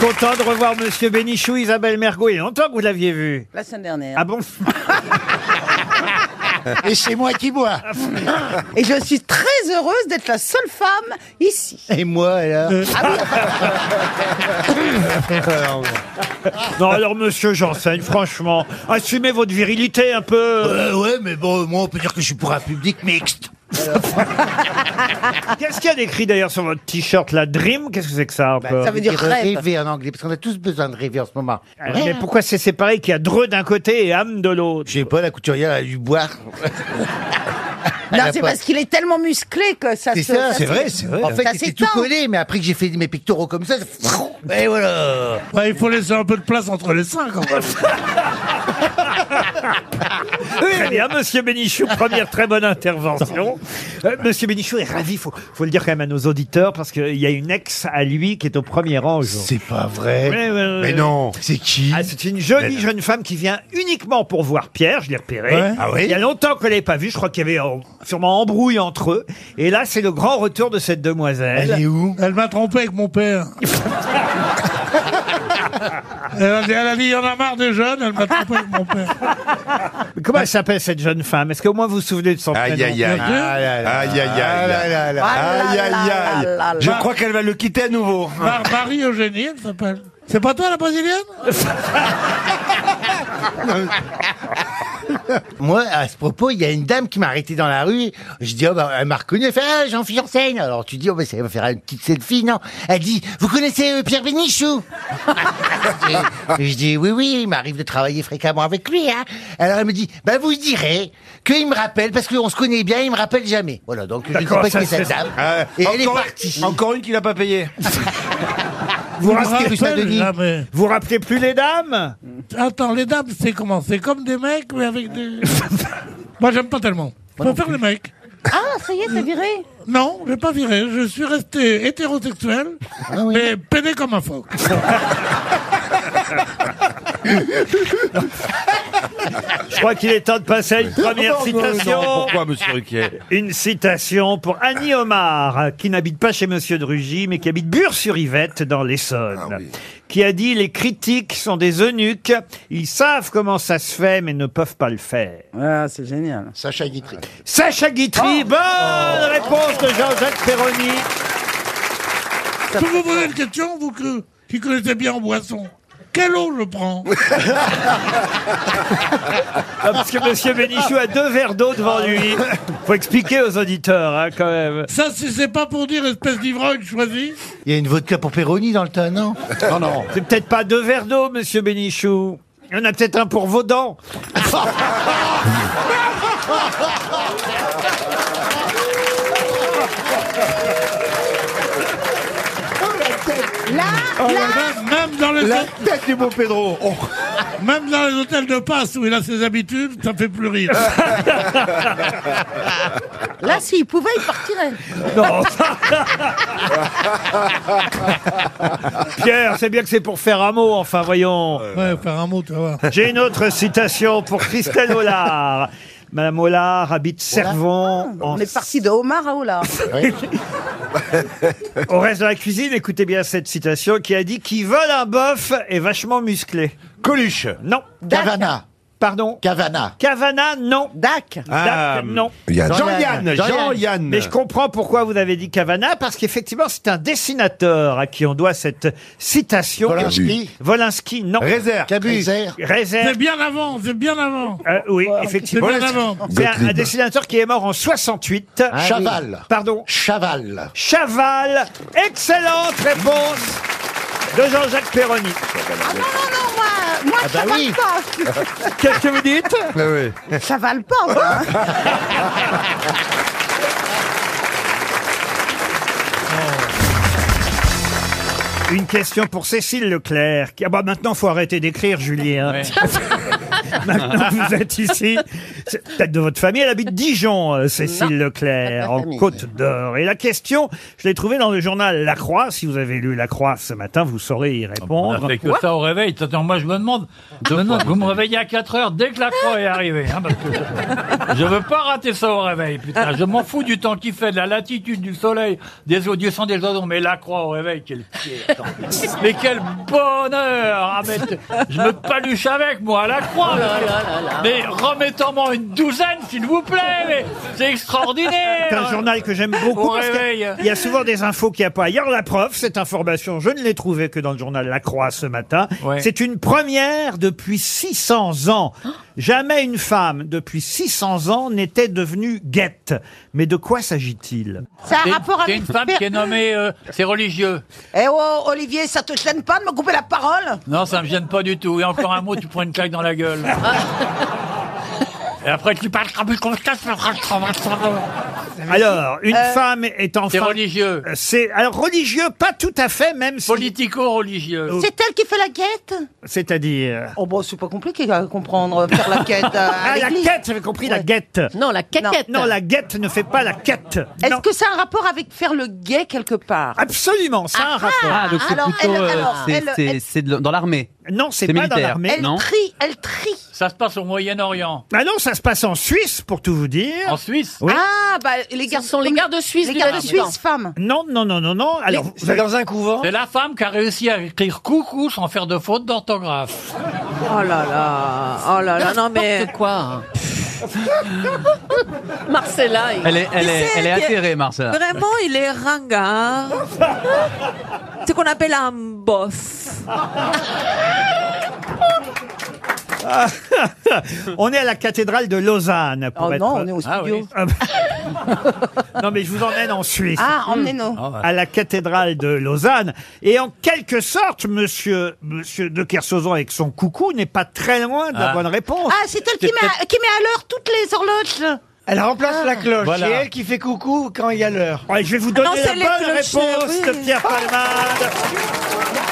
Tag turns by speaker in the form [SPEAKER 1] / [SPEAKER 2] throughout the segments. [SPEAKER 1] Content de revoir Monsieur Bénichou, Isabelle Mergot. Il y a longtemps que vous l'aviez vu.
[SPEAKER 2] La semaine dernière.
[SPEAKER 1] Ah bon
[SPEAKER 3] Et c'est moi qui bois.
[SPEAKER 2] Et je suis très heureuse d'être la seule femme ici.
[SPEAKER 3] Et moi, alors
[SPEAKER 1] Euh.
[SPEAKER 4] Ah
[SPEAKER 1] Ah. Non, alors Monsieur Janssen, franchement, assumez votre virilité un peu.
[SPEAKER 3] Euh, Ouais, mais bon, moi, on peut dire que je suis pour un public mixte.
[SPEAKER 1] Qu'est-ce qu'il y a d'écrit d'ailleurs sur votre t-shirt, la Dream Qu'est-ce que c'est que ça un peu
[SPEAKER 2] Bah, ça veut dire rêve.
[SPEAKER 3] rêver en anglais, parce qu'on a tous besoin de rêver en ce moment.
[SPEAKER 1] Euh, Mais pourquoi c'est séparé qu'il y a Dreux d'un côté et âme de l'autre
[SPEAKER 3] J'ai pas, la couturière elle a dû boire.
[SPEAKER 2] Non,
[SPEAKER 3] la
[SPEAKER 2] c'est
[SPEAKER 3] pote.
[SPEAKER 2] parce qu'il est tellement musclé que ça se. ça se-
[SPEAKER 3] c'est vrai. En fait,
[SPEAKER 2] Ça
[SPEAKER 3] c'était tout
[SPEAKER 2] s'éteint.
[SPEAKER 3] collé, mais après que j'ai fait mes pectoraux comme ça, ça- et voilà.
[SPEAKER 5] Bah, il faut laisser un peu de place entre les seins quand même.
[SPEAKER 1] Très bien, Monsieur Bénichou, première très bonne intervention. Euh, Monsieur Bénichou est ravi, faut, faut le dire quand même à nos auditeurs, parce qu'il y a une ex à lui qui est au premier rang. aujourd'hui.
[SPEAKER 3] pas vrai.
[SPEAKER 1] Ouais, ouais, ouais. Mais
[SPEAKER 3] non. C'est qui
[SPEAKER 1] Ah, c'est une jolie
[SPEAKER 3] Mais-
[SPEAKER 1] jeune femme qui vient uniquement pour voir Pierre, je l'ai repéré.
[SPEAKER 5] Ouais.
[SPEAKER 3] Ah oui
[SPEAKER 1] Il y a longtemps qu'on ne l'avait pas vue, je crois qu'il y avait euh, sûrement embrouille entre eux. Et là, c'est le grand retour de cette demoiselle.
[SPEAKER 3] Elle est où
[SPEAKER 5] Elle m'a trompé avec mon père.
[SPEAKER 1] Ah.
[SPEAKER 5] elle, a dit, Euh, elle a dit, il y en a marre des jeunes, elle m'a trompé avec mon père.
[SPEAKER 1] Comment elle s'appelle cette jeune femme Est-ce qu'au moins vous vous souvenez de son
[SPEAKER 6] Aïe
[SPEAKER 1] prénom
[SPEAKER 6] aïe aïe.
[SPEAKER 5] Dieu.
[SPEAKER 3] là là.
[SPEAKER 6] Aïe, aïe, aïe.
[SPEAKER 3] Ah là là là.
[SPEAKER 2] Ah
[SPEAKER 6] Aïe
[SPEAKER 2] là
[SPEAKER 6] aïe
[SPEAKER 2] là
[SPEAKER 6] aïe.
[SPEAKER 2] là là.
[SPEAKER 6] Je crois qu'elle va le quitter à nouveau.
[SPEAKER 5] Mar- Marie-Eugénie, elle s'appelle. C'est pas toi la brésilienne
[SPEAKER 2] Oh,
[SPEAKER 3] Moi, à ce propos, il y a une dame qui m'a arrêté dans la rue. Je dis, oh, bah, elle m'a reconnu. Elle fait, ah, jean philippe Enseigne. Alors tu dis, oh, bah, ça va faire une petite selfie, non Elle dit, vous connaissez euh, Pierre Bénichou Et Je dis, oui, oui, il m'arrive de travailler fréquemment avec lui. Hein. Alors elle me dit, bah, vous direz qu'il me rappelle, parce qu'on se connaît bien, il me rappelle jamais. Voilà, donc je ne sais
[SPEAKER 1] D'accord,
[SPEAKER 3] pas qui
[SPEAKER 1] ça,
[SPEAKER 3] est cette
[SPEAKER 1] c'est-
[SPEAKER 3] dame.
[SPEAKER 6] Ah,
[SPEAKER 3] Et elle est
[SPEAKER 6] encore-
[SPEAKER 3] partie.
[SPEAKER 6] Encore une qu'il a pas payée.
[SPEAKER 5] Vous
[SPEAKER 3] restez rue Saint-Denis
[SPEAKER 5] jamais.
[SPEAKER 1] Vous rappelez plus les dames
[SPEAKER 5] Attends, les dames, c'est comment C'est comme des mecs, mais avec des. Moi, j'aime pas tellement. Je préfère les mecs.
[SPEAKER 2] Ah, ça y est, t'es viré.
[SPEAKER 5] Non, j'ai pas viré. Je suis resté hétérosexuel,
[SPEAKER 2] Ah
[SPEAKER 5] mais peiné comme un phoque.
[SPEAKER 1] Je crois qu'il est temps de passer à une première citation.
[SPEAKER 6] Pourquoi, monsieur Ruquier
[SPEAKER 1] Une citation pour Annie Omar, qui n'habite pas chez Monsieur Drugy, mais qui habite Bure-sur-Yvette, dans l'Essonne,
[SPEAKER 6] Ah
[SPEAKER 1] qui a dit « Les critiques sont des eunuques, ils savent comment ça se fait, mais ne peuvent pas le faire.
[SPEAKER 2] Ah, c'est génial. »
[SPEAKER 3] Sacha Guitry.
[SPEAKER 1] Sacha Guitry, bonne réponse de Jean-Jacques Perroni.
[SPEAKER 5] Je peux vous poser une question, vous que, qui connaissez bien en boisson. Quelle eau je prends
[SPEAKER 1] Ah, parce que Monsieur Bénichou a deux verres d'eau devant lui. Faut expliquer aux auditeurs, hein, quand même.
[SPEAKER 5] Ça, si c'est pas pour dire espèce d'ivrogne choisi.
[SPEAKER 3] Il y a une vodka pour Péroni dans le tas, non Non, non.
[SPEAKER 1] C'est peut-être pas deux verres d'eau, Monsieur Bénichou. Il y en a peut-être un pour vos dents.
[SPEAKER 2] Là,
[SPEAKER 1] Oh,
[SPEAKER 5] Même, même dans les
[SPEAKER 6] Ah La tête du beau Pedro. Oh.
[SPEAKER 5] Même dans les hôtels de passe où il a ses habitudes, ça fait plus rire.
[SPEAKER 2] là,
[SPEAKER 1] Ah.
[SPEAKER 2] s'il pouvait, il partirait. Ah,
[SPEAKER 1] Non. Pierre, c'est bien que c'est pour faire un mot, enfin voyons.
[SPEAKER 5] Ouais, faire un mot, tu vas voir.
[SPEAKER 1] J'ai une autre citation pour Christelle Hollard. Madame Hollard habite Servon. en-
[SPEAKER 2] Ah, On est parti de Omar à Ola.
[SPEAKER 1] Au reste de la cuisine, écoutez bien cette citation qui a dit Qui vole un bœuf est vachement musclé.
[SPEAKER 6] Coluche.
[SPEAKER 1] Non.
[SPEAKER 3] Cavana.
[SPEAKER 1] Pardon.
[SPEAKER 3] Cavana.
[SPEAKER 1] Cavana, non.
[SPEAKER 2] Dac.
[SPEAKER 6] Ah,
[SPEAKER 1] Dac, non.
[SPEAKER 6] Jean-Yann.
[SPEAKER 3] Jean-Yann.
[SPEAKER 6] Jean-Yann.
[SPEAKER 1] Mais je comprends pourquoi vous avez dit Cavana, parce qu'effectivement, c'est un dessinateur à qui on doit cette citation.
[SPEAKER 3] Polanski.
[SPEAKER 1] Volinsky, non.
[SPEAKER 6] Réserve.
[SPEAKER 3] Cabu.
[SPEAKER 1] Réserve.
[SPEAKER 5] C'est bien avant, c'est bien avant.
[SPEAKER 1] Euh, oui,
[SPEAKER 5] C'est
[SPEAKER 1] effectivement.
[SPEAKER 5] bien avant.
[SPEAKER 1] C'est un, un dessinateur qui est mort en 68.
[SPEAKER 3] Ah oui. Chaval.
[SPEAKER 1] Pardon.
[SPEAKER 3] Chaval.
[SPEAKER 1] Chaval. Excellente réponse de Jean-Jacques Perroni.
[SPEAKER 2] Ah non, non, non, moi,
[SPEAKER 7] Ah
[SPEAKER 1] Ah,
[SPEAKER 2] moi
[SPEAKER 3] bah
[SPEAKER 2] ça vale
[SPEAKER 3] oui.
[SPEAKER 2] pas.
[SPEAKER 1] Qu'est-ce que vous dites
[SPEAKER 3] Ah
[SPEAKER 2] Ça vale pas, hein. moi.
[SPEAKER 1] Une question pour Cécile Leclerc. Qui... Ah bah maintenant, faut arrêter d'écrire, Julien. Maintenant que vous êtes ici, c'est peut-être de votre famille. Elle habite Dijon, euh, Cécile Leclerc, en Côte d'Or. Et la question, je l'ai trouvée dans le journal La Croix. Si vous avez lu La Croix ce matin, vous saurez y
[SPEAKER 8] Ah On
[SPEAKER 1] répondre.
[SPEAKER 8] a fait que ça au réveil. Attends, moi je me demande, je me demande, vous me réveillez à 4 heures dès que la croix est arrivée. hein, parce que je veux pas rater ça au réveil, putain. Je m'en fous du temps qu'il fait, de la latitude, du soleil, des eaux, du sang des oiseaux, mais la croix au réveil, quel pied, attends. Mais quel bonheur à mettre- Je me paluche avec, moi, à la croix. Mais remettez-moi une douzaine, s'il vous plaît, mais c'est
[SPEAKER 1] C'est un
[SPEAKER 8] extraordinaire.
[SPEAKER 1] journal que j'aime beaucoup
[SPEAKER 8] Au
[SPEAKER 1] parce qu'il y a-
[SPEAKER 8] réveil.
[SPEAKER 1] il y a souvent des infos qu'il n'y a pas ailleurs. La preuve, cette information, je ne l'ai trouvée que dans le journal La Croix ce matin.
[SPEAKER 8] Ouais.
[SPEAKER 1] C'est une première depuis 600 ans. Jamais une femme depuis 600 ans n'était devenue guette. Mais de quoi s'agit-il
[SPEAKER 4] Ça a
[SPEAKER 8] C'est-
[SPEAKER 4] rapport
[SPEAKER 8] C'est
[SPEAKER 4] avec...
[SPEAKER 8] une femme qui est nommée, euh, c'est religieux.
[SPEAKER 4] Eh oh, Olivier, ça te gêne pas de me couper la parole
[SPEAKER 8] Non, ça me gêne pas du tout. Et encore un mot, tu prends une claque dans la gueule. Et après, tu parles comme comme ça, ça fera le travail, ça va.
[SPEAKER 1] Alors, une femme est
[SPEAKER 8] C'est
[SPEAKER 1] enfin...
[SPEAKER 8] religieux.
[SPEAKER 1] Euh, C'est alors religieux, pas tout à fait, même si...
[SPEAKER 8] Politico-religieux.
[SPEAKER 1] Oh.
[SPEAKER 4] C'est elle qui fait la quête
[SPEAKER 1] C'est-à-dire...
[SPEAKER 4] Oh bon, c'est pas compliqué à comprendre, faire la quête euh, à
[SPEAKER 1] Ah, la
[SPEAKER 4] l'église.
[SPEAKER 1] quête, j'avais compris, la guette.
[SPEAKER 9] Non, la caquette.
[SPEAKER 1] Non, la guette ne fait pas la quête.
[SPEAKER 4] Est-ce
[SPEAKER 1] Non.
[SPEAKER 4] que ça a un rapport avec faire le gay quelque part
[SPEAKER 1] Absolument, ça a un rapport.
[SPEAKER 10] Ah, donc c'est
[SPEAKER 4] Alors,
[SPEAKER 10] plutôt.
[SPEAKER 4] elle-
[SPEAKER 10] euh,
[SPEAKER 4] alors,
[SPEAKER 10] c'est-
[SPEAKER 4] elle-
[SPEAKER 10] c'est-
[SPEAKER 4] elle-
[SPEAKER 10] c'est de- dans l'armée.
[SPEAKER 1] Non, c'est pas
[SPEAKER 10] C'est
[SPEAKER 1] dans
[SPEAKER 10] militaire.
[SPEAKER 1] l'armée.
[SPEAKER 4] Elle
[SPEAKER 10] non.
[SPEAKER 4] trie, elle trie.
[SPEAKER 8] Ça se passe au Moyen-Orient.
[SPEAKER 1] Ah non, ça se passe en Suisse, pour tout vous dire.
[SPEAKER 8] En Suisse.
[SPEAKER 1] Oui.
[SPEAKER 4] Ah, bah les
[SPEAKER 9] Ce
[SPEAKER 4] garçons,
[SPEAKER 9] sont les gardes suisses
[SPEAKER 4] les
[SPEAKER 9] du
[SPEAKER 4] gardes
[SPEAKER 9] Vatican.
[SPEAKER 4] suisses femmes.
[SPEAKER 1] Non, non, non, non, non. Alors, vous avez-
[SPEAKER 11] un couvent
[SPEAKER 8] C'est la femme qui a réussi à écrire coucou sans faire de faute d'orthographe.
[SPEAKER 7] Oh là là, oh là là, non mais.
[SPEAKER 9] N'importe quoi. hein. Marcella. il-
[SPEAKER 10] Elle est, elle est,
[SPEAKER 7] c'est
[SPEAKER 10] elle est
[SPEAKER 7] bien.
[SPEAKER 10] atterrée, Marcella.
[SPEAKER 7] Vraiment, il est ringard. C'est ce qu'on appelle un boss.
[SPEAKER 1] on est à la cathédrale de Lausanne. Pour
[SPEAKER 4] Oh
[SPEAKER 1] être- bah.
[SPEAKER 4] non, on est au
[SPEAKER 8] Ah
[SPEAKER 4] studio.
[SPEAKER 8] oui.
[SPEAKER 1] Non, mais je vous emmène en Suisse. Hmm.
[SPEAKER 4] Ah, emmenez-nous.
[SPEAKER 1] à la cathédrale de Lausanne. Et en quelque sorte, monsieur, monsieur de Kersauzon avec son coucou n'est pas très loin de la
[SPEAKER 8] Ah.
[SPEAKER 1] bonne réponse.
[SPEAKER 4] Ah, c'est elle qui met, à, qui met à l'heure toutes les horloges. Ah.
[SPEAKER 11] Elle remplace la cloche.
[SPEAKER 8] Voilà.
[SPEAKER 11] C'est elle qui fait coucou quand il y a l'heure.
[SPEAKER 1] Ouais, je vais vous donner
[SPEAKER 7] non,
[SPEAKER 1] la
[SPEAKER 7] c'est les
[SPEAKER 1] bonne
[SPEAKER 7] clochers,
[SPEAKER 1] réponse
[SPEAKER 7] oui.
[SPEAKER 1] de Pierre Palmade.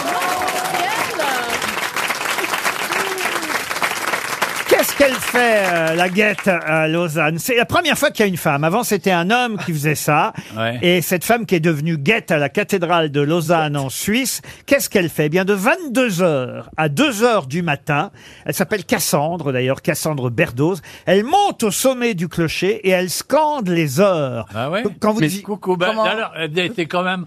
[SPEAKER 1] Qu'est-ce qu'elle fait, euh, la guette à Lausanne C'est la première fois qu'il y a une femme. Avant, c'était un homme qui faisait ça.
[SPEAKER 8] Ouais.
[SPEAKER 1] Et cette femme qui est devenue guette à la cathédrale de Lausanne en Suisse, qu'est-ce qu'elle fait Eh bien, de 22h à 2h du matin, elle s'appelle Cassandre, d'ailleurs, Cassandre Berdoz, elle monte au sommet du clocher et elle scande les heures.
[SPEAKER 8] Ah ouais
[SPEAKER 1] Quand vous dites-
[SPEAKER 8] Coucou. Bah, alors, elle était quand même,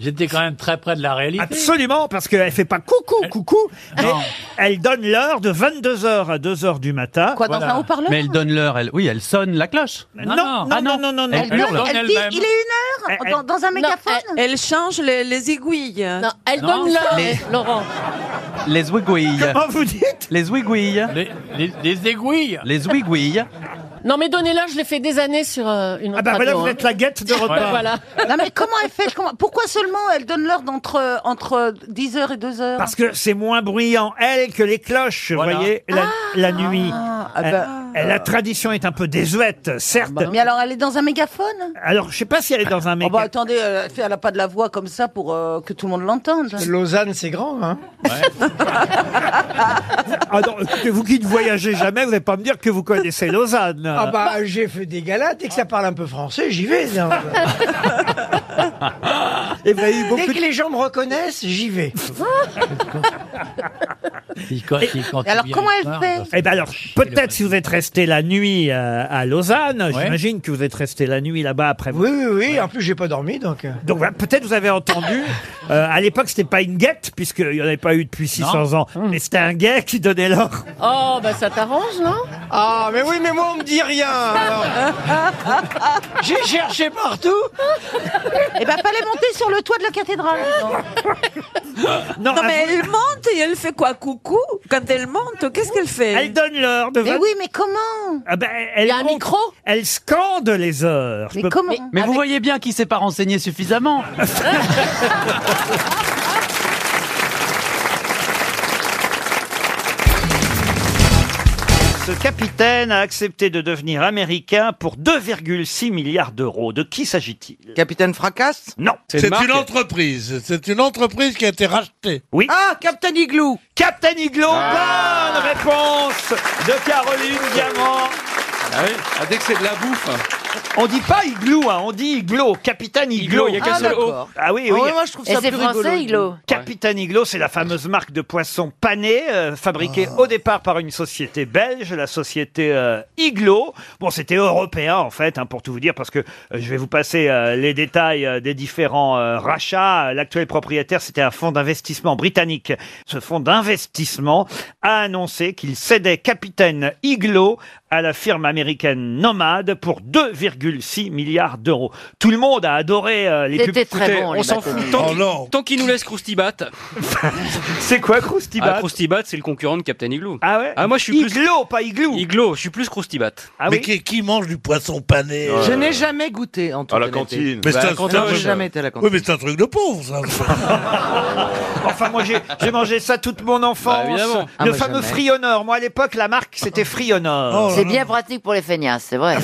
[SPEAKER 8] j'étais quand même très près de la réalité.
[SPEAKER 1] Absolument, parce qu'elle fait pas coucou, coucou, mais
[SPEAKER 8] Non.
[SPEAKER 1] elle donne l'heure de 22h à 2h du matin.
[SPEAKER 4] Quoi,
[SPEAKER 8] Voilà.
[SPEAKER 4] dans un haut-parleur
[SPEAKER 10] Mais elle donne l'heure. Elle, oui, elle sonne la cloche.
[SPEAKER 1] Non,
[SPEAKER 8] Non,
[SPEAKER 1] non,
[SPEAKER 8] non.
[SPEAKER 1] non,
[SPEAKER 10] Ah non.
[SPEAKER 1] non, non, non.
[SPEAKER 10] Elle
[SPEAKER 4] Elle,
[SPEAKER 10] hurle.
[SPEAKER 4] elle
[SPEAKER 8] Elle
[SPEAKER 4] dit,
[SPEAKER 8] elle-même.
[SPEAKER 4] il est une heure
[SPEAKER 1] Elle-
[SPEAKER 4] dans, dans un mégaphone.
[SPEAKER 7] Elle change les, les aiguilles.
[SPEAKER 9] Non, elle
[SPEAKER 8] Non.
[SPEAKER 9] donne l'heure,
[SPEAKER 10] Les-
[SPEAKER 9] Laurent.
[SPEAKER 10] Les ouiguilles.
[SPEAKER 1] Comment vous dites
[SPEAKER 10] Les ouiguilles.
[SPEAKER 8] Les, les- les aiguilles.
[SPEAKER 10] Les ouiguilles.
[SPEAKER 9] Non, mais donnez-leur, je l'ai fait des années sur euh, une autre
[SPEAKER 1] Ah bah Ah voilà,
[SPEAKER 9] radio,
[SPEAKER 1] vous
[SPEAKER 9] hein.
[SPEAKER 1] êtes la guette de repas.
[SPEAKER 8] Ouais.
[SPEAKER 9] Voilà.
[SPEAKER 4] Non, mais comment Oh, elle fait comment- Pourquoi seulement elle donne l'heure d'entre, entre 10h et 2h
[SPEAKER 1] Parce que c'est moins bruyant, elle, que les cloches, vous
[SPEAKER 8] Voilà.
[SPEAKER 1] voyez, la, la nuit.
[SPEAKER 4] ah
[SPEAKER 1] Elle-
[SPEAKER 4] bah. Ah,
[SPEAKER 1] elle- la tradition est un peu désuète, certes.
[SPEAKER 4] Mais alors, elle est dans un mégaphone
[SPEAKER 1] Alors, je sais pas si elle est dans un
[SPEAKER 4] Oh
[SPEAKER 1] méga...
[SPEAKER 4] bah attendez, euh, elle n'a pas de la voix comme ça pour euh, que tout le monde l'entende.
[SPEAKER 11] Lausanne, c'est grand, hein
[SPEAKER 1] Ah non, écoutez, vous qui ne voyagez jamais, vous n'allez pas me dire que vous connaissez Lausanne.
[SPEAKER 11] Ah bah, j'ai fait des galas, dès que ça parle un peu français, j'y vais. non.
[SPEAKER 1] Et vous avez eu beaucoup
[SPEAKER 11] Dès
[SPEAKER 1] de...
[SPEAKER 11] que les gens me reconnaissent, j'y vais.
[SPEAKER 8] Il co- il continue
[SPEAKER 4] alors, comment elle
[SPEAKER 8] l'histoire,
[SPEAKER 4] fait
[SPEAKER 8] parce que-
[SPEAKER 1] Eh ben alors, peut-être si vous êtes resté la nuit euh, à Lausanne, j'imagine que vous êtes resté la nuit là-bas après. vous.
[SPEAKER 11] Oui, oui, oui. En plus, j'ai pas dormi, donc. euh.
[SPEAKER 1] Donc voilà, peut-être vous avez entendu. euh, à l'époque, c'était pas une guette puisqu'il n'y en avait pas eu depuis 600 ans, mais c'était un guet qui donnait l'or.
[SPEAKER 9] Oh, bah ça t'arrange, non
[SPEAKER 11] Ah, mais oui, mais moi, on me dit rien. alors. j'ai cherché partout.
[SPEAKER 4] Eh ben, fallait monter sur le toit de la cathédrale.
[SPEAKER 1] Non,
[SPEAKER 7] Non
[SPEAKER 1] à
[SPEAKER 7] mais
[SPEAKER 1] vous-
[SPEAKER 7] elle monte et elle fait quoi Coucou Quand elle monte, qu'est-ce qu'elle fait Eh
[SPEAKER 1] elle donne l'heure de.
[SPEAKER 4] Mais
[SPEAKER 1] vingt-
[SPEAKER 4] oui, mais comment
[SPEAKER 1] Ah ben, elle
[SPEAKER 9] Il y a un
[SPEAKER 1] monte-
[SPEAKER 9] micro
[SPEAKER 1] Elle scande les heures. Je
[SPEAKER 4] Mais
[SPEAKER 1] peux-
[SPEAKER 4] comment
[SPEAKER 10] Mais vous voyez bien qu'il s'est pas renseigné suffisamment.
[SPEAKER 1] Ce capitaine a accepté de devenir américain pour 2,6 milliards d'euros. De qui s'agit-il
[SPEAKER 6] Capitaine Fracasse
[SPEAKER 1] Non.
[SPEAKER 5] C'est une entreprise. C'est une entreprise qui a été rachetée.
[SPEAKER 1] Oui.
[SPEAKER 6] Ah, Captain Igloo
[SPEAKER 1] Captain Iglo, bonne réponse de Caroline Diamant.
[SPEAKER 6] Ah dès que c'est de la bouffe.
[SPEAKER 1] On dit pas igloo, hein, on dit iglo, capitaine iglo.
[SPEAKER 6] il y a qu'un
[SPEAKER 1] ah,
[SPEAKER 6] seul O.
[SPEAKER 1] d'accord. Ah oui, oui.
[SPEAKER 2] ouais, Oh, moi, je trouve
[SPEAKER 12] Et
[SPEAKER 2] ça
[SPEAKER 12] c'est
[SPEAKER 2] plus rigolo.
[SPEAKER 12] français, Iglo.
[SPEAKER 1] Capitaine Iglo, c'est la fameuse marque de poissons panés euh, fabriquée au départ par une société belge, la société euh, Iglo. Bon, c'était européen en fait, hein, pour tout vous dire, parce que euh, je vais vous passer euh, les détails euh, des différents euh, rachats. L'actuel propriétaire, c'était un fonds d'investissement britannique. Ce fonds d'investissement a annoncé qu'il cédait Capitaine Iglo à la firme américaine Nomad pour 2,6 milliards d'euros. Tout le monde a adoré euh, les pubs.
[SPEAKER 12] C'était très bon. les bateaux. Mmh.
[SPEAKER 5] Tant oh non
[SPEAKER 6] Tant qu'il nous laisse Croustibat.
[SPEAKER 1] C'est quoi Krusty-Bat
[SPEAKER 6] Ah, Croustibat, c'est le concurrent de Captain Igloo.
[SPEAKER 1] Ah ouais
[SPEAKER 6] Ah, moi, je suis plus-
[SPEAKER 1] Iglo, pas igloo.
[SPEAKER 6] Igloo, je suis plus Croustibat.
[SPEAKER 1] Ah
[SPEAKER 5] Mais
[SPEAKER 1] oui
[SPEAKER 5] qui, qui mange du poisson pané euh,
[SPEAKER 10] Je n'ai jamais goûté en tout
[SPEAKER 6] À la
[SPEAKER 10] honnêteté.
[SPEAKER 6] cantine.
[SPEAKER 5] Mais c'est un-
[SPEAKER 10] Quand on
[SPEAKER 5] non,
[SPEAKER 10] n'a
[SPEAKER 5] je-
[SPEAKER 10] jamais été à la
[SPEAKER 5] Oui,
[SPEAKER 10] cantine.
[SPEAKER 5] mais c'est un truc de pauvre, ça.
[SPEAKER 1] Enfin, moi, j'ai j'ai mangé ça toute mon enfance.
[SPEAKER 6] Bah, évidemment.
[SPEAKER 10] Ah,
[SPEAKER 1] le
[SPEAKER 10] moi,
[SPEAKER 1] fameux
[SPEAKER 10] jamais.
[SPEAKER 1] Free Honor. Moi, à l'époque, la marque, c'était Free Honor.
[SPEAKER 5] Oh là
[SPEAKER 12] C'est
[SPEAKER 5] là.
[SPEAKER 12] bien pratique pour les feignasses, c'est vrai.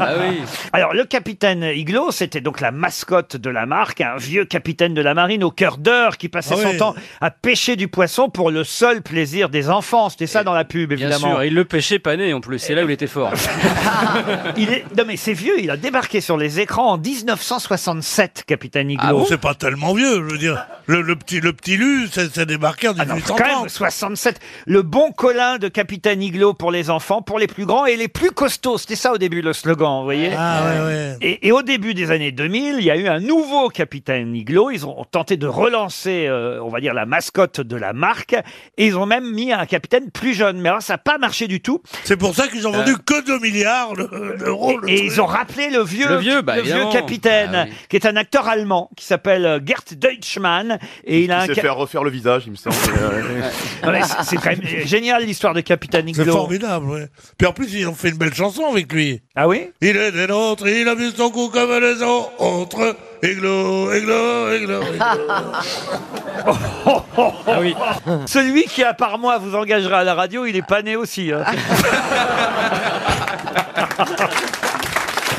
[SPEAKER 6] Ah oui.
[SPEAKER 1] Alors, le capitaine Iglo, c'était donc la mascotte de la marque, un vieux capitaine de la marine au cœur d'heure qui passait
[SPEAKER 5] Ah
[SPEAKER 1] son
[SPEAKER 5] ouais.
[SPEAKER 1] temps à pêcher du poisson pour le seul plaisir des enfants. C'était ça dans la pub,
[SPEAKER 6] Bien
[SPEAKER 1] évidemment.
[SPEAKER 6] sûr, il le pêchait pané en plus, c'est là où il était fort.
[SPEAKER 1] Il est... Non, mais c'est vieux. Il a débarqué sur les écrans en 1967, capitaine
[SPEAKER 6] Ah
[SPEAKER 1] Iglo.
[SPEAKER 5] Non, Ah c'est pas tellement vieux, je veux dire. Le, le petit, le petit Lu, c'est c'est débarqué en
[SPEAKER 1] Ah non, quand même,
[SPEAKER 5] 1830.
[SPEAKER 1] 67. Le bon colin de Capitaine Iglo pour les enfants, pour les plus grands et les plus costauds. C'était ça au début le slogan, vous voyez
[SPEAKER 5] Ah ouais, ouais.
[SPEAKER 1] et, et au début des années 2000, il y a eu un nouveau capitaine Iglo. Ils ont tenté de relancer, euh, on va dire, la mascotte de la marque. Et ils ont même mis un capitaine plus jeune. Mais alors, ça n'a pas marché du tout. Euh.
[SPEAKER 5] C'est pour ça qu'ils ont vendu que 2 milliards de- d'euros. le
[SPEAKER 1] Et, et
[SPEAKER 5] truc.
[SPEAKER 1] ils ont rappelé le vieux,
[SPEAKER 6] Le vieux, bah, évidemment.
[SPEAKER 1] capitaine,
[SPEAKER 6] Ah oui.
[SPEAKER 1] qui est un acteur allemand, qui s'appelle euh, Gert Deutschmann. Et il a un
[SPEAKER 13] Il s'est
[SPEAKER 1] ca-
[SPEAKER 13] fait refaire le visage, il me semble. Euh,
[SPEAKER 1] Non, mais c'est- C'est quand même euh, génial l'histoire de Capitaine
[SPEAKER 5] C'est
[SPEAKER 1] Iglo.
[SPEAKER 5] formidable, ouais. Puis en plus, ils ont fait une belle chanson avec lui.
[SPEAKER 1] Ah oui
[SPEAKER 5] Il est des nôtres, il a vu son cou comme les autres. Iglo, iglo, iglo. iglo.
[SPEAKER 6] Ah oui.
[SPEAKER 1] Celui qui, à part moi, vous engagera à la radio, il est pas né aussi. hein.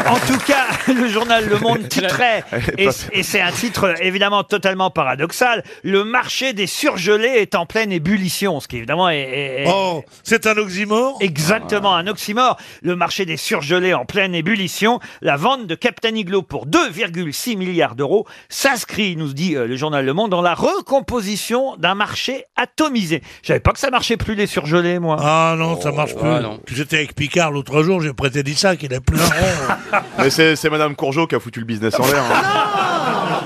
[SPEAKER 1] En tout cas, le journal Le Monde titrait, et, et c'est un titre évidemment totalement paradoxal, le marché des surgelés est en pleine ébullition, ce qui évidemment est, est- est
[SPEAKER 5] Oh, c'est un oxymore
[SPEAKER 1] exactement un oxymore. Le marché des surgelés en pleine ébullition, la vente de Captain Iglo pour 2,6 milliards d'euros s'inscrit, nous dit euh, le journal Le Monde, dans la recomposition d'un marché atomisé. Je savais pas que ça marchait plus les surgelés, moi.
[SPEAKER 5] Ah non, ça marche plus.
[SPEAKER 6] ah non.
[SPEAKER 5] J'étais avec Picard l'autre jour, j'ai prêté dit ça, qu'il a plein rond.
[SPEAKER 13] Mais c'est c'est Madame Courgeot qui a foutu le business en l'air. hein.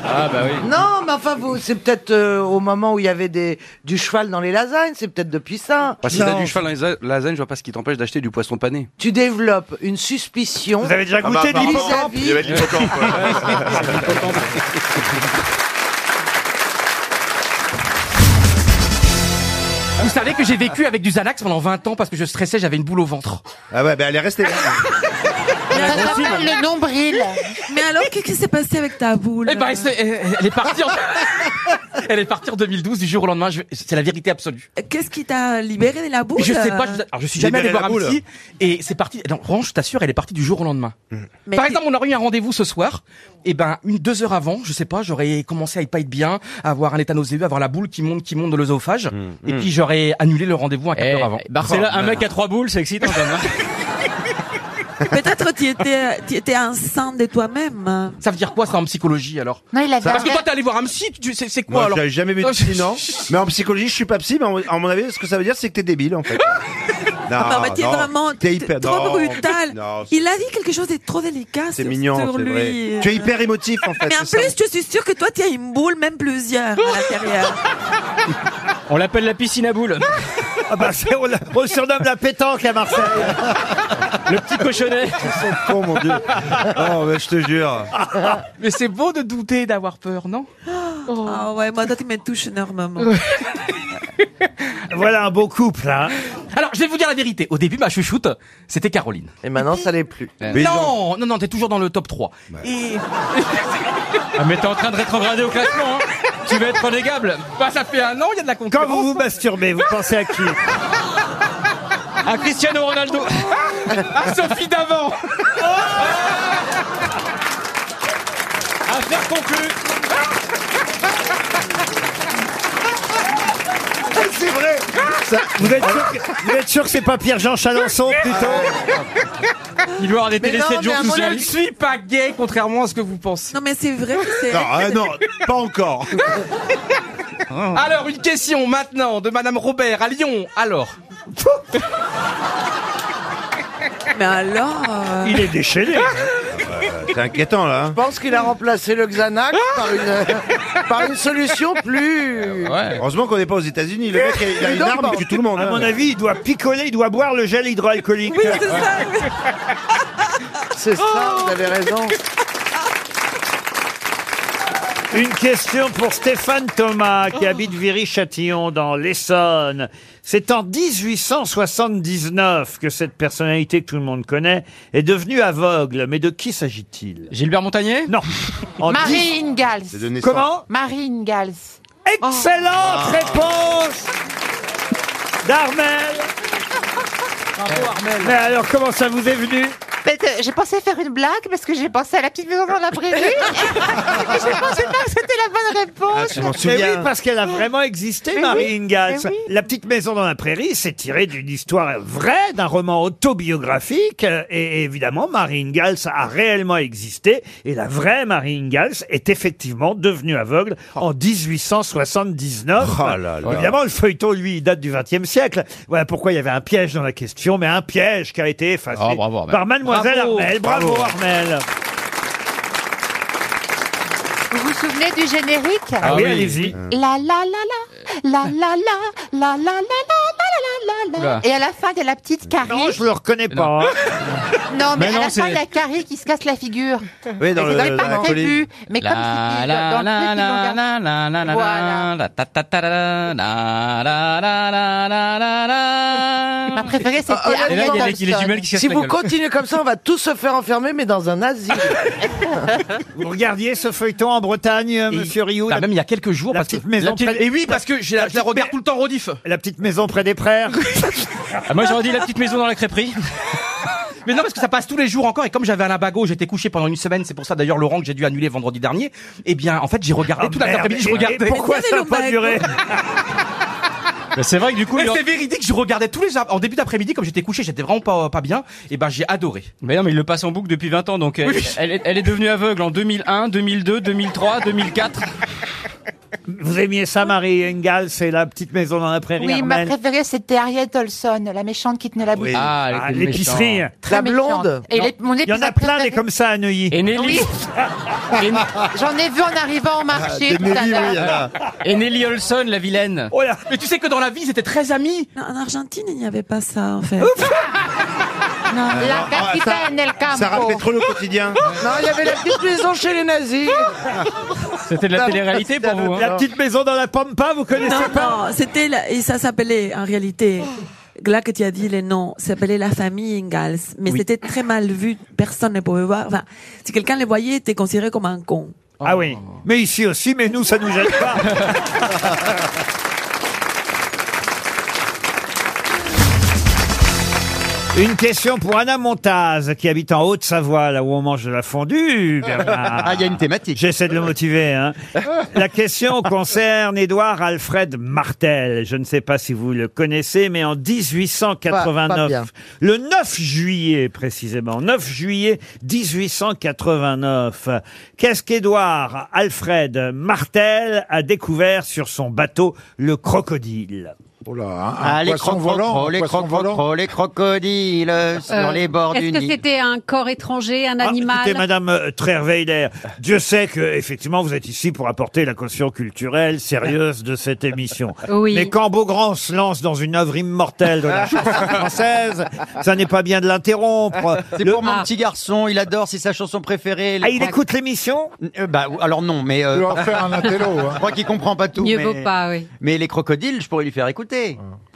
[SPEAKER 6] Ah bah oui.
[SPEAKER 10] Non, mais enfin, vous, c'est peut-être euh, au moment où il y avait des, du cheval dans les lasagnes, c'est peut-être depuis ça.
[SPEAKER 13] Bah,
[SPEAKER 14] Bah,
[SPEAKER 5] si t'as Non. du
[SPEAKER 14] cheval dans les lasagnes, je vois pas ce qui t'empêche d'acheter du poisson pané.
[SPEAKER 10] Tu développes une suspicion.
[SPEAKER 1] Vous avez déjà
[SPEAKER 13] Ah bah,
[SPEAKER 1] goûté
[SPEAKER 13] bah,
[SPEAKER 1] du
[SPEAKER 10] vis-à-vis-
[SPEAKER 13] hippocampe, Il y avait de l'hippocampe. ouais.
[SPEAKER 6] Vous savez que j'ai vécu avec du Xanax pendant 20 ans parce que je stressais, j'avais une boule au ventre.
[SPEAKER 13] Ah ouais, ben elle est restée là.
[SPEAKER 2] Ça s'appelle le nombril.
[SPEAKER 7] Mais alors, qu'est-ce qui s'est passé avec ta boule
[SPEAKER 6] Eh ben, elle, s'est- elle- elle est partie en... elle est partie en 2012, du jour au lendemain, je- c'est la vérité absolue.
[SPEAKER 7] Qu'est-ce qui t'a libéré de la boule
[SPEAKER 6] Je sais pas, je, alors je suis jamais allé
[SPEAKER 13] Libérez
[SPEAKER 6] voir
[SPEAKER 13] Euh, la
[SPEAKER 6] un
[SPEAKER 13] boule.
[SPEAKER 6] psy, et c'est parti, non, franchement, je t'assure, elle est partie du jour au lendemain.
[SPEAKER 7] Mais
[SPEAKER 6] Par
[SPEAKER 7] t'es-
[SPEAKER 6] exemple, on aurait eu un rendez-vous ce soir, et ben, une, deux heures avant, je sais pas, j'aurais commencé à y pas être bien, à avoir un étanosébé, à avoir la boule qui monte, qui monte de l'œsophage, et puis j'aurais annulé le rendez-vous un quart d'heure avant. c'est là, mm. Eh, un mec à trois boules, c'est excitant, hein.
[SPEAKER 7] Peut-être tu étais, tu étais enceinte de toi-même.
[SPEAKER 6] Ça veut dire quoi, ça, en psychologie, alors?
[SPEAKER 12] Non, il avait
[SPEAKER 6] Parce que
[SPEAKER 12] un-
[SPEAKER 6] toi, t'es allé voir un psy, tu- c'est c'est quoi, alors?
[SPEAKER 13] jamais vu
[SPEAKER 6] de psy, non.
[SPEAKER 13] Mais en psychologie, je suis pas psy, mais à mon avis, ce que ça veut dire, c'est que t'es débile, en fait. Non,
[SPEAKER 7] Ah, bah, t'es vraiment
[SPEAKER 13] T'es
[SPEAKER 7] t-
[SPEAKER 13] hyper-
[SPEAKER 7] trop
[SPEAKER 13] non.
[SPEAKER 7] brutal.
[SPEAKER 13] Non, c'est-
[SPEAKER 7] Il a dit quelque chose de trop délicat
[SPEAKER 13] C'est
[SPEAKER 7] sur,
[SPEAKER 13] mignon,
[SPEAKER 7] sur
[SPEAKER 13] c'est
[SPEAKER 7] lui.
[SPEAKER 13] vrai. Tu es hyper émotif, en fait.
[SPEAKER 7] Mais en
[SPEAKER 13] c'est ça.
[SPEAKER 7] plus, je suis sûre que toi, tu as une boule, même plusieurs à l'intérieur.
[SPEAKER 6] On l'appelle la piscine à boules.
[SPEAKER 1] Ah bah, c'est- on, la- on le surnomme la pétanque à Marseille.
[SPEAKER 6] Le petit cochonnet.
[SPEAKER 13] Oh mon dieu. Oh, mais je te jure.
[SPEAKER 6] Mais c'est beau de douter, d'avoir peur, non
[SPEAKER 7] Ah ouais, moi, toi, tu me touches énormément.
[SPEAKER 1] Voilà un beau couple, hein.
[SPEAKER 6] Alors, je vais vous dire la vérité. Au début, ma chouchoute, c'était Caroline. Euh,
[SPEAKER 10] Et maintenant, ça l'est plus.
[SPEAKER 6] non, non, non, t'es toujours dans le top 3. Ah, mais t'es en train de rétrograder au classement, hein. Tu vas être relégable. Bah, ça fait un an, il y a de la
[SPEAKER 1] Quand
[SPEAKER 6] concurrence.
[SPEAKER 1] vous vous masturbez, vous pensez à qui
[SPEAKER 6] à Cristiano Ronaldo, à Sophie d'avant. Affaire conclue.
[SPEAKER 1] C'est vrai vous, êtes sûr que, vous êtes sûr que c'est pas Pierre-Jean Chalençon plutôt
[SPEAKER 6] Il doit avoir des
[SPEAKER 1] Mais
[SPEAKER 6] télé
[SPEAKER 1] non,
[SPEAKER 6] 7
[SPEAKER 1] mais
[SPEAKER 6] jours
[SPEAKER 1] à
[SPEAKER 6] tout
[SPEAKER 1] mon
[SPEAKER 6] seul.
[SPEAKER 1] avis-
[SPEAKER 6] Je suis pas gay, contrairement à ce que vous pensez.
[SPEAKER 13] Non, mais c'est vrai que c'est.
[SPEAKER 6] euh, pas encore. Alors, une question maintenant de Madame Robert à Lyon. Alors
[SPEAKER 13] Mais alors.
[SPEAKER 1] Il est déchaîné.
[SPEAKER 10] euh,
[SPEAKER 15] C'est inquiétant là. hein.
[SPEAKER 16] Je pense qu'il a remplacé le Xanax par
[SPEAKER 10] euh,
[SPEAKER 16] une, par une solution plus.
[SPEAKER 15] Heureusement qu'on n'est pas aux États-Unis. Le mec, il a, il a une arme, il tue tout le monde.
[SPEAKER 1] À
[SPEAKER 15] hein.
[SPEAKER 1] mon avis, il doit picoler, il doit boire le gel hydroalcoolique. Oui,
[SPEAKER 13] c'est ça.
[SPEAKER 16] C'est ça, vous avez raison.
[SPEAKER 1] Une question pour Stéphane Thomas, qui habite Viry-Châtillon, dans l'Essonne. C'est en 1879 que cette personnalité que tout le monde connaît est devenue aveugle. Mais de qui s'agit-il
[SPEAKER 6] Gilbert Montagnier
[SPEAKER 1] Non. En dix-
[SPEAKER 4] Marine Gals.
[SPEAKER 1] de naissance. Comment
[SPEAKER 4] Marine Gals.
[SPEAKER 1] Excellente
[SPEAKER 4] Oh.
[SPEAKER 1] réponse d'Armel. Mais alors, comment ça vous est venu
[SPEAKER 4] Mais, euh, J'ai pensé faire une blague parce que j'ai pensé à la petite maison dans la prairie. Et je pensais pas que c'était la bonne
[SPEAKER 1] Ah,
[SPEAKER 4] réponse.
[SPEAKER 1] Mais oui, parce qu'elle a vraiment existé,
[SPEAKER 4] Ah. Mais
[SPEAKER 1] Marie
[SPEAKER 4] oui,
[SPEAKER 1] Ingalls.
[SPEAKER 4] mais oui.
[SPEAKER 1] La petite maison dans la prairie, c'est tiré d'une histoire vraie, d'un roman autobiographique. euh, Et évidemment, Marie Ingalls a réellement existé. Et la vraie Marie Ingalls est effectivement devenue aveugle en 1879.
[SPEAKER 15] Oh là là.
[SPEAKER 1] Évidemment, le feuilleton, lui, il date du XXe siècle. Voilà pourquoi il y avait un piège dans la question, mais un piège qui a été effacé
[SPEAKER 6] Oh, bravo, Armel.
[SPEAKER 1] par Mademoiselle
[SPEAKER 6] Bravo.
[SPEAKER 1] Armel. Bravo,
[SPEAKER 6] Bravo.
[SPEAKER 1] Armel.
[SPEAKER 4] Vous vous souvenez du générique
[SPEAKER 1] Ah oui, allez-y.
[SPEAKER 4] La la la la, la la la, la la la la la la la
[SPEAKER 1] Oula.
[SPEAKER 4] la. Et à la fin, il y a la petite Carrie.
[SPEAKER 1] Non, je le reconnais pas. hein.
[SPEAKER 4] Non, mais,
[SPEAKER 1] Mais
[SPEAKER 4] à
[SPEAKER 1] non,
[SPEAKER 4] la fin,
[SPEAKER 1] c'est-
[SPEAKER 4] il y a Carrie qui se casse la figure.
[SPEAKER 15] Oui, dans
[SPEAKER 4] Mais
[SPEAKER 15] le-
[SPEAKER 4] c'est
[SPEAKER 15] dans la
[SPEAKER 4] pas prévu.
[SPEAKER 15] colline.
[SPEAKER 4] Mais comme
[SPEAKER 6] La,
[SPEAKER 4] c'était
[SPEAKER 6] la,
[SPEAKER 4] dans le
[SPEAKER 6] la,
[SPEAKER 4] truc, ils l'ont
[SPEAKER 6] la,
[SPEAKER 4] gardé.
[SPEAKER 6] la, la, la, la,
[SPEAKER 4] Voilà.
[SPEAKER 6] la, ta, ta, ta, la, la, la, la, la, la, la, la, la.
[SPEAKER 4] Ma préférée, c'était
[SPEAKER 16] Ah, honnêtement,
[SPEAKER 4] Harriet Thompson.
[SPEAKER 16] Si vous continuez comme ça, on va tous se faire enfermer, mais dans un asile.
[SPEAKER 1] Vous regardiez ce feuilleton en Bretagne, monsieur Rioux
[SPEAKER 6] Bah, même il y a quelques jours,
[SPEAKER 1] la
[SPEAKER 6] parce que-
[SPEAKER 1] petite maison
[SPEAKER 6] la petite-
[SPEAKER 1] près-
[SPEAKER 6] et oui, parce que j'ai la- je la repère tout le temps rediff.
[SPEAKER 1] La petite maison près des prairies.
[SPEAKER 6] Ah, Moi j'aurais dit la petite maison dans la crêperie. Mais non, parce que ça passe tous les jours encore. Et comme j'avais un labago, j'étais couché pendant une semaine. C'est pour ça d'ailleurs, Laurent, que j'ai dû annuler vendredi dernier. Eh bien, en fait, j'ai regardé
[SPEAKER 1] Ah,
[SPEAKER 6] tout l'après-midi. Je
[SPEAKER 1] merde. Et- et
[SPEAKER 6] regardais.
[SPEAKER 1] pourquoi ça a pas duré
[SPEAKER 6] c'est vrai que du
[SPEAKER 15] coup, il y a-
[SPEAKER 6] c'est véridique. Je regardais tous les ap- en début d'après-midi, comme j'étais couché, j'étais vraiment pas pas bien. Et ben, j'ai adoré.
[SPEAKER 10] Mais non, mais il le passe en boucle depuis 20 ans, donc elle,
[SPEAKER 6] Oui.
[SPEAKER 10] elle est, elle est devenue aveugle en 2001, 2002, 2003, 2004.
[SPEAKER 1] Vous aimiez ça, Marie Engel C'est la petite maison dans la prairie.
[SPEAKER 4] Oui, ma
[SPEAKER 1] Armel
[SPEAKER 4] préférée, c'était Harriet Olson, la méchante qui tenait la boutique.
[SPEAKER 1] Ah, l'épicerie.
[SPEAKER 4] Très méchante. Et les- mon
[SPEAKER 1] Il y en a
[SPEAKER 4] épisode
[SPEAKER 1] plein des comme ça à Neuilly.
[SPEAKER 10] Et Nelly.
[SPEAKER 4] J'en ai vu en arrivant au marché
[SPEAKER 1] Ah,
[SPEAKER 4] tout à l'heure.
[SPEAKER 10] Et Nelly Olson, la vilaine.
[SPEAKER 6] Mais tu sais que dans la vie, ils étaient très amis.
[SPEAKER 13] En Argentine, il n'y avait pas ça, en fait.
[SPEAKER 4] Non,
[SPEAKER 15] Ah,
[SPEAKER 4] la
[SPEAKER 15] ah,
[SPEAKER 4] capitaine El
[SPEAKER 15] ça,
[SPEAKER 4] Campo.
[SPEAKER 15] ça rappelait trop le quotidien.
[SPEAKER 16] Non, il y avait la petite maison chez les nazis.
[SPEAKER 10] C'était de la télé-réalité pour vous. hein.
[SPEAKER 1] La petite maison dans la Pampa, vous connaissez
[SPEAKER 13] Non,
[SPEAKER 1] pas
[SPEAKER 13] non, c'était la- et ça s'appelait en réalité. Là que tu as dit les noms, ça s'appelait la famille Ingalls, mais
[SPEAKER 1] Oui.
[SPEAKER 13] c'était très mal vu. Personne ne pouvait voir. Enfin, si quelqu'un les voyait, était considéré comme un con.
[SPEAKER 1] Ah oui. Mais ici aussi, mais nous, ça nous gêne pas. Une question pour Anna Montaz, qui habite en Haute-Savoie, là où on mange de la fondue. Bernard.
[SPEAKER 11] Ah, il y a une thématique.
[SPEAKER 1] J'essaie de le motiver. hein. La question concerne Édouard Alfred Martel. Je ne sais pas si vous le connaissez, mais en 1889,
[SPEAKER 16] Pas- pas bien.
[SPEAKER 1] le 9 juillet précisément, 9 juillet 1889, qu'est-ce qu'Édouard Alfred Martel a découvert sur son bateau, le crocodile
[SPEAKER 17] Oh là, un,
[SPEAKER 11] Ah, les crocodiles, les crocodiles, les crocodiles euh, sur
[SPEAKER 18] Euh,
[SPEAKER 11] les bords du
[SPEAKER 18] Est-ce que
[SPEAKER 11] Nil.
[SPEAKER 18] c'était un corps étranger, un
[SPEAKER 1] Ah,
[SPEAKER 18] animal
[SPEAKER 1] écoutez, Madame euh, Trierweiler, Dieu sait que effectivement vous êtes ici pour apporter la caution culturelle sérieuse de cette émission.
[SPEAKER 18] Oui.
[SPEAKER 1] Mais quand Beaugrand se lance dans une œuvre immortelle de la chanson française, ça n'est pas bien de l'interrompre.
[SPEAKER 11] C'est
[SPEAKER 1] Le-
[SPEAKER 11] pour mon petit garçon, il adore, c'est sa chanson préférée.
[SPEAKER 1] Ah, il écoute l'émission
[SPEAKER 11] Euh, Bah, alors non, mais. euh,
[SPEAKER 17] Tu vas en faire un intello, hein.
[SPEAKER 11] Moi qui comprends pas tout.
[SPEAKER 18] Mieux
[SPEAKER 11] mais-
[SPEAKER 18] vaut pas, oui.
[SPEAKER 17] Ah.
[SPEAKER 11] Mais les crocodiles, je pourrais lui faire écouter.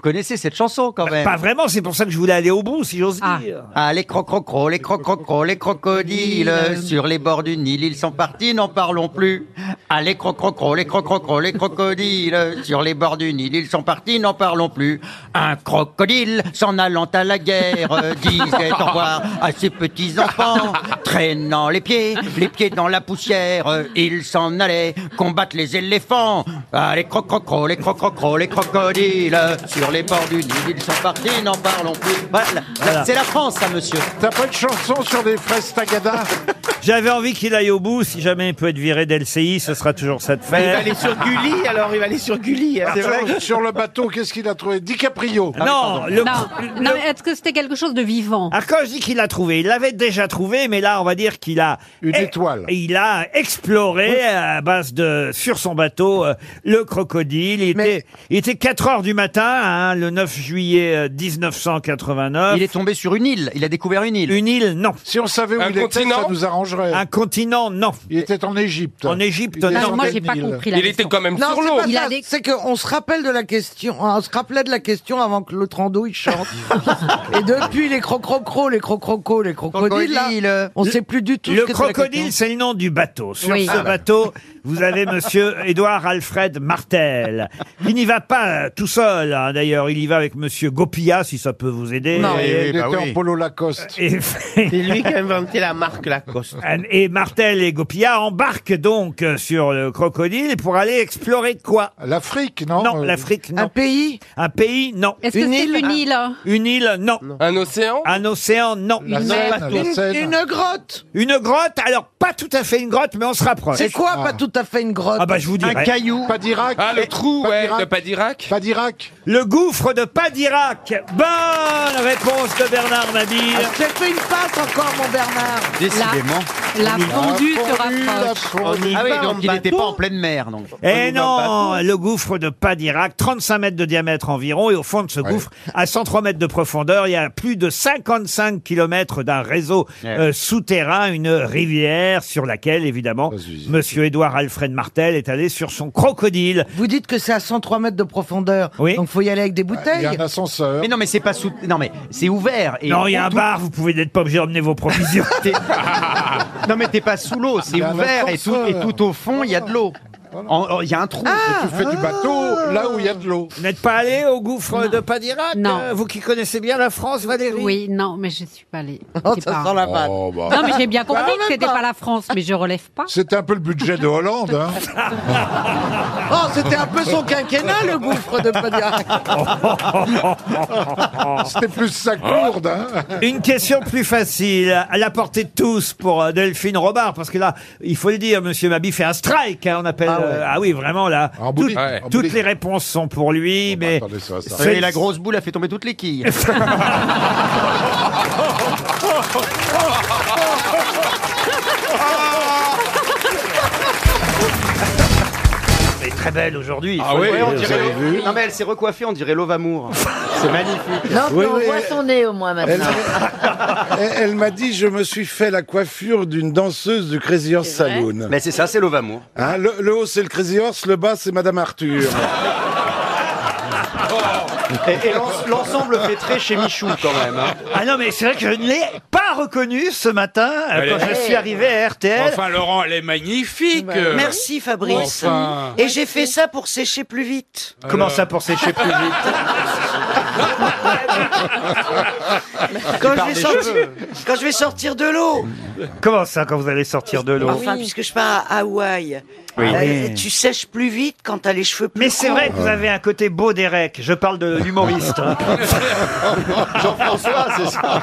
[SPEAKER 11] connaissez cette chanson quand même.
[SPEAKER 1] Bah, Pas vraiment, c'est pour ça que je voulais aller au bout, si j'ose dire.
[SPEAKER 11] Ah, les crocrocros, les crocrocros, les crocodiles, sur les bords du Nil, ils sont partis, n'en parlons plus. Ah, les crocrocros, les crocrocros, les crocodiles, sur les bords du Nil, ils sont partis, n'en parlons plus. Un crocodile, s'en allant à la guerre, disait au revoir à ses petits enfants, traînant les pieds, les pieds dans la poussière, ils s'en allaient combattre les éléphants. Ah, les crocrocros, les crocrocros, les crocodiles, sur les bords du Nil, ils sont partis, n'en parlons plus. Voilà.
[SPEAKER 1] Voilà.
[SPEAKER 11] C'est la France, ça, monsieur.
[SPEAKER 1] T'as pas de chanson sur des fraises tagada J'avais envie qu'il aille au bout. Si jamais il peut être viré d'LCI, ce sera toujours ça de
[SPEAKER 10] Bah,
[SPEAKER 1] fait.
[SPEAKER 10] il va aller sur Gulli, alors il va aller sur Gulli. hein, c'est vrai.
[SPEAKER 19] Sur le bateau, qu'est-ce qu'il a trouvé DiCaprio.
[SPEAKER 1] Non, Ah le-
[SPEAKER 14] Non,
[SPEAKER 1] le-
[SPEAKER 14] non, mais est-ce que c'était quelque chose de vivant
[SPEAKER 1] Alors quand je dis qu'il l'a trouvé, il l'avait déjà trouvé, mais là on va dire qu'il a une étoile. Il a exploré à base de sur son bateau euh, le crocodile. Il, était, il était 4 heures du matin, hein, le 9 juillet euh, 1989.
[SPEAKER 11] Il est tombé sur une île. Il a découvert une île.
[SPEAKER 1] Une île, non.
[SPEAKER 19] Si on savait où
[SPEAKER 1] Un
[SPEAKER 19] il était,
[SPEAKER 1] continent
[SPEAKER 19] ça nous arrangerait.
[SPEAKER 1] Un continent, non.
[SPEAKER 19] Il était en Égypte.
[SPEAKER 1] En Égypte,
[SPEAKER 19] Il est
[SPEAKER 4] Ah,
[SPEAKER 1] non.
[SPEAKER 19] sur quel Nil
[SPEAKER 16] non, c'est pas ça, C'est qu'on se rappelle de la question, on se rappelait de la question avant que l'autre ando il chante. Et depuis les crocrocros, les crocrocos, les crocodiles, là, on sait plus du tout.
[SPEAKER 1] Le
[SPEAKER 16] ce que la
[SPEAKER 1] crocodile,
[SPEAKER 16] question.
[SPEAKER 1] c'est le nom du bateau. Sur
[SPEAKER 16] Oui.
[SPEAKER 1] ce
[SPEAKER 16] Ah, bah.
[SPEAKER 1] bateau, vous avez monsieur Édouard Alfred Martel. Il n'y va pas euh, tout seul, hein, d'ailleurs. Il y va avec monsieur Gopilla, si ça peut vous aider. Euh,
[SPEAKER 10] Non. Oui, bah oui,
[SPEAKER 19] Il était en polo Lacoste.
[SPEAKER 1] C'est
[SPEAKER 10] lui qui a inventé la marque Lacoste.
[SPEAKER 1] Euh, Et Martel et Gopilla embarquent donc euh, sur le crocodile pour aller explorer quoi L'Afrique, non Non, l'Afrique, non. Un
[SPEAKER 16] pays
[SPEAKER 1] Un pays, non.
[SPEAKER 14] Est-ce que c'est une île
[SPEAKER 1] Une île, non. Un océan Un océan, non.
[SPEAKER 16] La Une- Seine, la une- Seine. une grotte
[SPEAKER 1] Une grotte, alors pas tout à fait une grotte, mais on se rapproche.
[SPEAKER 16] C'est quoi, pas tout à fait une grotte Eh,
[SPEAKER 1] Ah bah je vous dirai. Ah,
[SPEAKER 19] Pas d'Irak.
[SPEAKER 16] Ah,
[SPEAKER 1] Padirac. Padirac. Le gouffre de Padirac. Bonne réponse de Bernard Mabille.
[SPEAKER 16] J'ai fait une passe encore, mon Bernard.
[SPEAKER 14] La fondue se
[SPEAKER 11] Ah
[SPEAKER 14] rapproche.
[SPEAKER 11] oui, donc il n'était pas en pleine mer. Donc.
[SPEAKER 1] Eh non, le gouffre de Padirac, 35 mètres de diamètre environ, et au fond de ce gouffre, à 103 mètres de profondeur, il y a plus de 55 kilomètres d'un réseau euh, souterrain, une rivière sur laquelle, évidemment, Monsieur Édouard Alfred Martel est allé sur son crocodile.
[SPEAKER 16] Vous dites que c'est à 103 mètres de profondeur.
[SPEAKER 1] Oui.
[SPEAKER 16] Donc faut y aller avec des bouteilles.
[SPEAKER 11] Mais non, mais c'est pas sous. Non, mais c'est ouvert. Et
[SPEAKER 1] non, il y a un bar, vous pouvez n'être pas obligé d'emmener vos provisions.
[SPEAKER 11] non, mais t'es pas sous l'eau,
[SPEAKER 1] Il y
[SPEAKER 11] c'est
[SPEAKER 1] a un
[SPEAKER 11] ouvert et tout,
[SPEAKER 1] ascenseur.
[SPEAKER 11] et tout au fond, il y a de l'eau. En- en- Il y a un trou.
[SPEAKER 1] tu fais du
[SPEAKER 11] Ah.
[SPEAKER 1] bateau là où il y a de l'eau. Vous n'êtes pas allé au gouffre de Padirac
[SPEAKER 14] Non.
[SPEAKER 1] euh, Vous qui connaissez bien la France, Valérie
[SPEAKER 14] Oui, non, mais je suis pas allée.
[SPEAKER 1] Oh,
[SPEAKER 14] C'est
[SPEAKER 1] ça
[SPEAKER 14] pas-
[SPEAKER 1] sent la vanne.
[SPEAKER 19] Oh, bah.
[SPEAKER 14] Non, mais j'ai bien compris
[SPEAKER 19] Bah,
[SPEAKER 14] que c'était pas la France, mais je relève pas.
[SPEAKER 19] C'était un peu le budget de Hollande. Hein.
[SPEAKER 16] Oh, c'était un peu son quinquennat, le gouffre de Padirac.
[SPEAKER 19] C'était plus sa courde. Hein.
[SPEAKER 1] Une question plus facile, à la portée de tous pour euh, Delphine Robard, parce que là, il faut le dire, Monsieur Mabi fait un strike, hein, on appelle. euh,
[SPEAKER 11] Ah
[SPEAKER 1] Ah,
[SPEAKER 11] ouais.
[SPEAKER 1] oui, vraiment là.
[SPEAKER 11] boulie.
[SPEAKER 1] toutes-
[SPEAKER 11] Ouais. En
[SPEAKER 1] Toutes
[SPEAKER 11] boulie.
[SPEAKER 1] les réponses sont pour lui, mais
[SPEAKER 11] Et la grosse boule a fait tomber toutes les quilles.
[SPEAKER 4] Oh.
[SPEAKER 1] Elle est très belle aujourd'hui.
[SPEAKER 20] Ah oui,
[SPEAKER 11] Ouais, on
[SPEAKER 20] vous
[SPEAKER 11] dirait-
[SPEAKER 20] avez vu
[SPEAKER 11] Non mais elle s'est recoiffée, on dirait Love Amour. C'est magnifique.
[SPEAKER 7] Non, mais on voit son nez au moins maintenant.
[SPEAKER 19] Elle, elle m'a dit je me suis fait la coiffure d'une danseuse du Crazy Horse Saloon.
[SPEAKER 20] Mais c'est ça, c'est Love Amour.
[SPEAKER 19] Hein, le, le haut c'est le Crazy Horse, le bas c'est Madame Arthur.
[SPEAKER 11] Et, et l'en- l'ensemble fait très chez Michou quand même. hein.
[SPEAKER 1] Ah non, mais c'est vrai que je ne l'ai pas reconnue ce matin euh,
[SPEAKER 21] Elle
[SPEAKER 1] quand
[SPEAKER 21] est-
[SPEAKER 1] je suis arrivé à RTL.
[SPEAKER 21] Enfin, Laurent, elle est magnifique.
[SPEAKER 19] Bah
[SPEAKER 21] euh.
[SPEAKER 4] Merci Fabrice.
[SPEAKER 21] Enfin.
[SPEAKER 4] Et j'ai fait ça pour sécher plus vite.
[SPEAKER 1] Euh. Comment ça pour sécher plus
[SPEAKER 4] Quand je,
[SPEAKER 1] parles
[SPEAKER 4] vais
[SPEAKER 1] des
[SPEAKER 4] sortir,
[SPEAKER 1] cheveux.
[SPEAKER 4] quand je vais sortir de l'eau.
[SPEAKER 1] Comment ça quand vous allez sortir de l'eau
[SPEAKER 4] Enfin, puisque je pars à Hawaï.
[SPEAKER 1] Oui.
[SPEAKER 4] Euh,
[SPEAKER 1] Oui.
[SPEAKER 4] tu sèches plus vite quand t'as les cheveux plus
[SPEAKER 1] Mais c'est
[SPEAKER 4] courts.
[SPEAKER 1] vrai que vous avez un côté beau d'Erec. Je parle de l'humoriste. hein.
[SPEAKER 11] Jean-François, c'est ça.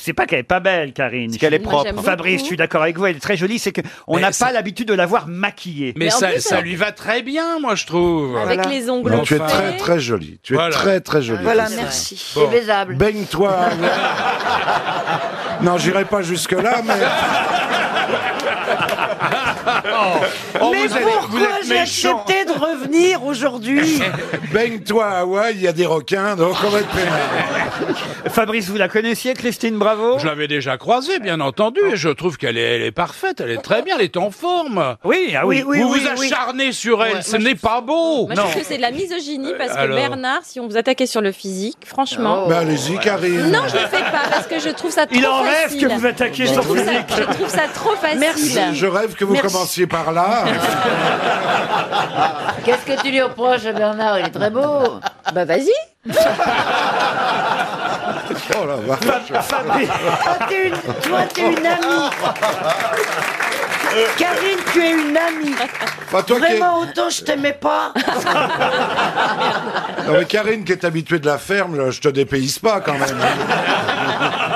[SPEAKER 1] C'est pas qu'elle est pas belle, Karine. C'est qu'elle
[SPEAKER 11] est Moi, propre. j'aime
[SPEAKER 1] Fabrice, je suis d'accord avec vous, elle est très jolie. C'est qu'on n'a pas l'habitude de la voir maquillée.
[SPEAKER 21] Mais, ça, ça lui va très bien, moi, je trouve.
[SPEAKER 19] Avec Voilà. les ongles Non, tu es faits. très, très jolie. Tu es très, très jolie, Voilà, Christine. merci. Bon. C'est
[SPEAKER 7] baisable.
[SPEAKER 19] Baigne-toi. non, j'irai pas jusque là, mais
[SPEAKER 7] Mais pourquoi j'ai accepté de revenir aujourd'hui
[SPEAKER 19] Baigne-toi à Hawaï, il y a des requins, donc on va être
[SPEAKER 1] Fabrice, vous la connaissiez, Christine Bravo
[SPEAKER 21] Je l'avais déjà croisée, bien entendu, et je trouve qu'elle est, elle est parfaite, elle est très bien, elle est en forme.
[SPEAKER 1] Oui,
[SPEAKER 18] ah oui. Oui, oui,
[SPEAKER 21] vous
[SPEAKER 18] oui,
[SPEAKER 21] vous
[SPEAKER 18] oui.
[SPEAKER 21] acharnez sur elle,
[SPEAKER 18] Ouais,
[SPEAKER 21] ce
[SPEAKER 18] moi, je-
[SPEAKER 21] n'est pas beau.
[SPEAKER 18] Moi, je trouve que c'est de la misogynie parce que
[SPEAKER 21] alors
[SPEAKER 18] Bernard, si on vous attaquait sur le physique, franchement.
[SPEAKER 19] Oh. Bah, allez-y, Karine.
[SPEAKER 18] Non, je le fais pas parce que je trouve ça trop
[SPEAKER 19] Il en rêve
[SPEAKER 18] facile.
[SPEAKER 19] que vous attaquiez
[SPEAKER 18] Je
[SPEAKER 19] sur
[SPEAKER 18] trouve
[SPEAKER 19] le
[SPEAKER 18] ça-
[SPEAKER 19] physique.
[SPEAKER 18] Je trouve ça trop facile.
[SPEAKER 19] Je rêve que vous
[SPEAKER 18] Merci.
[SPEAKER 19] commenciez par là.
[SPEAKER 4] Ah. Qu'est-ce que tu lui reproches, à Bernard Il est très beau. Bah vas-y.
[SPEAKER 19] Oh la vache.
[SPEAKER 7] Toi, t'es une, toi, t'es une amie. Karine, tu es une amie.
[SPEAKER 19] toi qui es-
[SPEAKER 7] Vraiment, autant je t'aimais pas.
[SPEAKER 19] Non, mais Karine, qui est habituée de la ferme, là, je te dépayse pas quand même.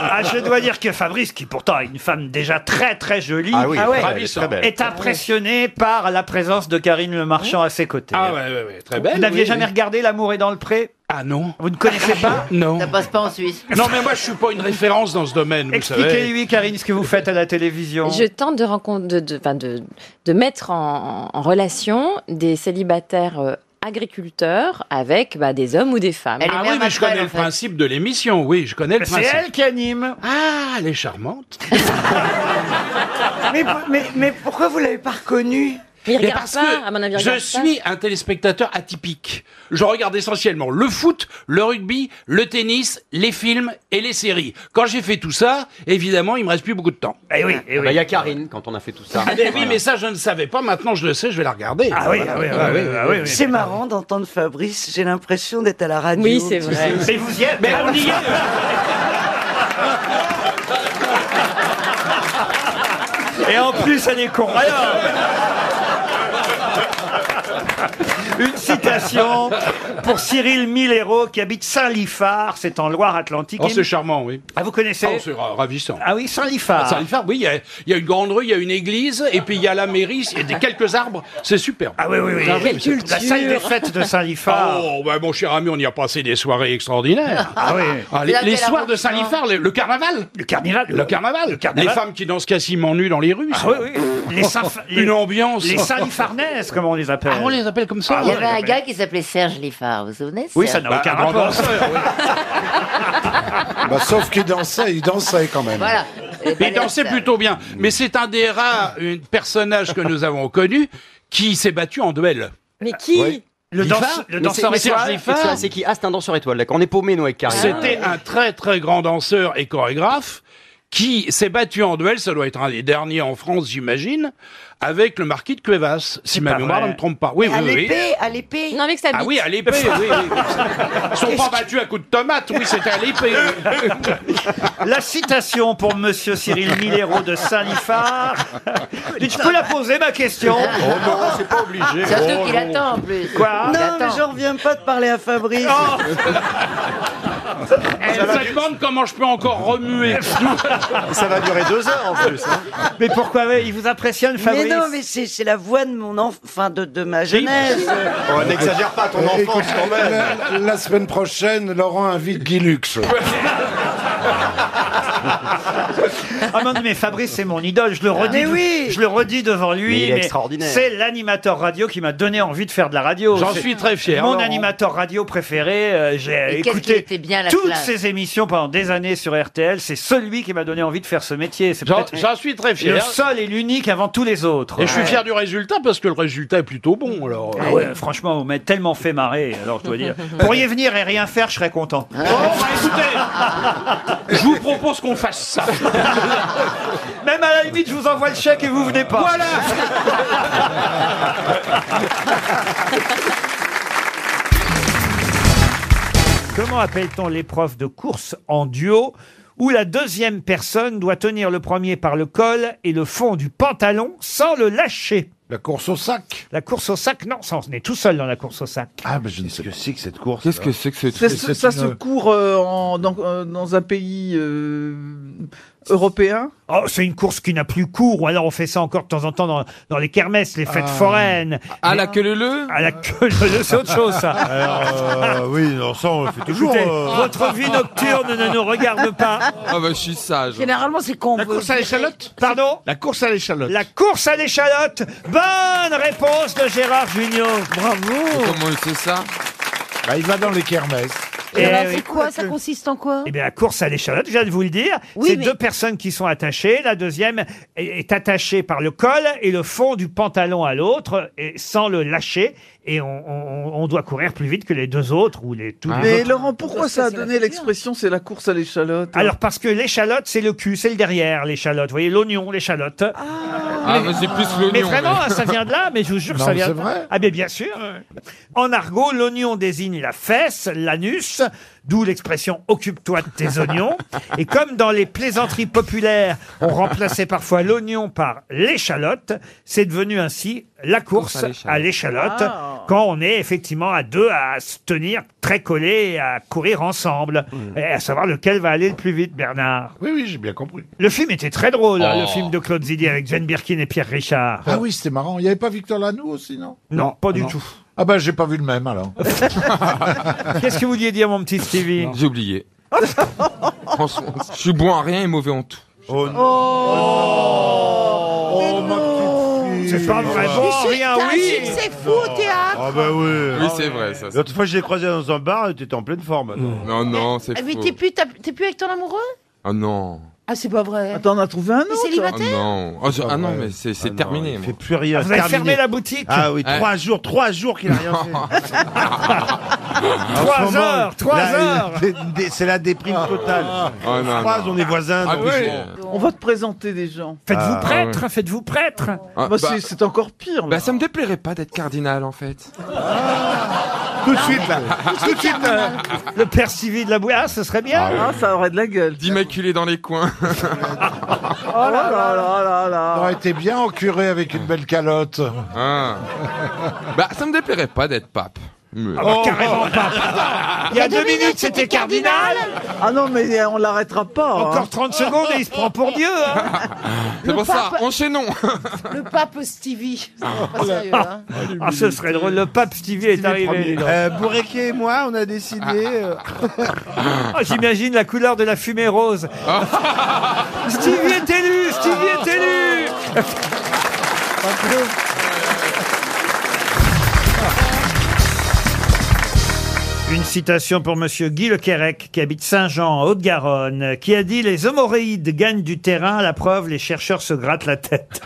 [SPEAKER 1] Ah, je dois dire que Fabrice, qui pourtant est une femme déjà très très jolie,
[SPEAKER 19] Ah oui, Ah ouais. elle est très belle.
[SPEAKER 1] est impressionné par la présence de Karine Le Marchand à ses côtés.
[SPEAKER 21] Ah ouais, ouais, ouais, très belle.
[SPEAKER 1] Vous n'aviez
[SPEAKER 21] oui,
[SPEAKER 1] jamais
[SPEAKER 21] oui.
[SPEAKER 1] regardé L'amour est dans le pré
[SPEAKER 21] Ah non.
[SPEAKER 1] Vous ne connaissez pas
[SPEAKER 21] Non.
[SPEAKER 4] Ça passe pas en Suisse.
[SPEAKER 21] Non, mais moi, je suis pas une référence dans ce domaine, vous savez.
[SPEAKER 1] Expliquez-lui, Karine, ce que vous faites à la télévision.
[SPEAKER 18] Je tente de, rencontre, de, de, 'fin, de, de mettre en, en relation des célibataires euh, agriculteurs avec bah, des hommes ou des femmes.
[SPEAKER 21] Ah oui, mais je connais le principe de l'émission, oui, je connais le
[SPEAKER 1] C'est
[SPEAKER 21] principe.
[SPEAKER 1] elle qui anime.
[SPEAKER 21] Ah, elle est charmante.
[SPEAKER 7] mais, mais, mais pourquoi vous l'avez pas reconnue
[SPEAKER 18] Mais
[SPEAKER 21] Mais
[SPEAKER 18] regarde
[SPEAKER 21] parce
[SPEAKER 18] pas,
[SPEAKER 21] que
[SPEAKER 18] à mon avis,
[SPEAKER 21] je
[SPEAKER 18] regarde pas.
[SPEAKER 21] suis un téléspectateur atypique. Je regarde essentiellement le foot, le rugby, le tennis, les films et les séries. Quand j'ai fait tout ça, évidemment, il me reste plus beaucoup de temps.
[SPEAKER 1] Eh oui,
[SPEAKER 11] Ah bah, Il y a Karine quand on a fait tout ça.
[SPEAKER 21] Ah ben oui, mais ça je ne savais pas. Maintenant je le sais, je vais la regarder.
[SPEAKER 1] Ah oui, ah oui, ah oui, ah oui, oui.
[SPEAKER 7] C'est marrant d'entendre Fabrice, j'ai l'impression d'être à la radio.
[SPEAKER 18] Oui, c'est vrai.
[SPEAKER 1] Mais vous y êtes
[SPEAKER 21] Mais on
[SPEAKER 7] Euh,
[SPEAKER 21] y est
[SPEAKER 1] Et en plus, elle est con. Alors. Une citation pour Cyril Millero qui habite Saint-Lifard, c'est en Loire-Atlantique.
[SPEAKER 21] Oh, c'est charmant, oui.
[SPEAKER 1] Ah, vous connaissez
[SPEAKER 21] Ah, c'est ra- ravissant.
[SPEAKER 1] Ah oui, Saint-Lifard.
[SPEAKER 21] Saint-Lifard, oui, il y, a- il y a une grande rue, il y a une église, et puis il y a la mairie, il y a des, quelques arbres, c'est superbe.
[SPEAKER 1] Ah oui, oui, oui.
[SPEAKER 21] Ah
[SPEAKER 1] Quelle
[SPEAKER 21] mais c'est-
[SPEAKER 1] culture. La salle des fêtes de Saint-Lifard.
[SPEAKER 21] Oh, bah, mon cher ami, on y a passé des soirées extraordinaires.
[SPEAKER 1] Ah oui.
[SPEAKER 21] les
[SPEAKER 1] Là,
[SPEAKER 21] les
[SPEAKER 1] quelle
[SPEAKER 21] soirs de
[SPEAKER 1] invention.
[SPEAKER 21] Saint-Lifard, le, le carnaval.
[SPEAKER 1] Le carnaval.
[SPEAKER 21] Le carnaval.
[SPEAKER 1] Le carnaval.
[SPEAKER 21] Les femmes qui dansent quasiment nues dans les rues.
[SPEAKER 1] Ah
[SPEAKER 21] ça.
[SPEAKER 1] oui, oui. Les Saint-
[SPEAKER 21] Une
[SPEAKER 1] les-
[SPEAKER 21] ambiance.
[SPEAKER 1] Les Saint-Lifarnaises, comme on les appelle.
[SPEAKER 21] Ah, on les appelle comme ça
[SPEAKER 4] Il y avait
[SPEAKER 1] ouais,
[SPEAKER 4] un
[SPEAKER 1] ouais.
[SPEAKER 4] gars qui s'appelait Serge Liffard, vous vous souvenez de
[SPEAKER 1] Oui, ça
[SPEAKER 4] Serge
[SPEAKER 1] n'a
[SPEAKER 19] Bah,
[SPEAKER 1] aucun
[SPEAKER 19] un grand
[SPEAKER 1] rapport.
[SPEAKER 19] danseur, Bah, sauf qu'il dansait, il dansait quand même.
[SPEAKER 4] Voilà.
[SPEAKER 21] Mais il dansait plutôt bien. Mais c'est un des rares euh, personnages que nous avons connu qui s'est battu en duel.
[SPEAKER 18] Mais qui
[SPEAKER 1] Le,
[SPEAKER 21] Liffard
[SPEAKER 1] danse- le
[SPEAKER 21] Mais
[SPEAKER 1] danseur
[SPEAKER 21] c'est- mais
[SPEAKER 1] étoile.
[SPEAKER 21] Serge
[SPEAKER 11] C'est
[SPEAKER 21] Liffard,
[SPEAKER 11] ça, c'est qui Ah, c'est un danseur étoile, d'accord. On est paumé, nous, avec
[SPEAKER 10] Ah.
[SPEAKER 11] Karine.
[SPEAKER 21] C'était un très très grand danseur et chorégraphe qui s'est battu en duel, ça doit être un des derniers en France, j'imagine, avec le marquis de Cuevas, si ma
[SPEAKER 1] pas
[SPEAKER 21] mémoire
[SPEAKER 1] vrai.
[SPEAKER 21] ne me trompe pas. Oui,
[SPEAKER 7] à
[SPEAKER 21] oui, oui.
[SPEAKER 7] l'épée, à l'épée.
[SPEAKER 18] Non, avec sa bite.
[SPEAKER 21] Ah oui, à l'épée, oui, oui. Ils sont pas battus à coups de tomate, oui, c'était à l'épée. oui.
[SPEAKER 1] La citation pour Monsieur Cyril Millero de Saint-Lifard. Dites, je peux la poser, ma question
[SPEAKER 21] Oh,
[SPEAKER 19] c'est pas obligé.
[SPEAKER 4] Surtout qu'il attend en plus.
[SPEAKER 1] Quoi
[SPEAKER 4] Il
[SPEAKER 7] Non, mais
[SPEAKER 4] attend.
[SPEAKER 7] j'en reviens pas de parler à Fabrice.
[SPEAKER 21] Elle se Oh. demande comment je peux encore remuer.
[SPEAKER 10] Ça va durer deux heures en plus. hein.
[SPEAKER 1] Mais pourquoi ouais, Il vous impressionne, Fabrice
[SPEAKER 7] Mais non, mais c'est c'est la voix de mon enfant, enfin de, de ma jeunesse.
[SPEAKER 10] Oh, N'exagère pas ton
[SPEAKER 4] Euh,
[SPEAKER 19] Et
[SPEAKER 10] enfance quand même.
[SPEAKER 19] Euh, La, la semaine prochaine, Laurent invite Guy Lux.
[SPEAKER 1] Ah non, non, mais Fabrice, c'est mon idole. Je le
[SPEAKER 4] Ah,
[SPEAKER 1] redis,
[SPEAKER 7] Mais oui.
[SPEAKER 1] je le redis devant lui.
[SPEAKER 11] Mais il est extraordinaire.
[SPEAKER 1] C'est l'animateur radio qui m'a donné envie de faire de la radio.
[SPEAKER 21] J'en
[SPEAKER 1] C'est
[SPEAKER 21] suis très fier.
[SPEAKER 1] Mon
[SPEAKER 21] Laurent.
[SPEAKER 1] animateur radio préféré, euh, j'ai
[SPEAKER 4] Et qu'est-ce qu'il
[SPEAKER 1] écouté
[SPEAKER 4] était bien à la
[SPEAKER 1] toutes
[SPEAKER 4] place.
[SPEAKER 1] ses émissions pendant des années sur RTL. C'est celui qui m'a donné envie de faire ce métier. C'est
[SPEAKER 21] J'en
[SPEAKER 1] peut-être
[SPEAKER 21] j'en suis très
[SPEAKER 1] le
[SPEAKER 21] fier.
[SPEAKER 1] seul et l'unique avant tous les autres.
[SPEAKER 21] Et je suis fier du résultat parce que le résultat est plutôt bon. Alors,
[SPEAKER 1] Ah ouais, franchement, vous m'avez tellement fait marrer, alors je dois dire. Pourriez venir et rien faire, je serais content.
[SPEAKER 21] Bon, bah, écoutez, je vous propose qu'on fasse ça.
[SPEAKER 1] Même à la limite, je vous envoie le chèque et vous venez pas.
[SPEAKER 21] Voilà.
[SPEAKER 1] Comment appelle-t-on l'épreuve de course en duo où la deuxième personne doit tenir le premier par le col et le fond du pantalon sans le lâcher
[SPEAKER 19] La course au sac.
[SPEAKER 1] La course au sac, non, ça on est tout seul dans la course au sac.
[SPEAKER 19] Ah, mais je ne sais pas. C'est que cette course.
[SPEAKER 10] Qu'est-ce que c'est que ce
[SPEAKER 2] Ça,
[SPEAKER 10] truc
[SPEAKER 2] se- ça se court euh, en- dans, euh, dans un pays euh,
[SPEAKER 1] Européen Oh, c'est une course qui n'a plus cours, ou alors on fait ça encore de temps en temps dans, dans les kermesses, les fêtes
[SPEAKER 2] Ah.
[SPEAKER 1] foraines.
[SPEAKER 2] À
[SPEAKER 1] Mais-
[SPEAKER 2] la queue leu
[SPEAKER 1] À la queue leu, c'est autre chose, ça.
[SPEAKER 10] euh,
[SPEAKER 2] Alors,
[SPEAKER 15] oui, non, ça, on le fait
[SPEAKER 1] toujours, Écoutez, euh. votre vie nocturne ne nous regarde pas.
[SPEAKER 2] Ah bah, je suis sage.
[SPEAKER 1] Généralement, c'est con. La course à l'échalote Pardon
[SPEAKER 2] La course à l'échalote.
[SPEAKER 1] La course à l'échalote Bonne réponse de Gérard Junior. Oh, Bravo Bah,
[SPEAKER 2] Comment il sait ça Eh ben,
[SPEAKER 1] Il va dans les kermesses.
[SPEAKER 4] Et alors, c'est quoi Ça consiste en quoi
[SPEAKER 1] Eh bien, la course à l'échalote, je viens de vous le dire.
[SPEAKER 4] Oui,
[SPEAKER 1] c'est
[SPEAKER 4] mais-
[SPEAKER 1] deux personnes qui sont attachées. La deuxième est est attachée par le col et le fond du pantalon à l'autre, et sans le lâcher. Et on, on- on doit courir plus vite que les deux autres ou les tous les
[SPEAKER 10] Mais
[SPEAKER 1] autres.
[SPEAKER 10] Laurent, pourquoi ça a donné l'expression c'est la course à l'échalote
[SPEAKER 1] Alors parce que l'échalote, c'est le cul, c'est le derrière, l'échalote. Vous voyez, l'oignon, l'échalote. Ah,
[SPEAKER 2] Ah, mais c'est plus l'oignon,
[SPEAKER 1] Mais vraiment,
[SPEAKER 2] mais.
[SPEAKER 1] hein, ça vient de là, mais je vous jure,
[SPEAKER 2] Non,
[SPEAKER 1] ça
[SPEAKER 2] mais
[SPEAKER 1] vient
[SPEAKER 2] c'est
[SPEAKER 1] de-
[SPEAKER 2] vrai.
[SPEAKER 1] Ah bien, bien sûr. En argot, l'oignon désigne la fesse, l'anus, d'où l'expression « occupe-toi de tes oignons ». Et comme dans les plaisanteries populaires, on remplaçait parfois l'oignon par l'échalote, c'est devenu ainsi la course à l'échalote, quand on est effectivement à deux à se tenir très collés et à courir ensemble, et à savoir lequel va aller le plus vite, Bernard.
[SPEAKER 19] Oui, oui, j'ai bien compris.
[SPEAKER 1] Le film était très drôle, hein,
[SPEAKER 19] Oh.
[SPEAKER 1] le film de Claude Zidi avec Jane Birkin et Pierre Richard.
[SPEAKER 19] Ah oui, c'était marrant. Il n'y avait pas Victor Lanoux aussi, non
[SPEAKER 1] Non, pas du tout.
[SPEAKER 19] Ah ben, j'ai pas vu le même, alors.
[SPEAKER 22] Ah.
[SPEAKER 1] Qu'est-ce que vous vouliez dire, mon petit Stevie
[SPEAKER 2] J'ai oublié. Franchement, je suis bon à rien et mauvais en tout. Oh
[SPEAKER 7] Oh,
[SPEAKER 1] C'est pas vrai, bon, rien, oui
[SPEAKER 7] C'est fou au théâtre
[SPEAKER 15] Ah bah oui.
[SPEAKER 2] Oui, c'est vrai, ça.
[SPEAKER 15] L'autre fois, je l'ai croisé dans un bar, elle était en pleine forme.
[SPEAKER 2] Non, non, c'est
[SPEAKER 4] Ah, Mais t'es plus, t'as- t'es plus avec ton amoureux
[SPEAKER 2] Ah non.
[SPEAKER 4] Ah, c'est pas vrai.
[SPEAKER 15] Attends, on a trouvé un
[SPEAKER 4] T'es célibataire
[SPEAKER 2] non. Ah, je- ah non, mais c'est c'est terminé. Il fait
[SPEAKER 15] plus rien.
[SPEAKER 2] Ah, Vous avez
[SPEAKER 15] terminé.
[SPEAKER 2] fermé la boutique
[SPEAKER 15] Ah oui,
[SPEAKER 2] Ouais.
[SPEAKER 15] trois jours, trois jours qu'il a rien fait.
[SPEAKER 2] Trois heures, trois
[SPEAKER 15] là,
[SPEAKER 2] heures.
[SPEAKER 15] il- c'est- C'est la déprime totale.
[SPEAKER 2] Oh, non,
[SPEAKER 15] on se croise,
[SPEAKER 2] non.
[SPEAKER 15] on est voisins.
[SPEAKER 2] Ah
[SPEAKER 15] donc
[SPEAKER 2] oui.
[SPEAKER 15] c'est-
[SPEAKER 10] On va te présenter des gens.
[SPEAKER 1] Faites-vous
[SPEAKER 15] Ah,
[SPEAKER 1] prêtre,
[SPEAKER 15] ouais.
[SPEAKER 1] faites-vous prêtre
[SPEAKER 2] Ah,
[SPEAKER 10] Bah,
[SPEAKER 2] bah-
[SPEAKER 10] c'est- c'est encore pire.
[SPEAKER 2] Bah, ça me déplairait pas d'être cardinal, en fait.
[SPEAKER 1] Ah. Tout de suite, là. Tout de suite, euh, le père Stevie de la boue. Ah, ce serait bien.
[SPEAKER 2] Ah, oui. Ah,
[SPEAKER 1] ça aurait de la gueule.
[SPEAKER 2] D'immaculé dans les coins.
[SPEAKER 10] Oh là là là là
[SPEAKER 19] Ça
[SPEAKER 10] là.
[SPEAKER 19] aurait été bien en curé avec une belle calotte.
[SPEAKER 2] Ah. Bah, ça me déplairait pas d'être pape. Mais-
[SPEAKER 19] Ah
[SPEAKER 1] Oh,
[SPEAKER 19] bah, carrément
[SPEAKER 1] Il y a deux minutes, c'était cardinal.
[SPEAKER 10] Ah non, mais euh, on l'arrêtera pas.
[SPEAKER 1] Encore 30 secondes et il se prend pour Dieu. hein.
[SPEAKER 2] C'est pour ça,
[SPEAKER 4] pape-
[SPEAKER 2] enchaînons.
[SPEAKER 4] Le pape Stevie. C'est
[SPEAKER 22] Ah,
[SPEAKER 4] pas sérieux, hein.
[SPEAKER 1] Ah, ce serait drôle. Le pape Stevie est arrivé. dis donc.
[SPEAKER 15] Euh, Bourréquet et moi, on a décidé. euh,
[SPEAKER 1] Ah, J'imagine la couleur de la fumée rose. Stevie est élu Stevie est élu Une citation pour Monsieur Guy Le Quérec, qui habite Saint-Jean, en Haute-Garonne, qui a dit « Les homoréides gagnent du terrain, à la preuve, les chercheurs se grattent la tête.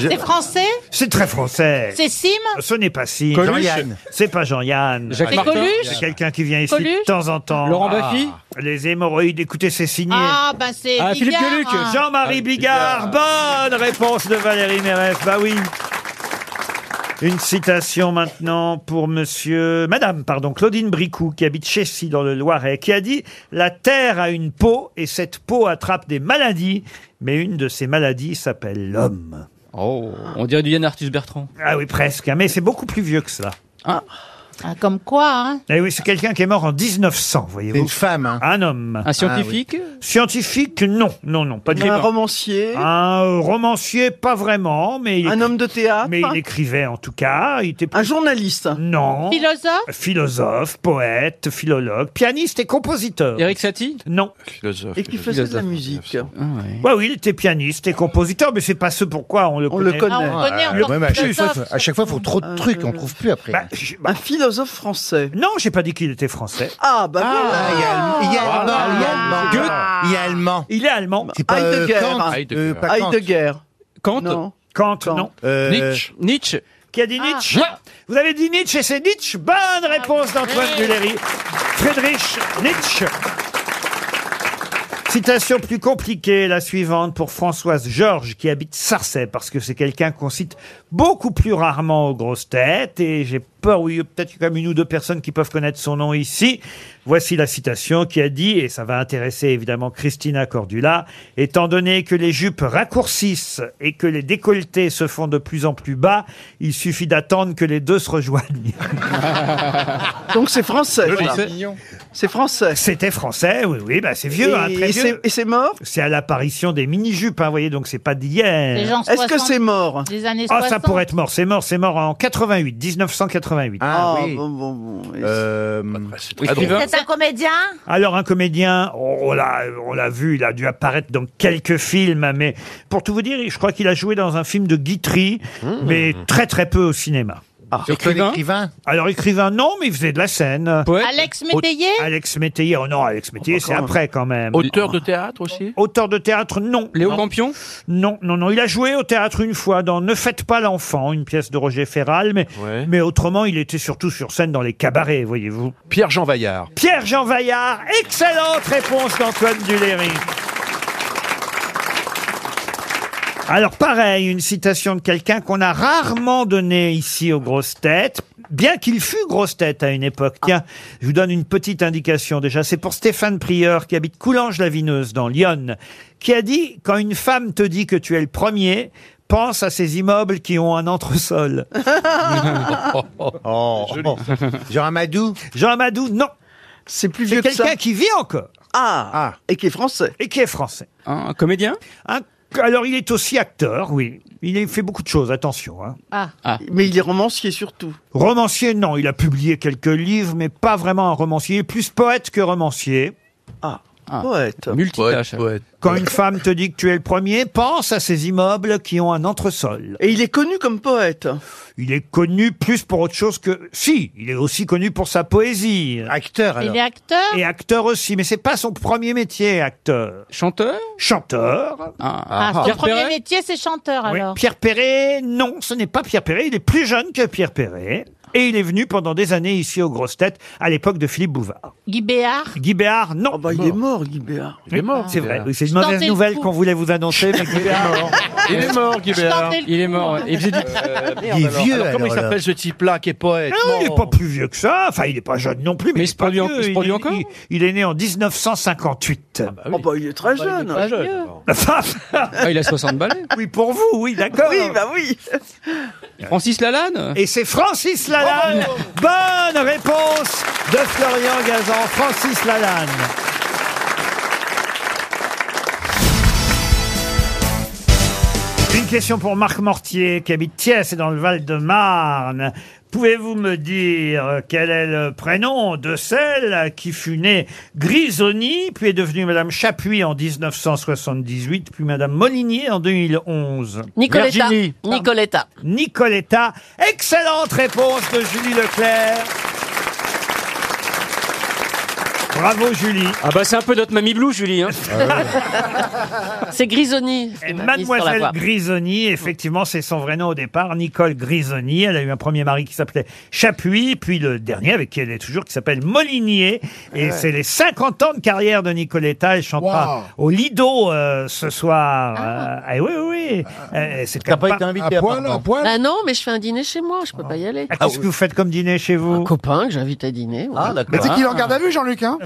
[SPEAKER 4] C'est français
[SPEAKER 1] C'est très français.
[SPEAKER 4] C'est Sim
[SPEAKER 1] Ce n'est pas si.
[SPEAKER 22] Coluche Jean-Yann.
[SPEAKER 1] C'est pas Jean-Yann.
[SPEAKER 22] Jacques C'est Martin. Coluche
[SPEAKER 1] C'est quelqu'un qui vient ici
[SPEAKER 22] Coluche
[SPEAKER 1] de temps en temps. Ah.
[SPEAKER 22] Laurent Baffy
[SPEAKER 1] Les hémorroïdes, écoutez, c'est signé. Ah,
[SPEAKER 4] ben c'est.
[SPEAKER 22] Ah,
[SPEAKER 1] Jean-Marie Bigard. Bonne réponse de Valérie Mérès. Bah oui. Une citation maintenant pour monsieur, madame, pardon, Claudine Bricou, qui habite Chessy dans le Loiret, qui a dit La terre a une peau et cette peau attrape des maladies, mais une de ces maladies s'appelle l'homme.
[SPEAKER 22] Oh, on dirait du Yann Arthus Bertrand. Ah.
[SPEAKER 1] Ah oui, presque, hein, mais c'est beaucoup plus vieux que cela.
[SPEAKER 4] comme quoi, hein
[SPEAKER 1] Eh oui, c'est quelqu'un qui est mort en 1900, voyez-vous. Une
[SPEAKER 15] femme.
[SPEAKER 10] hein.
[SPEAKER 1] Un homme.
[SPEAKER 22] Un scientifique
[SPEAKER 1] Ah oui. Scientifique, non, non, non, pas de hein. Ah.
[SPEAKER 10] Un
[SPEAKER 1] libre.
[SPEAKER 10] romancier.
[SPEAKER 1] Un euh, romancier, pas vraiment, mais il,
[SPEAKER 10] Un homme de théâtre.
[SPEAKER 1] mais il écrivait en tout cas. Il était... Un
[SPEAKER 10] journaliste.
[SPEAKER 1] Non.
[SPEAKER 4] Philosophe
[SPEAKER 1] Philosophe, poète, philologue, pianiste et compositeur.
[SPEAKER 22] Eric Satie
[SPEAKER 1] Non.
[SPEAKER 2] Philosophe.
[SPEAKER 10] Et qui faisait de la musique.
[SPEAKER 1] Ouais, oui, il était pianiste et compositeur, mais c'est pas ce pourquoi on le
[SPEAKER 10] On
[SPEAKER 1] connaît.
[SPEAKER 10] le connaît. Ah, on le connaît en tant que
[SPEAKER 1] Le
[SPEAKER 10] Ouais, mais à chaque
[SPEAKER 1] plus.
[SPEAKER 10] fois, faut- à chaque fois, faut trop de trucs, on trouve plus après.
[SPEAKER 1] Bah, je-
[SPEAKER 10] Un philosophe français.
[SPEAKER 1] Non, j'ai pas dit qu'il était français.
[SPEAKER 10] Ah, bah voilà.
[SPEAKER 23] il y a allemand, il y a allemand.
[SPEAKER 1] Goethe.
[SPEAKER 23] Il y a allemand.
[SPEAKER 1] Il est allemand.
[SPEAKER 23] C'est pas, euh,
[SPEAKER 10] Heidegger.
[SPEAKER 23] Kant,
[SPEAKER 10] Heidegger.
[SPEAKER 23] euh, pas Kant. Euh,
[SPEAKER 10] Heidegger.
[SPEAKER 22] Kant
[SPEAKER 10] Non.
[SPEAKER 1] Kant, non.
[SPEAKER 2] Euh,
[SPEAKER 22] Nietzsche. Nietzsche.
[SPEAKER 1] Qui a dit
[SPEAKER 10] Ah.
[SPEAKER 1] Nietzsche Vous avez dit Nietzsche et c'est Nietzsche. Bonne réponse d'Antoine Duléry. Friedrich Nietzsche. Citation plus compliquée, la suivante pour Françoise Georges qui habite Sarcey parce que c'est quelqu'un qu'on cite beaucoup plus rarement aux grosses têtes et j'ai peur. Oui, peut-être qu'il y a quand même une ou deux personnes qui peuvent connaître son nom ici. Voici la citation qui a dit, et ça va intéresser évidemment Christina Cordula, étant donné que les jupes raccourcissent et que les décolletés se font de plus en plus bas, il suffit d'attendre que les deux se rejoignent.
[SPEAKER 24] Donc c'est français.
[SPEAKER 1] Joli.
[SPEAKER 24] Voilà.
[SPEAKER 1] C'est français. C'était français, oui, oui, bah c'est vieux,
[SPEAKER 24] Et-
[SPEAKER 1] hein, très
[SPEAKER 24] et
[SPEAKER 1] vieux.
[SPEAKER 24] c'est- et c'est mort
[SPEAKER 1] C'est à l'apparition des mini-jupes, hein, vous voyez, donc c'est pas d'hier.
[SPEAKER 24] Des gens Est-ce que 60, c'est mort
[SPEAKER 4] des années
[SPEAKER 1] Ah, ça
[SPEAKER 4] 60.
[SPEAKER 1] pourrait être mort, c'est mort, c'est mort en 88, 1988.
[SPEAKER 24] Ah, oui. Euh,
[SPEAKER 4] C'est un comédien
[SPEAKER 1] Alors un comédien, on on l'a, on l'a vu, il a dû apparaître dans quelques films, mais pour tout vous dire, je crois qu'il a joué dans un film de Guitry, mais très très peu au cinéma.
[SPEAKER 3] Écrivain
[SPEAKER 1] Alors écrivain, non, mais il faisait de la scène.
[SPEAKER 4] Alex Métayer
[SPEAKER 1] Alex Métayer, oh non, Alex Métayer, c'est après quand même.
[SPEAKER 21] Auteur de théâtre aussi
[SPEAKER 1] Auteur de théâtre, non.
[SPEAKER 21] Léo
[SPEAKER 1] Non.
[SPEAKER 21] Campion
[SPEAKER 1] Non, non, non. Il a joué au théâtre une fois dans Ne faites pas l'enfant, une pièce de Roger Ferral, mais, mais autrement, il était surtout sur scène dans les cabarets, voyez-vous.
[SPEAKER 8] Pierre-Jean Vaillard.
[SPEAKER 1] Pierre-Jean Vaillard, excellente réponse d'Antoine Duléry. Alors pareil, une citation de quelqu'un qu'on a rarement donné ici aux grosses têtes, bien qu'il fût grosse tête à une époque. Tiens, je vous donne une petite indication déjà. C'est pour Stéphane Prieur qui habite Coulanges-la-Vineuse dans l'Yonne, qui a dit quand une femme te dit que tu es le premier, pense à ces immeubles qui ont un entresol. Oh. Jean Amadou Jean Amadou, non. C'est plus
[SPEAKER 24] vieux que ça.
[SPEAKER 1] quelqu'un qui vit encore. Ah, Et qui est français. Et qui est français. Un comédien Alors, il est aussi acteur, oui. Il a fait beaucoup de choses, attention. hein.
[SPEAKER 4] Ah.
[SPEAKER 24] Mais il est romancier surtout.
[SPEAKER 1] Romancier, non. Il a publié quelques livres, mais pas vraiment un romancier. Il est Plus poète que romancier. Ah,
[SPEAKER 24] poète.
[SPEAKER 1] Multitâche. Quand une femme te dit que tu es le premier, pense à ces immeubles qui ont un entresol.
[SPEAKER 24] Et il est connu comme poète.
[SPEAKER 1] Il est connu plus pour autre chose que... Si, il est aussi connu pour sa poésie. Acteur,
[SPEAKER 4] Il est acteur
[SPEAKER 1] et acteur aussi, mais c'est pas son premier métier, acteur. Chanteur Chanteur.
[SPEAKER 4] Ah, son premier métier, c'est chanteur
[SPEAKER 1] Oui.
[SPEAKER 4] alors.
[SPEAKER 1] Pierre Perret, non, ce n'est pas Pierre Perret, il est plus jeune que Pierre Perret. Et il est venu pendant des années ici aux grosses têtes, à l'époque de Philippe Bouvard.
[SPEAKER 4] Guy Béard
[SPEAKER 1] Guy Béard, non.
[SPEAKER 24] Ah bah, il est mort, Guy Béard.
[SPEAKER 1] Il est mort. C'est vrai, oui, c'est une
[SPEAKER 24] Je
[SPEAKER 1] mauvaise
[SPEAKER 24] tentais le
[SPEAKER 1] nouvelle
[SPEAKER 24] coup.
[SPEAKER 1] qu'on voulait vous annoncer, mais Guy Béard est mort.
[SPEAKER 8] Il est mort, Guy Béard.
[SPEAKER 6] Il est
[SPEAKER 7] Euh,
[SPEAKER 6] mort. ouais. Et j'ai dit-
[SPEAKER 1] Il est vieux,
[SPEAKER 8] comment il
[SPEAKER 1] alors, là.
[SPEAKER 8] s'appelle ce type-là qui est poète
[SPEAKER 1] Non, il n'est pas plus vieux que ça. Enfin, il n'est pas jeune non plus. Mais, il se produit, il, il- il, il est né en 1958.
[SPEAKER 24] Oh bah il est très jeune.
[SPEAKER 1] Ah, il a 60 balais. Oui, pour vous, oui, d'accord. Oui, bah
[SPEAKER 24] oui.
[SPEAKER 1] Francis Lalanne Et c'est Francis Lalanne Bonne réponse de Florian Gazan, Francis Lalanne. Une question pour Marc Mortier, qui habite Thiès et dans le Val-de-Marne. Pouvez-vous me dire quel est le prénom de celle qui fut née Grisoni, puis est devenue Madame Chapuis en 1978, puis Madame Molinier en 2011
[SPEAKER 9] Nicoletta. Virginie.
[SPEAKER 1] Nicoletta. Nicoletta. Excellente réponse de Julie Leclerc. Bravo Julie.
[SPEAKER 6] Ah bah c'est un peu notre mamie Blue, Julie. Hein.
[SPEAKER 9] C'est Grisoni.
[SPEAKER 1] Et Mademoiselle
[SPEAKER 9] Mm.
[SPEAKER 1] Grisoni, effectivement, c'est son vrai nom au départ, Nicole Grisoni. Elle a eu un premier mari qui s'appelait Chapuis, puis le dernier avec qui elle est toujours, qui s'appelle Molinier. Et
[SPEAKER 8] Ouais.
[SPEAKER 1] c'est les 50 ans de carrière de Nicoletta. Elle chantera au Lido euh, ce soir. Euh, eh oui, oui, oui. Euh, c'est quand même pas-
[SPEAKER 9] Ah non, mais je fais un dîner chez moi, je peux pas y aller.
[SPEAKER 1] Ah, Qu'est-ce que vous faites comme dîner chez vous Un
[SPEAKER 9] copain que j'invite à dîner.
[SPEAKER 1] Ah,
[SPEAKER 9] d'accord. Mais c'est qu'il en garde
[SPEAKER 19] à vue, Jean-Luc, hein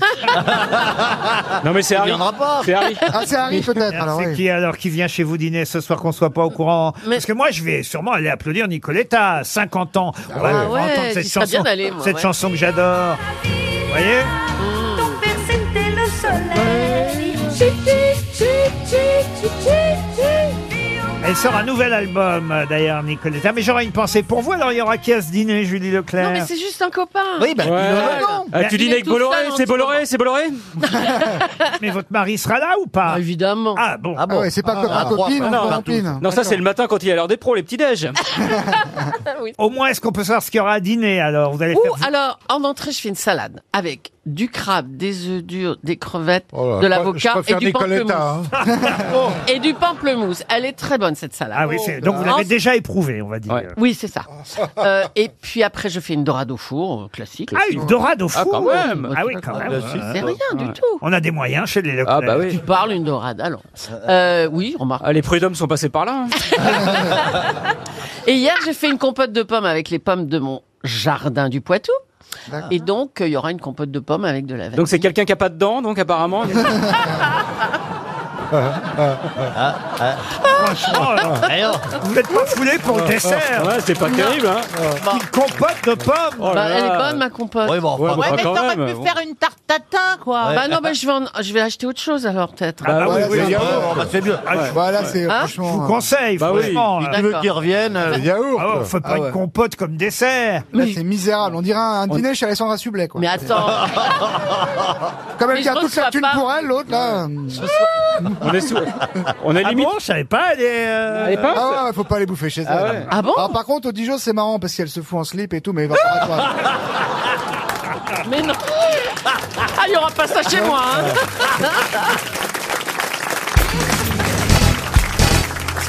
[SPEAKER 6] Non mais c'est
[SPEAKER 9] Il
[SPEAKER 6] Harry.
[SPEAKER 9] viendra pas.
[SPEAKER 6] C'est Harry.
[SPEAKER 19] Ah, c'est Harry, peut-être, alors,
[SPEAKER 1] C'est
[SPEAKER 19] oui.
[SPEAKER 1] qui alors qui vient chez vous dîner ce soir qu'on soit pas
[SPEAKER 9] Euh,
[SPEAKER 1] au courant Parce que moi je vais sûrement aller applaudir Nicoletta, 50 ans. On va
[SPEAKER 9] ouais.
[SPEAKER 1] entendre
[SPEAKER 9] Ah ouais,
[SPEAKER 1] cette
[SPEAKER 9] j'y serais
[SPEAKER 1] chanson,
[SPEAKER 9] bien allée, moi,
[SPEAKER 1] cette
[SPEAKER 9] ouais.
[SPEAKER 1] chanson que j'adore. Vous voyez
[SPEAKER 25] le soleil. Chi, chi, chi, chi, chi, chi, chi.
[SPEAKER 1] Elle sort un nouvel album euh, d'ailleurs Nicoletta, mais j'aurai une pensée pour vous. Alors il y aura qui à ce dîner Julie Leclerc
[SPEAKER 9] Non, mais c'est juste un copain.
[SPEAKER 1] Oui, bah, Ouais. dis-le, non. Ah, tu
[SPEAKER 9] Il
[SPEAKER 1] dînes
[SPEAKER 9] est
[SPEAKER 1] avec
[SPEAKER 9] tout
[SPEAKER 1] Bolloré,
[SPEAKER 9] seul en
[SPEAKER 1] c'est
[SPEAKER 9] ce moment.
[SPEAKER 1] Bolloré, c'est Bolloré Mais votre mari sera là ou pas
[SPEAKER 9] Bah, Évidemment.
[SPEAKER 1] Ah bon
[SPEAKER 9] Ah bon. Ah ouais, c'est pas comme un copine, on prend copine.
[SPEAKER 6] Non, ça c'est le matin quand il y a l'heure des pros, les petits déj.
[SPEAKER 1] Au moins est-ce qu'on peut savoir ce qu'il y aura à dîner alors Vous allez
[SPEAKER 9] Ou
[SPEAKER 1] faire vous-
[SPEAKER 9] alors, en entrée, je fais une salade avec du crabe, des œufs durs, des crevettes,
[SPEAKER 1] Oh là,
[SPEAKER 9] de
[SPEAKER 1] je pr-
[SPEAKER 9] l'avocat
[SPEAKER 1] je
[SPEAKER 9] et
[SPEAKER 1] préfère hein.
[SPEAKER 9] du
[SPEAKER 1] Nicoletta,
[SPEAKER 9] pamplemousse. et du pamplemousse. Elle est très bonne, cette salade.
[SPEAKER 1] Ah oui, c'est- donc vous l'avez déjà éprouvé, on va dire.
[SPEAKER 9] Oui, c'est ça. Euh, et puis après, je fais une dorade au four, euh, classique.
[SPEAKER 1] Ah, une dorade au four
[SPEAKER 9] Ah, quand même. Bah,
[SPEAKER 1] Ah oui, quand même.
[SPEAKER 9] C'est rien du tout.
[SPEAKER 1] On a des moyens chez les Leclerc.
[SPEAKER 6] Ah bah oui.
[SPEAKER 9] Tu parles une dorade, alors. Euh, oui, remarque.
[SPEAKER 6] Ah, les prud'hommes sont passés par là. hein.
[SPEAKER 9] Et hier, j'ai fait une compote de pommes avec les pommes de mon jardin du Poitou. Et donc, euh, il y aura une compote de pommes avec de la vanille.
[SPEAKER 6] Donc c'est quelqu'un qui a pas de dents, donc apparemment.
[SPEAKER 1] Ah, Franchement, alors, ah. vous n'êtes pas foulé pour le dessert.
[SPEAKER 6] Ah, Ouais, c'est pas Non. terrible, hein.
[SPEAKER 1] Une compote de pommes.
[SPEAKER 9] Bah, elle est bonne, ma compote.
[SPEAKER 1] Oh Ouais, bon, enfin, Ouais, bon,
[SPEAKER 9] ouais,
[SPEAKER 1] enfin,
[SPEAKER 9] mais
[SPEAKER 1] quand
[SPEAKER 9] t'aurais
[SPEAKER 1] même,
[SPEAKER 9] pu
[SPEAKER 1] bon.
[SPEAKER 9] faire
[SPEAKER 4] une tarte tatin, quoi.
[SPEAKER 1] Ouais.
[SPEAKER 9] Bah non, bah, je, vais en- je vais acheter autre chose, alors, peut-être.
[SPEAKER 1] Ah, bah oui, oui, oui,
[SPEAKER 9] bon.
[SPEAKER 1] bah, c'est mieux.
[SPEAKER 9] ouais. Voilà, c'est- Hein
[SPEAKER 1] Je
[SPEAKER 2] euh,
[SPEAKER 1] vous conseille,
[SPEAKER 9] Bah oui.
[SPEAKER 1] franchement.
[SPEAKER 9] Si
[SPEAKER 1] là.
[SPEAKER 9] tu veux qu'ils
[SPEAKER 2] reviennent, euh, le yaourt.
[SPEAKER 1] Ah ouais, faut pas
[SPEAKER 2] Ah ouais.
[SPEAKER 1] une compote comme dessert.
[SPEAKER 2] Là, c'est misérable. On dirait un dîner chez Alessandra Sublet, quoi. Mais
[SPEAKER 9] attends.
[SPEAKER 2] Comme
[SPEAKER 9] Mais
[SPEAKER 2] elle
[SPEAKER 9] je
[SPEAKER 2] tient toute
[SPEAKER 9] reçois
[SPEAKER 2] sa thune
[SPEAKER 9] pas-
[SPEAKER 2] pour elle, l'autre, là. Euh,
[SPEAKER 6] On est sous- On est limite.
[SPEAKER 1] Ah je savais pas. Elle est.
[SPEAKER 6] euh,
[SPEAKER 2] Ah ouais, faut pas les bouffer chez elle.
[SPEAKER 6] Ah ouais. Ah
[SPEAKER 2] bon Par contre, au Dijon, c'est marrant parce qu'elle se fout en slip et tout, mais il va pas à toi.
[SPEAKER 9] Mais non. Ah, il y aura pas ça chez moi, hein.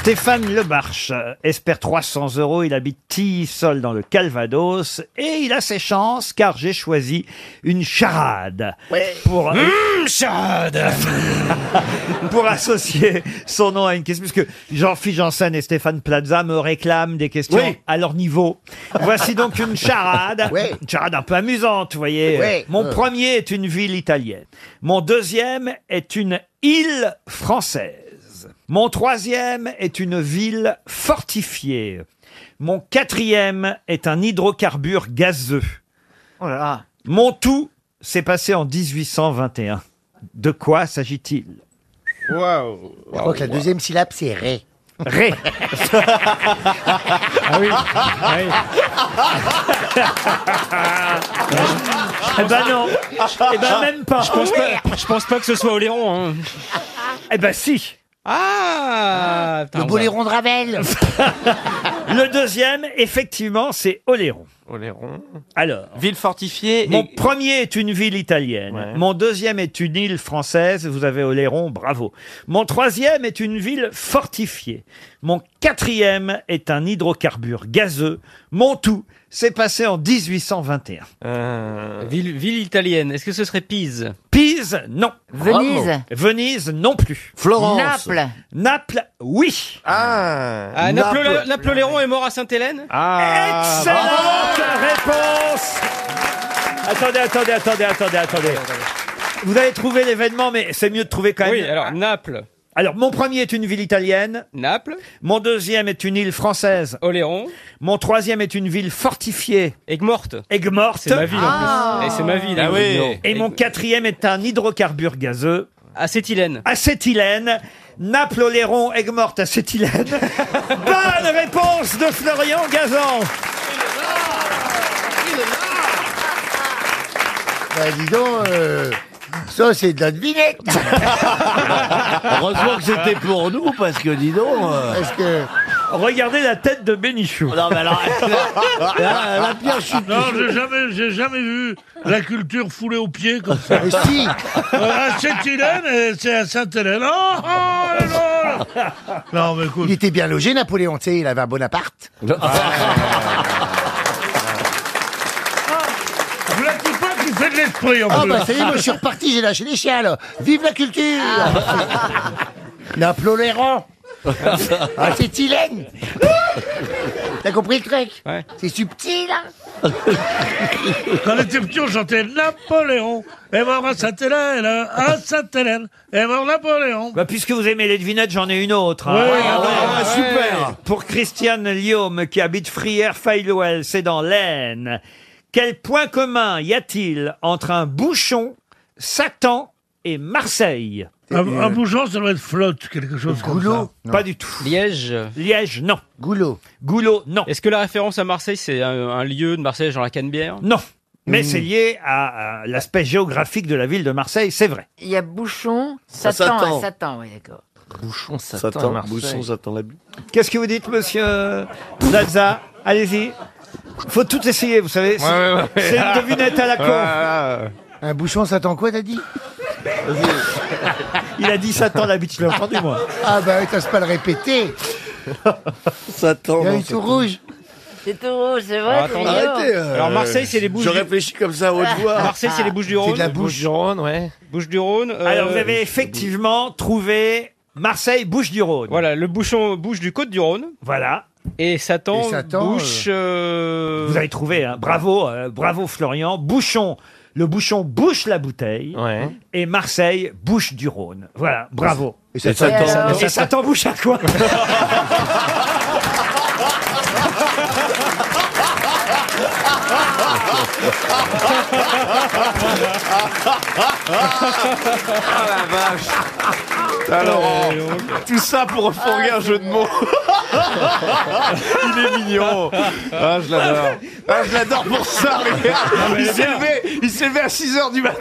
[SPEAKER 1] Stéphane Lebarche euh, espère 300 euros. Il habite Tilly-Sol dans le Calvados et il a ses chances car j'ai choisi une charade
[SPEAKER 3] Mmh,
[SPEAKER 1] pour charade pour associer son nom à une question puisque Jean-Philippe Janssen et Stéphane Plaza me réclament des questions
[SPEAKER 3] Oui.
[SPEAKER 1] à leur niveau. Voici donc une charade,
[SPEAKER 3] Ouais.
[SPEAKER 1] une charade un peu amusante, vous voyez.
[SPEAKER 3] Ouais.
[SPEAKER 1] Mon
[SPEAKER 3] Euh.
[SPEAKER 1] premier est une ville italienne. Mon deuxième est une île française. Mon troisième est une ville fortifiée. Mon quatrième est un hydrocarbure gazeux.
[SPEAKER 3] Oh
[SPEAKER 1] Mon tout s'est passé en 1821. De quoi s'agit-il
[SPEAKER 3] Waouh. Je crois que la deuxième syllabe, c'est Ré.
[SPEAKER 1] Ré.
[SPEAKER 3] ah
[SPEAKER 1] oui. Eh ben non. Eh ben même pas.
[SPEAKER 6] Je pense pas, je pense pas que ce soit Oléron. Hein.
[SPEAKER 1] Eh ben si.
[SPEAKER 6] Ah, putain, on va-
[SPEAKER 1] de Ravel. le deuxième, effectivement, c'est Oléron.
[SPEAKER 11] Oléron.
[SPEAKER 1] Alors.
[SPEAKER 11] Ville fortifiée.
[SPEAKER 1] Mon premier est une ville italienne. Mon deuxième est une île française. Vous avez Oléron, bravo. Mon troisième est une ville fortifiée. Mon quatrième est un hydrocarbure gazeux. Mon tout s'est passé en 1821.
[SPEAKER 11] Euh.
[SPEAKER 6] Ville, ville italienne. Est-ce que ce serait Pise
[SPEAKER 1] Pise, non.
[SPEAKER 6] Venise. Rome.
[SPEAKER 1] Venise, non plus.
[SPEAKER 6] Florence. Naples.
[SPEAKER 1] Naples, oui. Ah.
[SPEAKER 6] ah, Napolé- Napoléon est mort à Sainte-Hélène
[SPEAKER 1] Excellente réponse Attendez, attendez, attendez, attendez, attendez. Vous avez trouvé l'événement, mais c'est mieux de trouver quand même.
[SPEAKER 6] Oui, alors Naples.
[SPEAKER 1] Alors, mon premier est une ville italienne.
[SPEAKER 6] Naples.
[SPEAKER 1] Mon deuxième est une île française.
[SPEAKER 6] Oléron.
[SPEAKER 1] Mon troisième est une ville fortifiée.
[SPEAKER 6] Aigues-Mortes.
[SPEAKER 1] Aigues-Mortes.
[SPEAKER 6] C'est ma ville, en Ah. plus. Eh, c'est ma ville, Ah Aigues-Mortes. oui.
[SPEAKER 1] Et mon quatrième est un hydrocarbure gazeux.
[SPEAKER 6] Acétylène.
[SPEAKER 1] Acétylène. Naples, Oléron, Aigues-Mortes, acétylène. Bonne réponse de Florian Gazan.
[SPEAKER 3] Bah, dis donc, euh, ça, c'est de la devinette.
[SPEAKER 7] Heureusement que c'était pour nous, parce que dis donc.
[SPEAKER 3] Parce que.
[SPEAKER 1] Regardez la tête de Bénichou.
[SPEAKER 7] Non, mais alors.
[SPEAKER 5] la,
[SPEAKER 7] pierre chute.
[SPEAKER 5] Non, j'ai jamais, j'ai jamais vu la culture foulée aux pieds comme ça.
[SPEAKER 3] Mais si.
[SPEAKER 5] Euh, à Sainte-Hélène, et c'est à Sainte-Hélène. Oh, oh, là, là. Non, mais écoute.
[SPEAKER 3] Il était bien logé, Napoléon, tu sais, il avait un Bonaparte.
[SPEAKER 5] Ah. Vous la dites pas qu'il fait de l'esprit, en
[SPEAKER 3] Ah,
[SPEAKER 5] plus.
[SPEAKER 3] bah, ça y est, moi, je suis reparti, j'ai lâché les chiens, là. Vive la culture
[SPEAKER 5] Ah.
[SPEAKER 3] Napoléon Ah, c'est Tylène T'as compris le truc C'est subtil, hein
[SPEAKER 5] Quand on était petit, on chantait Napoléon. Et mort à Sainte-Hélène, à Sainte-Hélène. Et mort Napoléon.
[SPEAKER 1] Bah, puisque vous aimez les devinettes, j'en ai une autre. hein.
[SPEAKER 5] Ouais, Ah ouais, ouais, super.
[SPEAKER 1] Ouais. Pour Christiane Liome, qui habite frières faillouel c'est dans l'Aisne. Quel point commun y a-t-il entre un bouchon, Satan et Marseille
[SPEAKER 5] Un, un bougeon, ça doit être flotte, quelque chose comme ça.
[SPEAKER 1] Pas du tout.
[SPEAKER 6] Liège.
[SPEAKER 1] Liège, non. Goulot. Goulot, non.
[SPEAKER 6] Est-ce que la référence à Marseille, c'est un, un lieu de Marseille, genre la Canebière
[SPEAKER 1] Non. Mais c'est lié à, à l'aspect géographique de la ville de Marseille, c'est vrai.
[SPEAKER 12] Il y a Bouchon,
[SPEAKER 1] Ça
[SPEAKER 12] Satan,
[SPEAKER 1] s'attend.
[SPEAKER 12] hein, Satan, oui, d'accord.
[SPEAKER 1] Bouchon,
[SPEAKER 8] j'attends la bulle.
[SPEAKER 1] Qu'est-ce que vous dites, monsieur Plaza Allez-y. Faut tout essayer, vous savez. C'est
[SPEAKER 8] Ouais, ouais, ouais.
[SPEAKER 1] c'est une devinette à la con.
[SPEAKER 3] Un bouchon, ça tend quoi, t'as dit
[SPEAKER 1] Il a dit Satan, l'habitude, je l'ai entendu, moi.
[SPEAKER 3] Ah, bah, oui, t'oses pas le répéter Satan, Il y a
[SPEAKER 7] non,
[SPEAKER 3] eu
[SPEAKER 7] c'est
[SPEAKER 3] tout rouge
[SPEAKER 12] C'est tout rouge, c'est vrai. c'est mignon.
[SPEAKER 1] euh.
[SPEAKER 7] Alors Marseille, c'est les Bouches.
[SPEAKER 6] du-
[SPEAKER 7] réfléchis comme ça à haute voix.
[SPEAKER 6] Marseille, c'est les Bouches du Rhône.
[SPEAKER 7] du Rhône, ouais.
[SPEAKER 6] Bouches du Rhône. euh,
[SPEAKER 1] Alors, vous avez effectivement trouvé Marseille, Bouche du Rhône.
[SPEAKER 6] Voilà, le bouchon Bouche du Côte du Rhône.
[SPEAKER 1] Voilà. Et Satan,
[SPEAKER 3] Et Satan,
[SPEAKER 1] bouche...
[SPEAKER 7] euh,
[SPEAKER 6] euh,
[SPEAKER 1] Vous avez trouvé, hein. bravo, euh, bravo Florian. Bouchon, le bouchon bouche la bouteille. Et Marseille, bouche du Rhône. Voilà, bravo.
[SPEAKER 3] Et Et Satan- Satan-
[SPEAKER 1] Et
[SPEAKER 3] Satan-
[SPEAKER 1] Satan bouche à quoi
[SPEAKER 7] Ah la vache Alors, tout ça pour refourguer un jeu de mots. Il est mignon. Ah, je l'adore. Ah, je l'adore pour ça. mais- Il s'est levé, il s'est levé à 6 h du matin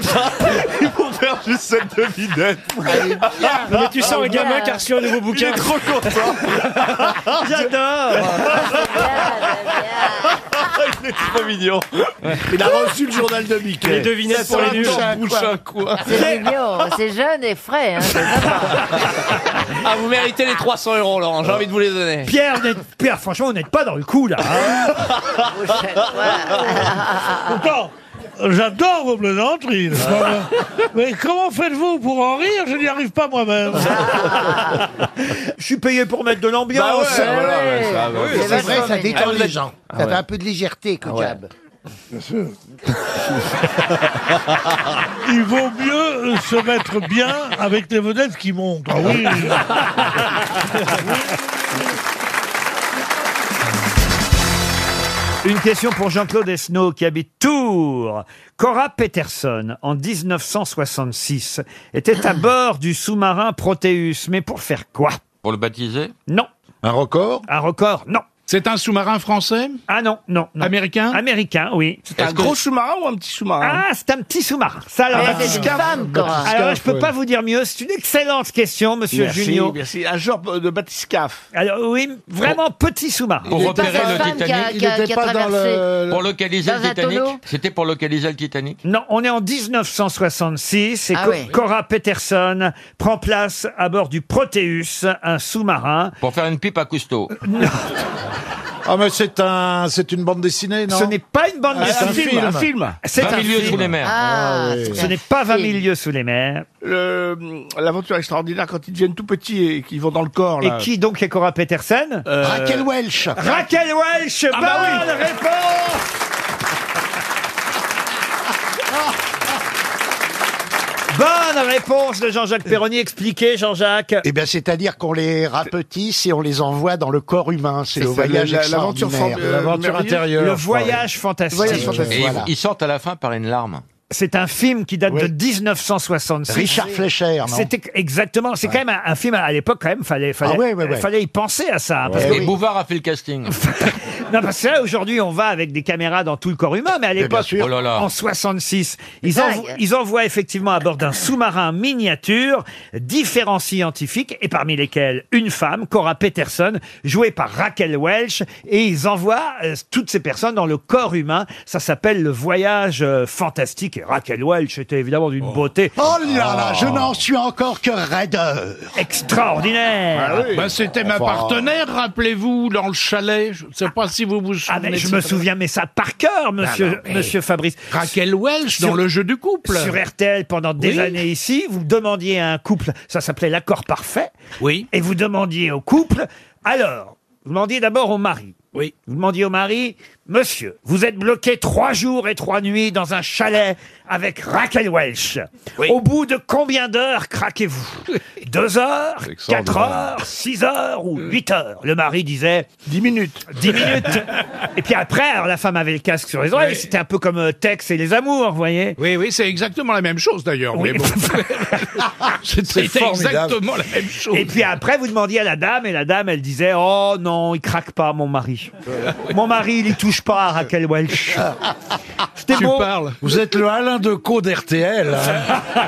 [SPEAKER 7] pour faire juste cette devinette.
[SPEAKER 14] Non, mais tu sens un gamin qui a reçu un nouveau
[SPEAKER 7] Il
[SPEAKER 14] bouquin.
[SPEAKER 7] est trop content.
[SPEAKER 1] J'adore.
[SPEAKER 7] Il est trop mignon. Il a reçu le journal de Mickey.
[SPEAKER 14] Les devinettes pour les nuls.
[SPEAKER 7] Bouche à quoi
[SPEAKER 12] C'est mignon, c'est jeune et frais. Hein, c'est sympa.
[SPEAKER 14] Ah, vous méritez les 300 euros, Laurent.
[SPEAKER 7] Euh,
[SPEAKER 14] J'ai envie de vous les donner.
[SPEAKER 1] Pierre, n'êtes- Pierre, franchement, vous n'êtes pas dans le coup là. hein.
[SPEAKER 5] Pourtant, j'adore vos plaisanteries. n'est-ce pas, moi Mais comment faites-vous pour en rire Je n'y arrive pas moi-même.
[SPEAKER 1] Ah, Je suis payé pour mettre de l'ambiance.
[SPEAKER 3] Bah ouais, voilà,
[SPEAKER 5] ouais,
[SPEAKER 3] ça va. C'est vrai, ça détend les gens. ça
[SPEAKER 1] Ah ouais. Ah,
[SPEAKER 3] fait un peu de légèreté, Kojab.
[SPEAKER 5] Bien sûr. Il vaut mieux euh, se mettre bien avec des vedettes qui montent. Ah oui.
[SPEAKER 1] Une question pour Jean-Claude Esnault qui habite Tours. Cora Peterson, en 1966, était à bord du sous-marin Proteus. Mais pour faire quoi
[SPEAKER 10] Pour le baptiser
[SPEAKER 1] Non.
[SPEAKER 10] Un record
[SPEAKER 1] Un record, non.
[SPEAKER 10] C'est un sous-marin français
[SPEAKER 1] Ah non, non, non.
[SPEAKER 10] Américain
[SPEAKER 1] Américain, oui.
[SPEAKER 10] C'est un gros
[SPEAKER 1] sous-marin ou un petit sous-marin Ah, c'est un petit sous-marin. Ça, alors,
[SPEAKER 10] Ah,
[SPEAKER 1] là,
[SPEAKER 10] c'est une
[SPEAKER 1] discaf-
[SPEAKER 10] femme, Cora.
[SPEAKER 1] Alors, je peux
[SPEAKER 10] Discaf,
[SPEAKER 1] pas
[SPEAKER 10] oui.
[SPEAKER 1] vous dire mieux. C'est une excellente question, monsieur
[SPEAKER 10] Merci,
[SPEAKER 1] Junio.
[SPEAKER 10] merci.
[SPEAKER 1] Un genre de batiscaf. Alors, oui, vraiment petit sous-marin.
[SPEAKER 10] Pour repérer le Titanic, Pour localiser
[SPEAKER 1] dans
[SPEAKER 10] le
[SPEAKER 1] un
[SPEAKER 10] Titanic
[SPEAKER 1] tonneau
[SPEAKER 10] C'était pour localiser le Titanic
[SPEAKER 1] Non, on est en 1966 et
[SPEAKER 10] Ah
[SPEAKER 1] Co-
[SPEAKER 10] ouais.
[SPEAKER 1] Cora Peterson prend place à bord du Proteus, un sous-marin. Euh,
[SPEAKER 10] Pour faire une pipe à Cousteau
[SPEAKER 1] Ah mais c'est un, c'est une bande dessinée,
[SPEAKER 10] non
[SPEAKER 1] Ce n'est pas une bande
[SPEAKER 10] Ah, c'est un
[SPEAKER 1] dessinée.
[SPEAKER 10] film, un film.
[SPEAKER 1] C'est
[SPEAKER 10] Vingt
[SPEAKER 1] un
[SPEAKER 10] milieux
[SPEAKER 1] film.
[SPEAKER 10] sous les mers. Ah,
[SPEAKER 1] Ce
[SPEAKER 10] oui.
[SPEAKER 1] n'est pas 20 milieux sous les mers.
[SPEAKER 14] Le- L'aventure extraordinaire quand ils deviennent tout petits et qu'ils vont dans le corps.
[SPEAKER 1] Et qui donc est Cora Peterson
[SPEAKER 14] Raquel
[SPEAKER 1] Welch. Raquel Welch,
[SPEAKER 14] Ah bah oui.
[SPEAKER 1] bonne réponse Bonne réponse de Jean-Jacques Perroni. Expliquez, Jean-Jacques.
[SPEAKER 26] Eh bien, c'est-à-dire qu'on les rapetisse et on les envoie dans le corps humain. C'est le
[SPEAKER 1] C'est ça,
[SPEAKER 26] voyage
[SPEAKER 1] le- la- l'aventure
[SPEAKER 26] extraordinaire.
[SPEAKER 1] fan- euh, L'aventure merveilleuse. intérieure, Le je crois, voyage oui. fantastique. Voyage fantastique,
[SPEAKER 10] Et ils-
[SPEAKER 1] voilà.
[SPEAKER 10] ils sortent à la fin par une larme.
[SPEAKER 1] C'est un film qui date de 1966.
[SPEAKER 10] Richard Fleischer, non
[SPEAKER 1] C'était exactement. C'est quand même un, un film à l'époque quand même. Fallait, fallait,
[SPEAKER 10] Ah ouais, ouais, Eh ouais.
[SPEAKER 1] fallait y penser à ça. hein, parce
[SPEAKER 10] Et
[SPEAKER 1] que-
[SPEAKER 10] Bouvard a fait le casting.
[SPEAKER 1] Non, parce que là, aujourd'hui, on va avec des caméras dans tout le corps humain, mais
[SPEAKER 26] Eh
[SPEAKER 1] à l'époque,
[SPEAKER 10] sûr. Oh là là.
[SPEAKER 1] en 66, ils,
[SPEAKER 10] Dingue.
[SPEAKER 1] envo- ils envoient effectivement à bord d'un sous-marin miniature différents scientifiques, et parmi lesquels une femme, Cora Peterson, jouée par Raquel Welch, et ils envoient euh, toutes ces personnes dans le corps humain. Ça s'appelle le voyage euh, fantastique, et Raquel Welch était évidemment d'une beauté.
[SPEAKER 26] Oh là
[SPEAKER 14] Ah.
[SPEAKER 26] là, je n'en suis encore que raideur. Ah
[SPEAKER 1] Extraordinaire
[SPEAKER 19] Ah
[SPEAKER 10] Bah, c'était ma
[SPEAKER 26] Enfin.
[SPEAKER 10] partenaire, rappelez-vous, dans le chalet. Je ne sais pas si vous vous souvenez.
[SPEAKER 1] Ah, mais je me souviens, mais ça par cœur, monsieur,
[SPEAKER 10] non, mais-
[SPEAKER 1] monsieur Fabrice.
[SPEAKER 10] Raquel Welch dans le jeu du couple.
[SPEAKER 1] Sur RTL pendant des
[SPEAKER 10] Oui.
[SPEAKER 1] années ici, vous demandiez à un couple, ça s'appelait l'accord parfait.
[SPEAKER 10] Oui.
[SPEAKER 1] Et vous demandiez au couple, alors, vous demandiez d'abord au mari. Oui. Vous demandiez au mari, monsieur, vous êtes bloqué trois jours et trois nuits dans un chalet avec Raquel Welch. Au bout de combien d'heures craquez-vous Deux heures
[SPEAKER 19] C'est extraordinaire.
[SPEAKER 1] Quatre heures Six heures Ou
[SPEAKER 10] Euh.
[SPEAKER 1] huit heures Le mari disait... Dix minutes. Dix minutes. et puis après, alors, la femme avait le casque sur les oreilles.
[SPEAKER 10] Oui.
[SPEAKER 1] C'était un peu comme euh, Tex et les amours, vous voyez
[SPEAKER 10] Oui, oui, c'est exactement la même chose d'ailleurs.
[SPEAKER 1] Oui.
[SPEAKER 10] mais bon.
[SPEAKER 1] C'est
[SPEAKER 10] C'était
[SPEAKER 1] formidable.
[SPEAKER 10] exactement la même chose.
[SPEAKER 1] Et puis après, vous demandiez à la dame, et la dame, elle disait Oh non, il craque pas, mon mari. Mon mari, il y touche pas à Raquel Welch. C'était
[SPEAKER 10] Tu
[SPEAKER 1] beau.
[SPEAKER 10] parles.
[SPEAKER 19] Vous êtes le Alain de Caux d'RTL. hein.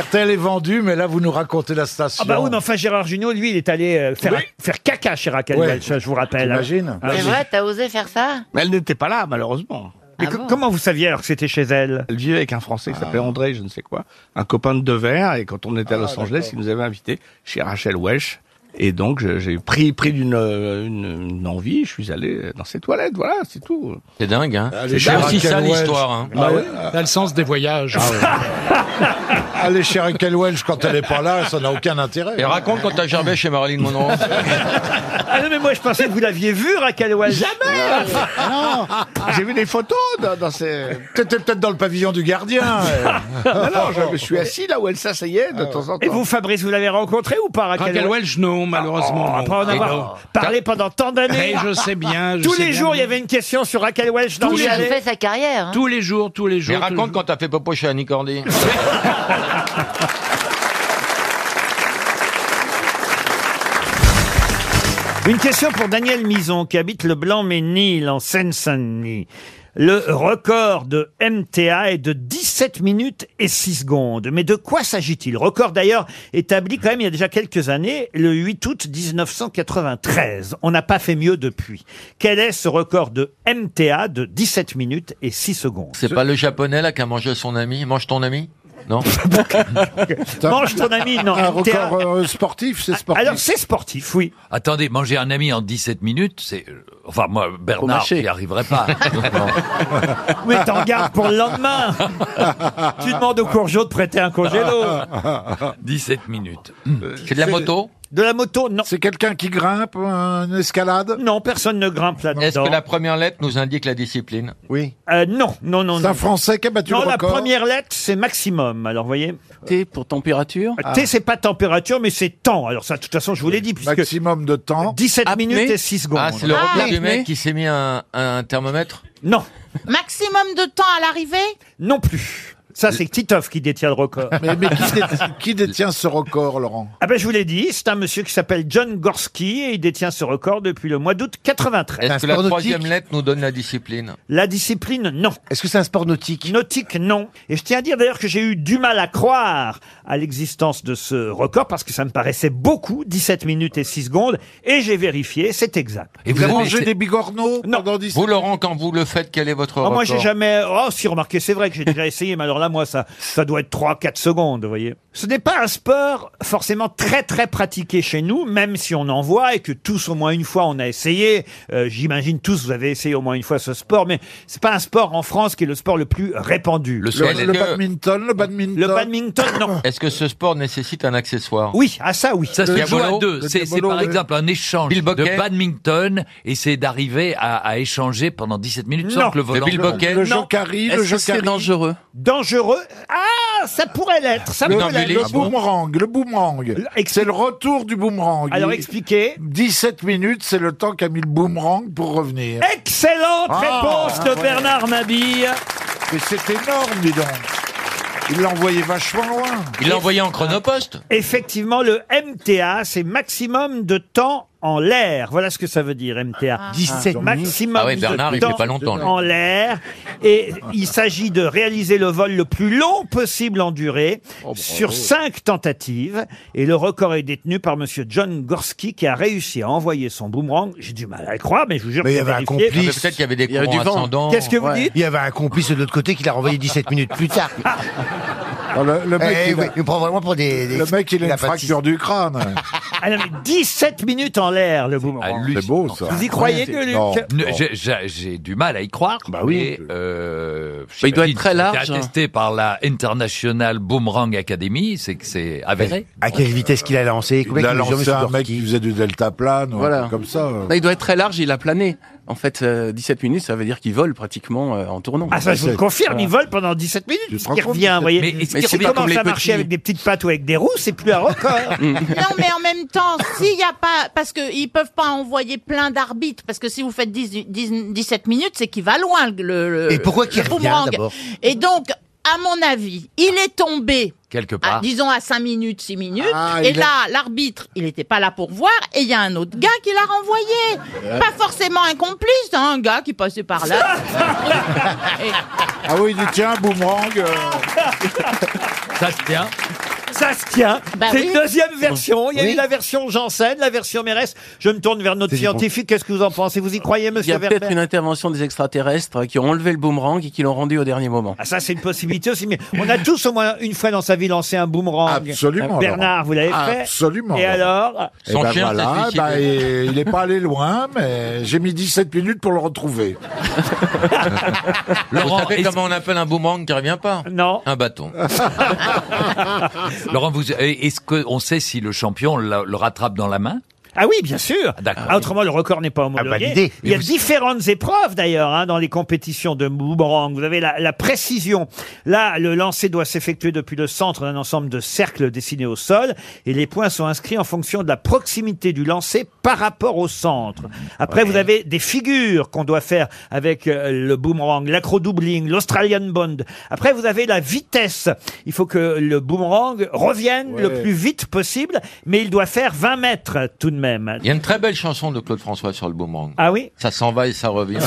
[SPEAKER 19] RTL est vendu, mais là, vous nous racontez la station.
[SPEAKER 1] Ah bah oui, mais enfin, Gérard Junior, lui, il est allé euh, faire, faire caca chez Raquel
[SPEAKER 19] Ouais.
[SPEAKER 1] Welch, hein, je vous rappelle.
[SPEAKER 19] T'imagines
[SPEAKER 1] Ah,
[SPEAKER 12] C'est
[SPEAKER 1] oui.
[SPEAKER 12] vrai, t'as osé faire ça
[SPEAKER 14] Mais elle n'était pas là, malheureusement.
[SPEAKER 1] Mais co- comment vous saviez alors que c'était chez elle Ah.
[SPEAKER 14] Elle vivait avec un Français qui s'appelait André, je ne sais quoi, un copain de Devers, et quand on était à Los Angeles, il nous avait invités chez Rachel Welch. Et donc, je- j'ai pris, pris d'une euh, une, une envie, je suis allé dans ces toilettes, voilà, c'est tout.
[SPEAKER 11] C'est dingue, hein
[SPEAKER 14] C'est
[SPEAKER 11] C'est
[SPEAKER 14] dingue.
[SPEAKER 11] aussi ça l'histoire. Hein.
[SPEAKER 6] Bah
[SPEAKER 14] Ah ouais.
[SPEAKER 10] T'as le sens des voyages.
[SPEAKER 6] Ah
[SPEAKER 19] Allez, chez Raquel Welch, quand elle n'est pas là, ça n'a aucun intérêt.
[SPEAKER 11] Et raconte quand t'as gerbé chez Marilyn Monroe.
[SPEAKER 1] Ah non, mais moi je pensais que vous l'aviez vu, Raquel Welch. Ah.
[SPEAKER 14] Jamais Non J'ai vu des photos dans, dans ces...
[SPEAKER 19] T'étais peut-être dans le pavillon du gardien.
[SPEAKER 14] non, non, je me suis assis là où elle s'asseyait de Ah. temps en temps.
[SPEAKER 1] Et vous, Fabrice, vous l'avez rencontré ou pas, Raquel,
[SPEAKER 10] Raquel Welch, non, malheureusement.
[SPEAKER 1] Oh, après en
[SPEAKER 10] Et
[SPEAKER 1] avoir
[SPEAKER 10] non.
[SPEAKER 1] parlé pendant tant d'années.
[SPEAKER 10] Eh, je sais bien, je
[SPEAKER 1] Tous
[SPEAKER 10] sais
[SPEAKER 1] les
[SPEAKER 10] bien,
[SPEAKER 1] jours,
[SPEAKER 10] mais-
[SPEAKER 1] il y avait une question sur Raquel Welch dans
[SPEAKER 12] Tous
[SPEAKER 1] le
[SPEAKER 12] les
[SPEAKER 1] chalet.
[SPEAKER 12] fait sa carrière. hein.
[SPEAKER 10] Tous les jours, tous les jours.
[SPEAKER 11] Mais raconte quand t'as fait popo chez Annie Cordy.
[SPEAKER 1] Une question pour Daniel Mison qui habite le Blanc-Ménil en Seine-Saint-Denis. Le record de MTA est de 17 minutes et 6 secondes. Mais de quoi s'agit-il Record d'ailleurs établi quand même il y a déjà quelques années, le 8 août 1993. On n'a pas fait mieux depuis. Quel est ce record de MTA de 17 minutes et 6 secondes
[SPEAKER 11] C'est pas le japonais là qui a mangé son ami Mange ton ami Non
[SPEAKER 1] Mange ton ami, non.
[SPEAKER 19] Un
[SPEAKER 1] MTA.
[SPEAKER 19] record euh, sportif, c'est sportif.
[SPEAKER 1] Alors c'est sportif, oui.
[SPEAKER 25] Attendez, manger un ami en 17 minutes, c'est... euh, Enfin, moi, Bernard,
[SPEAKER 1] mâcher.
[SPEAKER 25] j'y arriverai pas. Non.
[SPEAKER 1] Mais t'en gardes pour le lendemain. tu demandes au Courgeot de prêter un congélo.
[SPEAKER 25] 17 minutes.
[SPEAKER 11] C'est de la moto
[SPEAKER 1] De la moto, non.
[SPEAKER 19] C'est quelqu'un qui grimpe, euh, une escalade
[SPEAKER 1] Non, personne ne grimpe
[SPEAKER 11] Est-ce
[SPEAKER 1] là-dedans.
[SPEAKER 11] que la première lettre nous indique la discipline
[SPEAKER 19] Oui.
[SPEAKER 1] Euh, non, non, non.
[SPEAKER 19] C'est un
[SPEAKER 1] non.
[SPEAKER 19] Français qui a battu
[SPEAKER 1] Non,
[SPEAKER 19] le
[SPEAKER 1] la
[SPEAKER 19] record.
[SPEAKER 1] première lettre, c'est maximum. Alors, voyez. Ah.
[SPEAKER 24] T pour température.
[SPEAKER 1] T, c'est pas température, mais c'est temps. Alors, ça, de toute façon, je vous l'ai dit. Puisque
[SPEAKER 19] Maximum de temps.
[SPEAKER 1] 17
[SPEAKER 11] Apnée.
[SPEAKER 1] minutes et 6 secondes.
[SPEAKER 11] Ah, c'est le
[SPEAKER 1] Ah,
[SPEAKER 11] record du
[SPEAKER 1] apnée.
[SPEAKER 11] mec qui s'est mis un, un thermomètre
[SPEAKER 1] Non,
[SPEAKER 4] Maximum de temps à l'arrivée
[SPEAKER 1] non plus. Ça, c'est Titov qui détient le record.
[SPEAKER 19] Mais, mais qui, dé- qui détient ce record, Laurent
[SPEAKER 1] Ah ben, je vous l'ai dit, c'est un monsieur qui s'appelle John Gorski et il détient ce record depuis le mois d'août 93.
[SPEAKER 11] Est-ce que la troisième lettre nous donne la discipline
[SPEAKER 1] La discipline, non. Est-ce que c'est un sport nautique Nautique, non. Et je tiens à dire d'ailleurs que j'ai eu du mal à croire à l'existence de ce record parce que ça me paraissait beaucoup, 17 minutes et 6 secondes, et j'ai vérifié, c'est exact.
[SPEAKER 19] Et vous, avez mangé des bigorneaux
[SPEAKER 1] Non.
[SPEAKER 11] Vous, Laurent, quand vous le faites, quel est votre
[SPEAKER 1] Ah,
[SPEAKER 11] record
[SPEAKER 1] moi, j'ai jamais. Oh, si, remarquez, c'est vrai que j'ai déjà essayé, mais alors là, moi, ça, ça doit être 3-4 secondes, vous voyez. Ce n'est pas un sport forcément très, très pratiqué chez nous, même si on en voit et que tous, au moins une fois, on a essayé. Euh, J'imagine tous, vous avez essayé au moins une fois ce sport, mais c'est pas un sport en France qui est le sport le plus répandu.
[SPEAKER 11] Le squat, est-ce que-
[SPEAKER 19] badminton, le badminton.
[SPEAKER 1] Le badminton, Euh, non.
[SPEAKER 11] Est-ce que ce sport nécessite un accessoire
[SPEAKER 1] Oui, ah ça, oui.
[SPEAKER 25] Ça se joue à
[SPEAKER 11] diabolo,
[SPEAKER 25] deux.
[SPEAKER 11] le
[SPEAKER 25] C'est c'est
[SPEAKER 11] diabolo,
[SPEAKER 25] par
[SPEAKER 11] oui.
[SPEAKER 25] exemple un échange
[SPEAKER 11] Bill Bocquet.
[SPEAKER 25] de badminton et c'est d'arriver à, à échanger pendant 17 minutes
[SPEAKER 1] Non.
[SPEAKER 25] sans que le
[SPEAKER 11] Le
[SPEAKER 25] volant.
[SPEAKER 11] Bill Bocquet.
[SPEAKER 25] Non.
[SPEAKER 19] Le jokari, le
[SPEAKER 25] Est-ce que c'est
[SPEAKER 19] jokari.
[SPEAKER 25] dangereux
[SPEAKER 1] Dangereux Ah, ça pourrait l'être. Ça
[SPEAKER 19] Le,
[SPEAKER 1] pourrait
[SPEAKER 19] le
[SPEAKER 1] l'être.
[SPEAKER 19] boomerang, le boomerang. C'est le retour du boomerang.
[SPEAKER 1] Alors,
[SPEAKER 19] Il-
[SPEAKER 1] expliquez.
[SPEAKER 19] 17 minutes, c'est le temps qu'a mis le boomerang pour revenir.
[SPEAKER 1] Excellente
[SPEAKER 19] Ah,
[SPEAKER 1] réponse de
[SPEAKER 19] incroyable.
[SPEAKER 1] Bernard Mabille.
[SPEAKER 19] Mais c'est énorme, dis donc. Il l'a envoyé vachement loin.
[SPEAKER 11] Il l'a envoyé en chronopost
[SPEAKER 1] Effectivement, le MTA, c'est maximum de temps en l'air. Voilà ce que ça veut dire, MTA.
[SPEAKER 3] Ah.
[SPEAKER 11] 17
[SPEAKER 1] maximum
[SPEAKER 11] Ah ouais, Bernard,
[SPEAKER 1] de
[SPEAKER 11] il fait
[SPEAKER 1] temps
[SPEAKER 11] pas longtemps, lui.
[SPEAKER 1] en l'air. Et il s'agit de réaliser le vol le plus long possible en durée
[SPEAKER 3] Oh,
[SPEAKER 1] sur cinq tentatives. Et le record est détenu par monsieur John Gorski qui a réussi à envoyer son boomerang. J'ai du mal à le croire, mais je vous jure
[SPEAKER 3] Mais il y
[SPEAKER 1] que
[SPEAKER 3] avait
[SPEAKER 1] j'ai
[SPEAKER 3] un
[SPEAKER 1] vérifié.
[SPEAKER 11] Ah, mais
[SPEAKER 3] complice.
[SPEAKER 11] Peut-être qu'il y avait des
[SPEAKER 3] Il y avait
[SPEAKER 11] courants
[SPEAKER 3] du vent.
[SPEAKER 11] ascendants.
[SPEAKER 1] Qu'est-ce que vous dites
[SPEAKER 3] Il y avait un complice de l'autre côté qui l'a renvoyé 17 minutes plus tard.
[SPEAKER 19] le, le mec,
[SPEAKER 3] Eh
[SPEAKER 19] il a-
[SPEAKER 3] oui, il prend vraiment pour des. des-
[SPEAKER 19] le mec, il a une
[SPEAKER 3] la bâtisse.
[SPEAKER 19] fracture du crâne.
[SPEAKER 1] Ah non, mais 17 minutes en l'air, le boomerang.
[SPEAKER 19] c'est beau, ça.
[SPEAKER 1] Vous y croyez, Gueuluc
[SPEAKER 19] Non.
[SPEAKER 25] Ne- j'ai- J'ai j'ai du mal à y croire. euh, Bah
[SPEAKER 19] oui.
[SPEAKER 25] il
[SPEAKER 24] doit être très large,
[SPEAKER 25] C'est attesté par la International Boomerang Academy, c'est que c'est avéré.
[SPEAKER 3] À quelle vitesse qu'il a lancé
[SPEAKER 19] Il
[SPEAKER 3] combien
[SPEAKER 19] a
[SPEAKER 3] qu'il mesure,
[SPEAKER 19] lancé
[SPEAKER 3] monsieur
[SPEAKER 19] un
[SPEAKER 3] Gorky Bah,
[SPEAKER 19] mec qui faisait du delta plane ou
[SPEAKER 24] Voilà.
[SPEAKER 19] un truc comme ça.
[SPEAKER 24] Non, il doit être très large, il a plané. En fait, euh, 17 minutes, ça veut dire qu'il vole pratiquement euh, en tournant.
[SPEAKER 1] Ah ça, je vous le confirme,
[SPEAKER 24] Voilà.
[SPEAKER 1] il vole pendant 17 minutes,
[SPEAKER 24] te rends
[SPEAKER 1] il
[SPEAKER 24] compte,
[SPEAKER 1] revient, vous
[SPEAKER 24] 17
[SPEAKER 1] voyez.
[SPEAKER 24] Mais est-ce qu'il
[SPEAKER 1] c'est
[SPEAKER 24] revient
[SPEAKER 1] comment
[SPEAKER 24] comme
[SPEAKER 1] ça
[SPEAKER 24] les
[SPEAKER 1] marcher
[SPEAKER 24] petits
[SPEAKER 1] avec des petites pattes ou avec des roues, c'est plus un record.
[SPEAKER 4] Non, mais en même temps, s'il n'y a pas, parce qu'ils peuvent pas envoyer plein d'arbitres, parce que si vous faites 10 10 17 minutes, c'est qu'il va loin le- le.
[SPEAKER 3] Et pourquoi
[SPEAKER 4] le
[SPEAKER 3] qu'il revient,
[SPEAKER 4] boomerang.
[SPEAKER 3] d'abord
[SPEAKER 4] Et donc, à mon avis, il est tombé.
[SPEAKER 25] Quelque part.
[SPEAKER 4] à, disons à 5 minutes, 6 minutes.
[SPEAKER 25] Ah,
[SPEAKER 4] et
[SPEAKER 25] il a-
[SPEAKER 4] là, l'arbitre, il n'était pas là pour voir. Et il y a un autre gars qui l'a renvoyé.
[SPEAKER 19] Euh.
[SPEAKER 4] Pas forcément un complice, hein, un gars qui passait par là.
[SPEAKER 19] Ah oui, il dit tiens, boomerang. euh.
[SPEAKER 25] Ça se tient.
[SPEAKER 1] ça se tient.
[SPEAKER 4] Bah
[SPEAKER 1] c'est
[SPEAKER 4] oui.
[SPEAKER 1] une deuxième version. Il y a
[SPEAKER 4] Oui.
[SPEAKER 1] eu la version Janssen, la version Mérès. Je me tourne vers notre scientifique. Qu'est-ce que vous en pensez Vous y croyez,
[SPEAKER 24] Il y
[SPEAKER 1] monsieur
[SPEAKER 24] a peut-être
[SPEAKER 1] Vernet
[SPEAKER 24] une intervention des extraterrestres qui ont enlevé le boomerang et qui l'ont rendu au dernier moment.
[SPEAKER 1] Ah, ça, c'est une possibilité aussi. Mais on a tous au moins une fois dans sa vie lancé un boomerang.
[SPEAKER 19] Absolument,
[SPEAKER 1] Bernard,
[SPEAKER 19] Laurent.
[SPEAKER 1] vous l'avez fait.
[SPEAKER 19] Absolument,
[SPEAKER 1] Et
[SPEAKER 19] Laurent.
[SPEAKER 1] alors
[SPEAKER 19] Eh ben voilà, bah, et- il est pas allé loin, mais j'ai mis 17 minutes pour le retrouver.
[SPEAKER 25] Laurent, comment on appelle un boomerang qui revient pas
[SPEAKER 1] Non.
[SPEAKER 25] Un bâton. Laurent, vous, euh, est-ce qu'on sait si le champion la- le rattrape dans la main
[SPEAKER 1] Ah oui, bien sûr. Ah, autrement, le record n'est pas homologué.
[SPEAKER 25] validé.
[SPEAKER 1] Il y a
[SPEAKER 25] Mais vous-
[SPEAKER 1] différentes épreuves d'ailleurs hein, dans les compétitions de boomerang. Vous avez la, la précision. Là, le lancer doit s'effectuer depuis le centre d'un ensemble de cercles dessinés au sol et les points sont inscrits en fonction de la proximité du lancer par rapport au centre. Après, vous avez des figures qu'on doit faire avec euh, le boomerang, l'acro-doubling, l'Australian bond. Après, vous avez la vitesse. Il faut que le boomerang revienne le
[SPEAKER 25] Ouais.
[SPEAKER 1] plus vite possible, mais il doit faire 20 mètres tout de même.
[SPEAKER 25] Il y a une très belle chanson de Claude François sur le boomerang.
[SPEAKER 1] Ah oui
[SPEAKER 25] Ça s'en va et ça revient.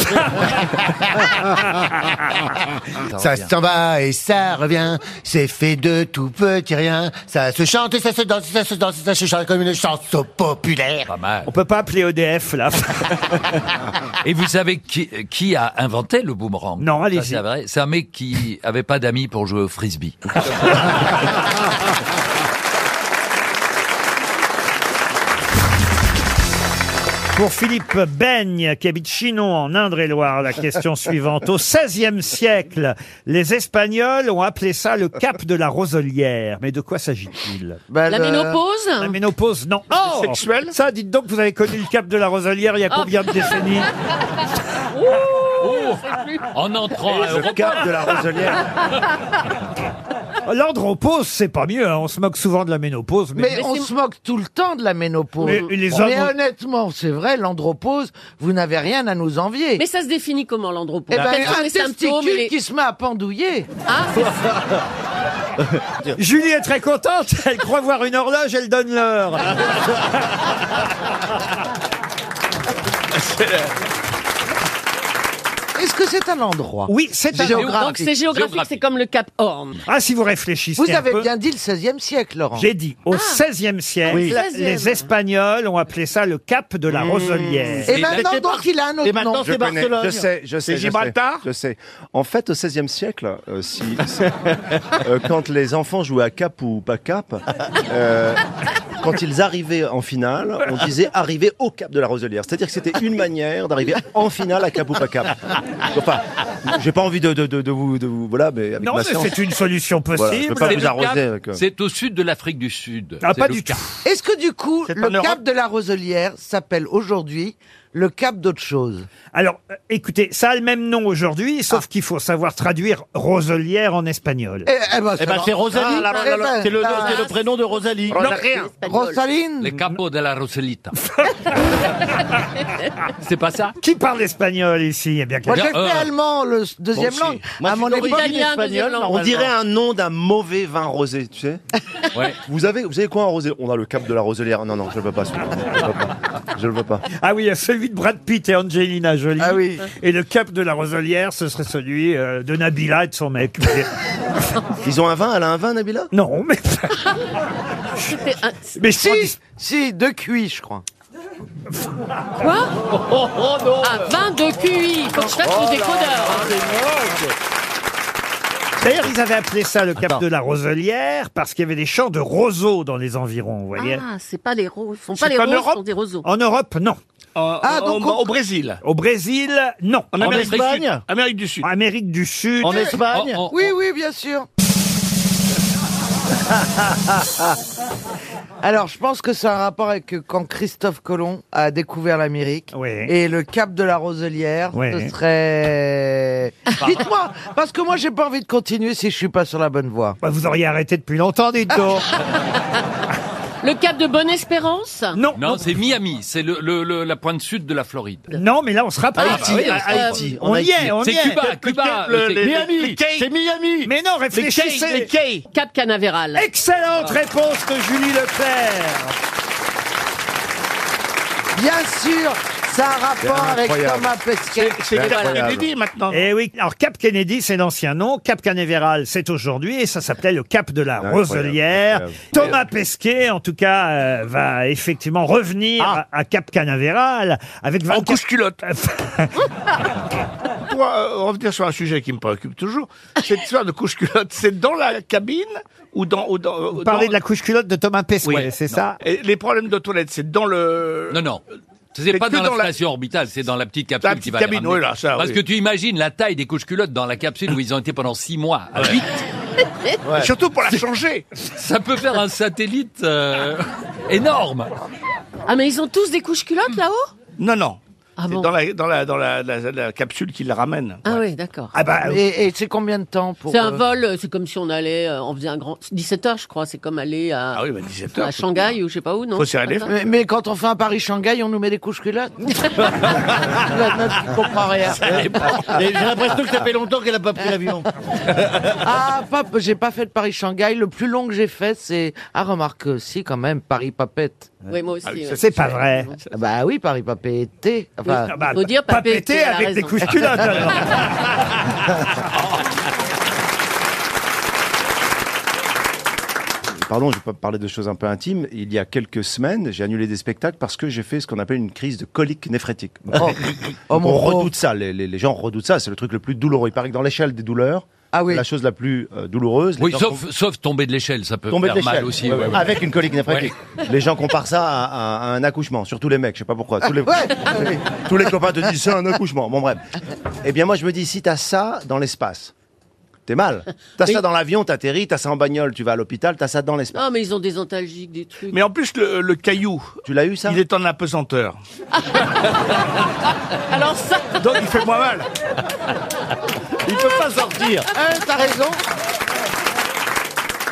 [SPEAKER 3] Ça s'en va et ça revient, c'est fait de tout petit rien. Ça se chante et ça se danse, ça se danse et ça se chante comme une chanson populaire.
[SPEAKER 25] Pas mal.
[SPEAKER 1] On peut pas appeler EDF là.
[SPEAKER 25] Et vous savez qui, qui a inventé le boomerang
[SPEAKER 1] Non, allez-y.
[SPEAKER 25] Ça, C'est vrai. C'est un mec qui avait pas d'amis pour jouer au frisbee.
[SPEAKER 1] Pour Philippe Beigne, qui habite Chinon en Indre-et-Loire, la question suivante. Au XVIe siècle, les Espagnols ont appelé ça le cap de la roselière. Mais de quoi s'agit-il
[SPEAKER 10] Ben,
[SPEAKER 25] euh,
[SPEAKER 27] La le- ménopause
[SPEAKER 1] La ménopause, non. Oh
[SPEAKER 27] Sexuelle
[SPEAKER 1] Ça, dites donc, vous avez connu le cap de la roselière
[SPEAKER 7] Oh.
[SPEAKER 1] il y a combien de décennies
[SPEAKER 25] En entrant à Europe.
[SPEAKER 1] L'andropause, c'est pas mieux. hein. On se moque souvent de la ménopause.
[SPEAKER 16] Mais, on se moque tout le temps de la ménopause.
[SPEAKER 1] Mais les hommes ont-
[SPEAKER 16] honnêtement, c'est vrai, l'andropause, vous n'avez rien à nous envier.
[SPEAKER 27] Mais ça se définit comment l'andropause
[SPEAKER 16] Eh ben,
[SPEAKER 27] Quels sont
[SPEAKER 16] un
[SPEAKER 27] les symptômes et
[SPEAKER 16] testicule
[SPEAKER 27] les-
[SPEAKER 16] qui se met à pendouiller.
[SPEAKER 27] Ah, c'est ça.
[SPEAKER 1] Julie est très contente. Elle croit voir une horloge, elle donne l'heure.
[SPEAKER 16] Est-ce que c'est un endroit
[SPEAKER 1] Oui, c'est un endroit.
[SPEAKER 16] endroit.
[SPEAKER 27] Donc c'est géographique, c'est comme le Cap Horn.
[SPEAKER 1] Ah, si vous réfléchissez.
[SPEAKER 16] Vous
[SPEAKER 1] un
[SPEAKER 16] avez
[SPEAKER 1] peu-
[SPEAKER 16] bien dit le 16e siècle, Laurent. Ah.
[SPEAKER 1] J'ai dit, au XVIe siècle,
[SPEAKER 16] Oui.
[SPEAKER 1] la-
[SPEAKER 16] 16e.
[SPEAKER 1] les Espagnols ont appelé ça le cap de la Roselière.
[SPEAKER 16] Mmh. Et maintenant, donc, il a un autre nom.
[SPEAKER 15] je connais, Je sais, je sais. je sais, Je sais. En fait, au XVIe siècle, euh, si, euh, quand les enfants jouaient à cap ou pas cap, euh, quand ils arrivaient en finale, on disait arriver au cap de la Roselière. C'est-à-dire que c'était une manière d'arriver en finale à cap ou pas cap. Enfin, j'ai pas envie de, de- de- de vous, de vous- Voilà, mais avec
[SPEAKER 1] Non,
[SPEAKER 15] ma
[SPEAKER 1] mais
[SPEAKER 15] science.
[SPEAKER 1] c'est une solution possible.
[SPEAKER 15] Voilà, je peux pas
[SPEAKER 25] C'est
[SPEAKER 15] vous
[SPEAKER 25] le
[SPEAKER 15] arroser.
[SPEAKER 25] Cap.
[SPEAKER 15] avec, euh,
[SPEAKER 25] C'est au sud de l'Afrique du Sud.
[SPEAKER 16] Ah,
[SPEAKER 25] C'est
[SPEAKER 16] pas
[SPEAKER 25] le
[SPEAKER 16] du
[SPEAKER 25] Cap.
[SPEAKER 16] Est-ce que du coup,
[SPEAKER 25] en
[SPEAKER 16] le
[SPEAKER 25] Europe
[SPEAKER 16] cap de la Roselière s'appelle aujourd'hui le cap d'autre chose Ah.
[SPEAKER 1] Alors, euh, écoutez, ça a le même nom aujourd'hui, sauf qu'il faut savoir traduire Roselière en espagnol.
[SPEAKER 16] Eh, eh ben, ça
[SPEAKER 1] Eh ben,
[SPEAKER 16] va.
[SPEAKER 1] c'est Rosalie.
[SPEAKER 16] Ah, la-
[SPEAKER 1] Eh ben,
[SPEAKER 16] c'est le-
[SPEAKER 1] la-
[SPEAKER 16] c'est le
[SPEAKER 25] prénom de Rosalie.
[SPEAKER 16] Non. Rosalie. Rosaline.
[SPEAKER 25] Les capos de la Rosalita. c'est pas ça
[SPEAKER 1] Qui parle espagnol ici Eh bien,
[SPEAKER 16] Moi, j'ai
[SPEAKER 1] quelqu'un-
[SPEAKER 16] fait allemand, le s- deuxième
[SPEAKER 1] aussi.
[SPEAKER 16] langue. à mon époque,
[SPEAKER 15] on dirait un nom d'un mauvais vin rosé, tu sais. Vous avez, vous avez quoi un rosé On a le cap de la Roselière. Non, non, je le veux pas. celui-là. Je le veux pas. Je le veux pas.
[SPEAKER 1] Ah oui, il y a celui de Brad Pitt et Angelina Jolie.
[SPEAKER 16] Ah oui.
[SPEAKER 1] Et le cap de la Roselière, ce serait celui euh, de Nabila et de son mec.
[SPEAKER 15] Ils ont un vin Elle a un vin, Nabila
[SPEAKER 1] Non, mais...
[SPEAKER 27] C'était un-
[SPEAKER 1] Mais si
[SPEAKER 16] Si, de cuit, je crois.
[SPEAKER 27] Quoi Ah, 22 QI. Faut que je
[SPEAKER 1] Oh
[SPEAKER 27] fasse le
[SPEAKER 9] hein.
[SPEAKER 27] décodeur.
[SPEAKER 1] D'ailleurs, ils avaient appelé ça le cap de la Roselière parce qu'il y avait des champs de roseaux dans les environs, vous voyez.
[SPEAKER 27] Ah, c'est pas les roses. Ce sont
[SPEAKER 1] C'est
[SPEAKER 27] pas les
[SPEAKER 1] qu'en
[SPEAKER 27] roses, ce
[SPEAKER 1] Europe-
[SPEAKER 27] sont des roseaux.
[SPEAKER 1] En Europe, non.
[SPEAKER 27] Ah, donc au- au
[SPEAKER 1] Brésil. Au Brésil, non.
[SPEAKER 27] En En Amérique Espagne du Sud.
[SPEAKER 1] Amérique du Sud. Amérique du Sud. Oh,
[SPEAKER 16] Oui, oui, bien sûr. Alors, je pense que c'est un rapport avec euh, quand Christophe Colomb a découvert l'Amérique et le cap de la Roselière,
[SPEAKER 1] Oui.
[SPEAKER 16] ce serait. Dites-moi, parce que moi, j'ai pas envie de continuer si je suis pas sur la bonne voie.
[SPEAKER 1] Bah, vous auriez arrêté depuis longtemps, dites donc.
[SPEAKER 27] Le Cap de Bonne Espérance
[SPEAKER 1] Non,
[SPEAKER 25] non, c'est Miami, c'est le, le- le- la pointe sud de la Floride.
[SPEAKER 1] Non, mais là, on se rappelle.
[SPEAKER 25] Haïti, Haïti,
[SPEAKER 1] On
[SPEAKER 25] en
[SPEAKER 1] y
[SPEAKER 25] Haïti.
[SPEAKER 1] est, on y
[SPEAKER 25] C'est
[SPEAKER 1] est.
[SPEAKER 25] Cuba, Cuba, le- les- Miami, les Cay. c'est
[SPEAKER 1] Miami. Mais non, réfléchissez.
[SPEAKER 27] Cap Canaveral.
[SPEAKER 1] Excellente réponse de Julie Leclerc.
[SPEAKER 16] Bien sûr, Ça a rapport
[SPEAKER 19] C'est
[SPEAKER 16] avec
[SPEAKER 19] incroyable.
[SPEAKER 16] Thomas Pesquet.
[SPEAKER 1] maintenant. Et Eh oui, alors Cap Kennedy, c'est l'ancien nom. Cap Canaveral, c'est aujourd'hui. Et ça s'appelait le Cap de la
[SPEAKER 19] Incroyable,
[SPEAKER 1] Roselière.
[SPEAKER 19] incroyable.
[SPEAKER 1] Thomas Pesquet, en tout cas, euh, va effectivement revenir à à Cap Canaveral avec 24... En
[SPEAKER 10] couche-culotte. Pour euh, revenir sur un sujet qui me préoccupe toujours, cette histoire de couche-culotte, c'est dans la cabine ou dans... Ou dans euh,
[SPEAKER 1] Vous parlez de la couche-culotte de Thomas Pesquet, c'est ça
[SPEAKER 10] les problèmes de toilette, c'est dans le...
[SPEAKER 25] Non, non. C'est pas
[SPEAKER 10] que
[SPEAKER 25] dans la
[SPEAKER 10] dans la-
[SPEAKER 25] station orbitale, c'est dans la petite capsule
[SPEAKER 10] petite
[SPEAKER 25] qui va les
[SPEAKER 10] cabine,
[SPEAKER 25] ramener.
[SPEAKER 10] oui, là, ça,
[SPEAKER 25] Parce
[SPEAKER 10] oui.
[SPEAKER 25] que tu imagines la taille des couches culottes dans la capsule où ils ont été pendant six mois. à huit.
[SPEAKER 10] Et Surtout pour la changer.
[SPEAKER 25] Ça peut faire un satellite euh, énorme.
[SPEAKER 27] Ah, mais ils ont tous des couches culottes là-haut
[SPEAKER 10] Non, non. c'est
[SPEAKER 27] bon
[SPEAKER 10] dans, la, dans, la, dans la, la- la capsule qui la ramène.
[SPEAKER 27] Ah oui, d'accord.
[SPEAKER 10] Ah bah,
[SPEAKER 16] et et c'est combien de temps pour.
[SPEAKER 27] C'est un
[SPEAKER 16] euh,
[SPEAKER 27] vol, euh, c'est comme si on allait, euh, on faisait un grand... 17h je crois, c'est comme aller à,
[SPEAKER 10] Ah oui, bah 17
[SPEAKER 27] à
[SPEAKER 10] heures.
[SPEAKER 27] Shanghai ou je sais pas où, non
[SPEAKER 10] Faut serrer les
[SPEAKER 16] Mais, mais quand on fait un Paris-Shanghai, on nous met des couches culottes. La meuf qui comprend rien.
[SPEAKER 13] J'ai l'impression que ça fait longtemps qu'elle n'a pas pris l'avion.
[SPEAKER 16] Ah, pas, j'ai pas fait de Paris-Shanghai. Le plus long que j'ai fait, c'est. Ah, remarque aussi, quand même, Paris-Papette.
[SPEAKER 27] Oui, moi aussi, Ah oui, ça, ouais.
[SPEAKER 1] C'est pas vrai.
[SPEAKER 16] Bah oui, Paris-Papette. Enfin,
[SPEAKER 27] Oui, bah, Faut dire pas papette, péter elle a avec raison. des couches culottes, alors.
[SPEAKER 15] Pardon, je vais pas parler de choses un peu intimes. Il y a quelques semaines, j'ai annulé des spectacles parce que j'ai fait ce qu'on appelle une crise de colique néphrétique. Donc,
[SPEAKER 16] Oh. mon
[SPEAKER 15] on
[SPEAKER 16] pauvre.
[SPEAKER 15] redoute ça, les, les- les gens redoutent ça, c'est le truc le plus douloureux. Il paraît que dans l'échelle des douleurs,
[SPEAKER 16] Ah
[SPEAKER 15] la chose la plus euh, douloureuse, les
[SPEAKER 25] Oui,
[SPEAKER 15] gens
[SPEAKER 25] sauf, sauf tomber de l'échelle, ça peut
[SPEAKER 15] Tomber de
[SPEAKER 25] faire mal
[SPEAKER 15] l'échelle.
[SPEAKER 25] aussi.
[SPEAKER 15] Ouais,
[SPEAKER 25] ouais,
[SPEAKER 15] ouais.
[SPEAKER 25] ouais.
[SPEAKER 15] Avec une colique néphrétique. Les gens comparent ça à, à- à un accouchement, surtout les mecs, je sais pas pourquoi. Tous les, tous les copains te disent c'est un accouchement. Bon, bref. Eh bien, moi, je me dis, si t'as ça dans l'espace, t'es mal. T'as ça dans l'avion, t'atterris, t'as ça en bagnole, tu vas à l'hôpital, t'as ça dans l'espace.
[SPEAKER 27] Non, mais ils ont des antalgiques, des
[SPEAKER 9] Oh.
[SPEAKER 27] trucs.
[SPEAKER 10] Mais en plus, le, le caillou.
[SPEAKER 15] Tu l'as eu, ça
[SPEAKER 10] Il est en apesanteur.
[SPEAKER 27] Alors ça...
[SPEAKER 10] Donc, il fait moins mal.
[SPEAKER 15] Il peut pas sortir.
[SPEAKER 16] Hein, t'as raison.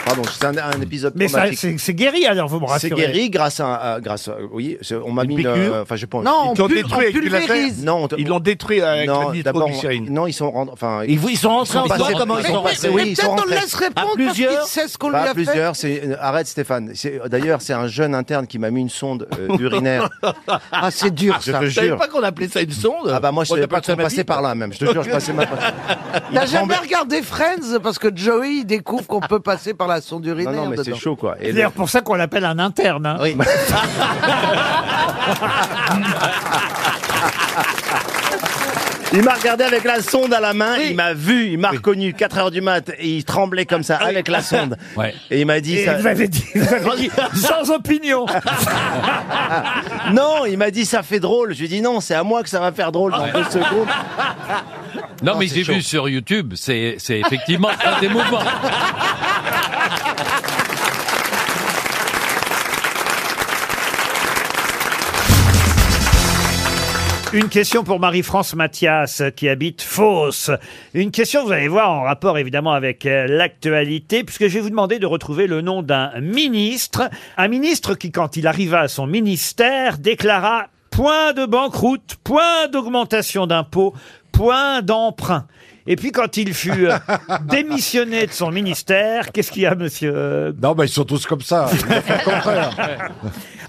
[SPEAKER 15] Pardon, c'est un, un épisode
[SPEAKER 1] Mais ça,
[SPEAKER 15] traumatique.
[SPEAKER 1] c'est c'est guéri alors, vous me
[SPEAKER 15] C'est
[SPEAKER 1] rassurez.
[SPEAKER 15] guéri grâce à, à- grâce à- oui, c'est- on m'a mis une,
[SPEAKER 1] piqûre
[SPEAKER 15] euh, enfin je pense.
[SPEAKER 1] Non, Ils on t'ont pul- détruit on avec du laser pulvérise.
[SPEAKER 15] Non, on te-
[SPEAKER 10] Ils l'ont détruit avec
[SPEAKER 15] non,
[SPEAKER 10] la
[SPEAKER 15] d'abord, on-
[SPEAKER 10] nitroglycérine.
[SPEAKER 15] Non, ils sont rentrés, enfin
[SPEAKER 13] Ils vous- ils sont rentrés en
[SPEAKER 15] passés-
[SPEAKER 13] bateau, comment ils
[SPEAKER 15] Mais-
[SPEAKER 13] sont
[SPEAKER 15] mais-
[SPEAKER 13] rentrés
[SPEAKER 15] oui,
[SPEAKER 13] Mais
[SPEAKER 15] ils sont
[SPEAKER 13] peut-être on le
[SPEAKER 15] rentrés.
[SPEAKER 13] laisse répondre À parce qu'il plusieurs
[SPEAKER 16] sait ce qu'on
[SPEAKER 15] Pas
[SPEAKER 16] lui a fait.
[SPEAKER 15] plusieurs, c'est arrête Stéphane. C'est d'ailleurs c'est un jeune interne qui m'a mis une sonde euh, urinaire.
[SPEAKER 16] Ah, c'est dur,
[SPEAKER 15] je
[SPEAKER 16] ça.
[SPEAKER 15] te
[SPEAKER 16] Je savais
[SPEAKER 15] jure.
[SPEAKER 16] pas
[SPEAKER 10] qu'on appelait ça une sonde.
[SPEAKER 15] Ah bah moi je
[SPEAKER 16] On
[SPEAKER 15] savais
[SPEAKER 16] appelle
[SPEAKER 15] pas
[SPEAKER 16] ça
[SPEAKER 15] qu'on
[SPEAKER 16] ma
[SPEAKER 15] passait
[SPEAKER 16] bite.
[SPEAKER 15] par là même. Je te jure, je passais ma
[SPEAKER 16] T'as
[SPEAKER 15] Il tremblait.
[SPEAKER 16] jamais regardé Friends parce que Joey il découvre qu'on peut passer par la sonde urinaire.
[SPEAKER 15] non, mais c'est
[SPEAKER 16] dedans.
[SPEAKER 15] chaud, quoi. Et
[SPEAKER 1] C'est d'ailleurs pour ça qu'on l'appelle un interne. hein.
[SPEAKER 15] Il m'a regardé avec la sonde à la main, il m'a vu, il m'a reconnu 4 heures du mat et il tremblait comme
[SPEAKER 10] Ah
[SPEAKER 15] ça avec la sonde.
[SPEAKER 25] Ouais.
[SPEAKER 15] Et il m'a dit
[SPEAKER 1] Et
[SPEAKER 15] ça-
[SPEAKER 1] vous avez dit, vous avez dit, sans opinion.
[SPEAKER 15] Non, il m'a dit ça fait drôle. Je lui ai dit non, c'est à moi que ça va faire drôle dans deux secondes.
[SPEAKER 25] Non, mais j'ai vu sur YouTube, c'est c'est effectivement un des mouvements.
[SPEAKER 1] Une question pour Marie-France Mathias euh, qui habite Fos. Une question, vous allez voir, en rapport évidemment avec euh, l'actualité, puisque je vais vous demander de retrouver le nom d'un ministre. Un ministre qui, quand il arriva à son ministère, déclara point de banqueroute, point d'augmentation d'impôts, point d'emprunt. Et puis quand il fut euh, démissionné de son ministère, qu'est-ce qu'il y a, monsieur euh,
[SPEAKER 19] Non, mais ils sont tous comme ça.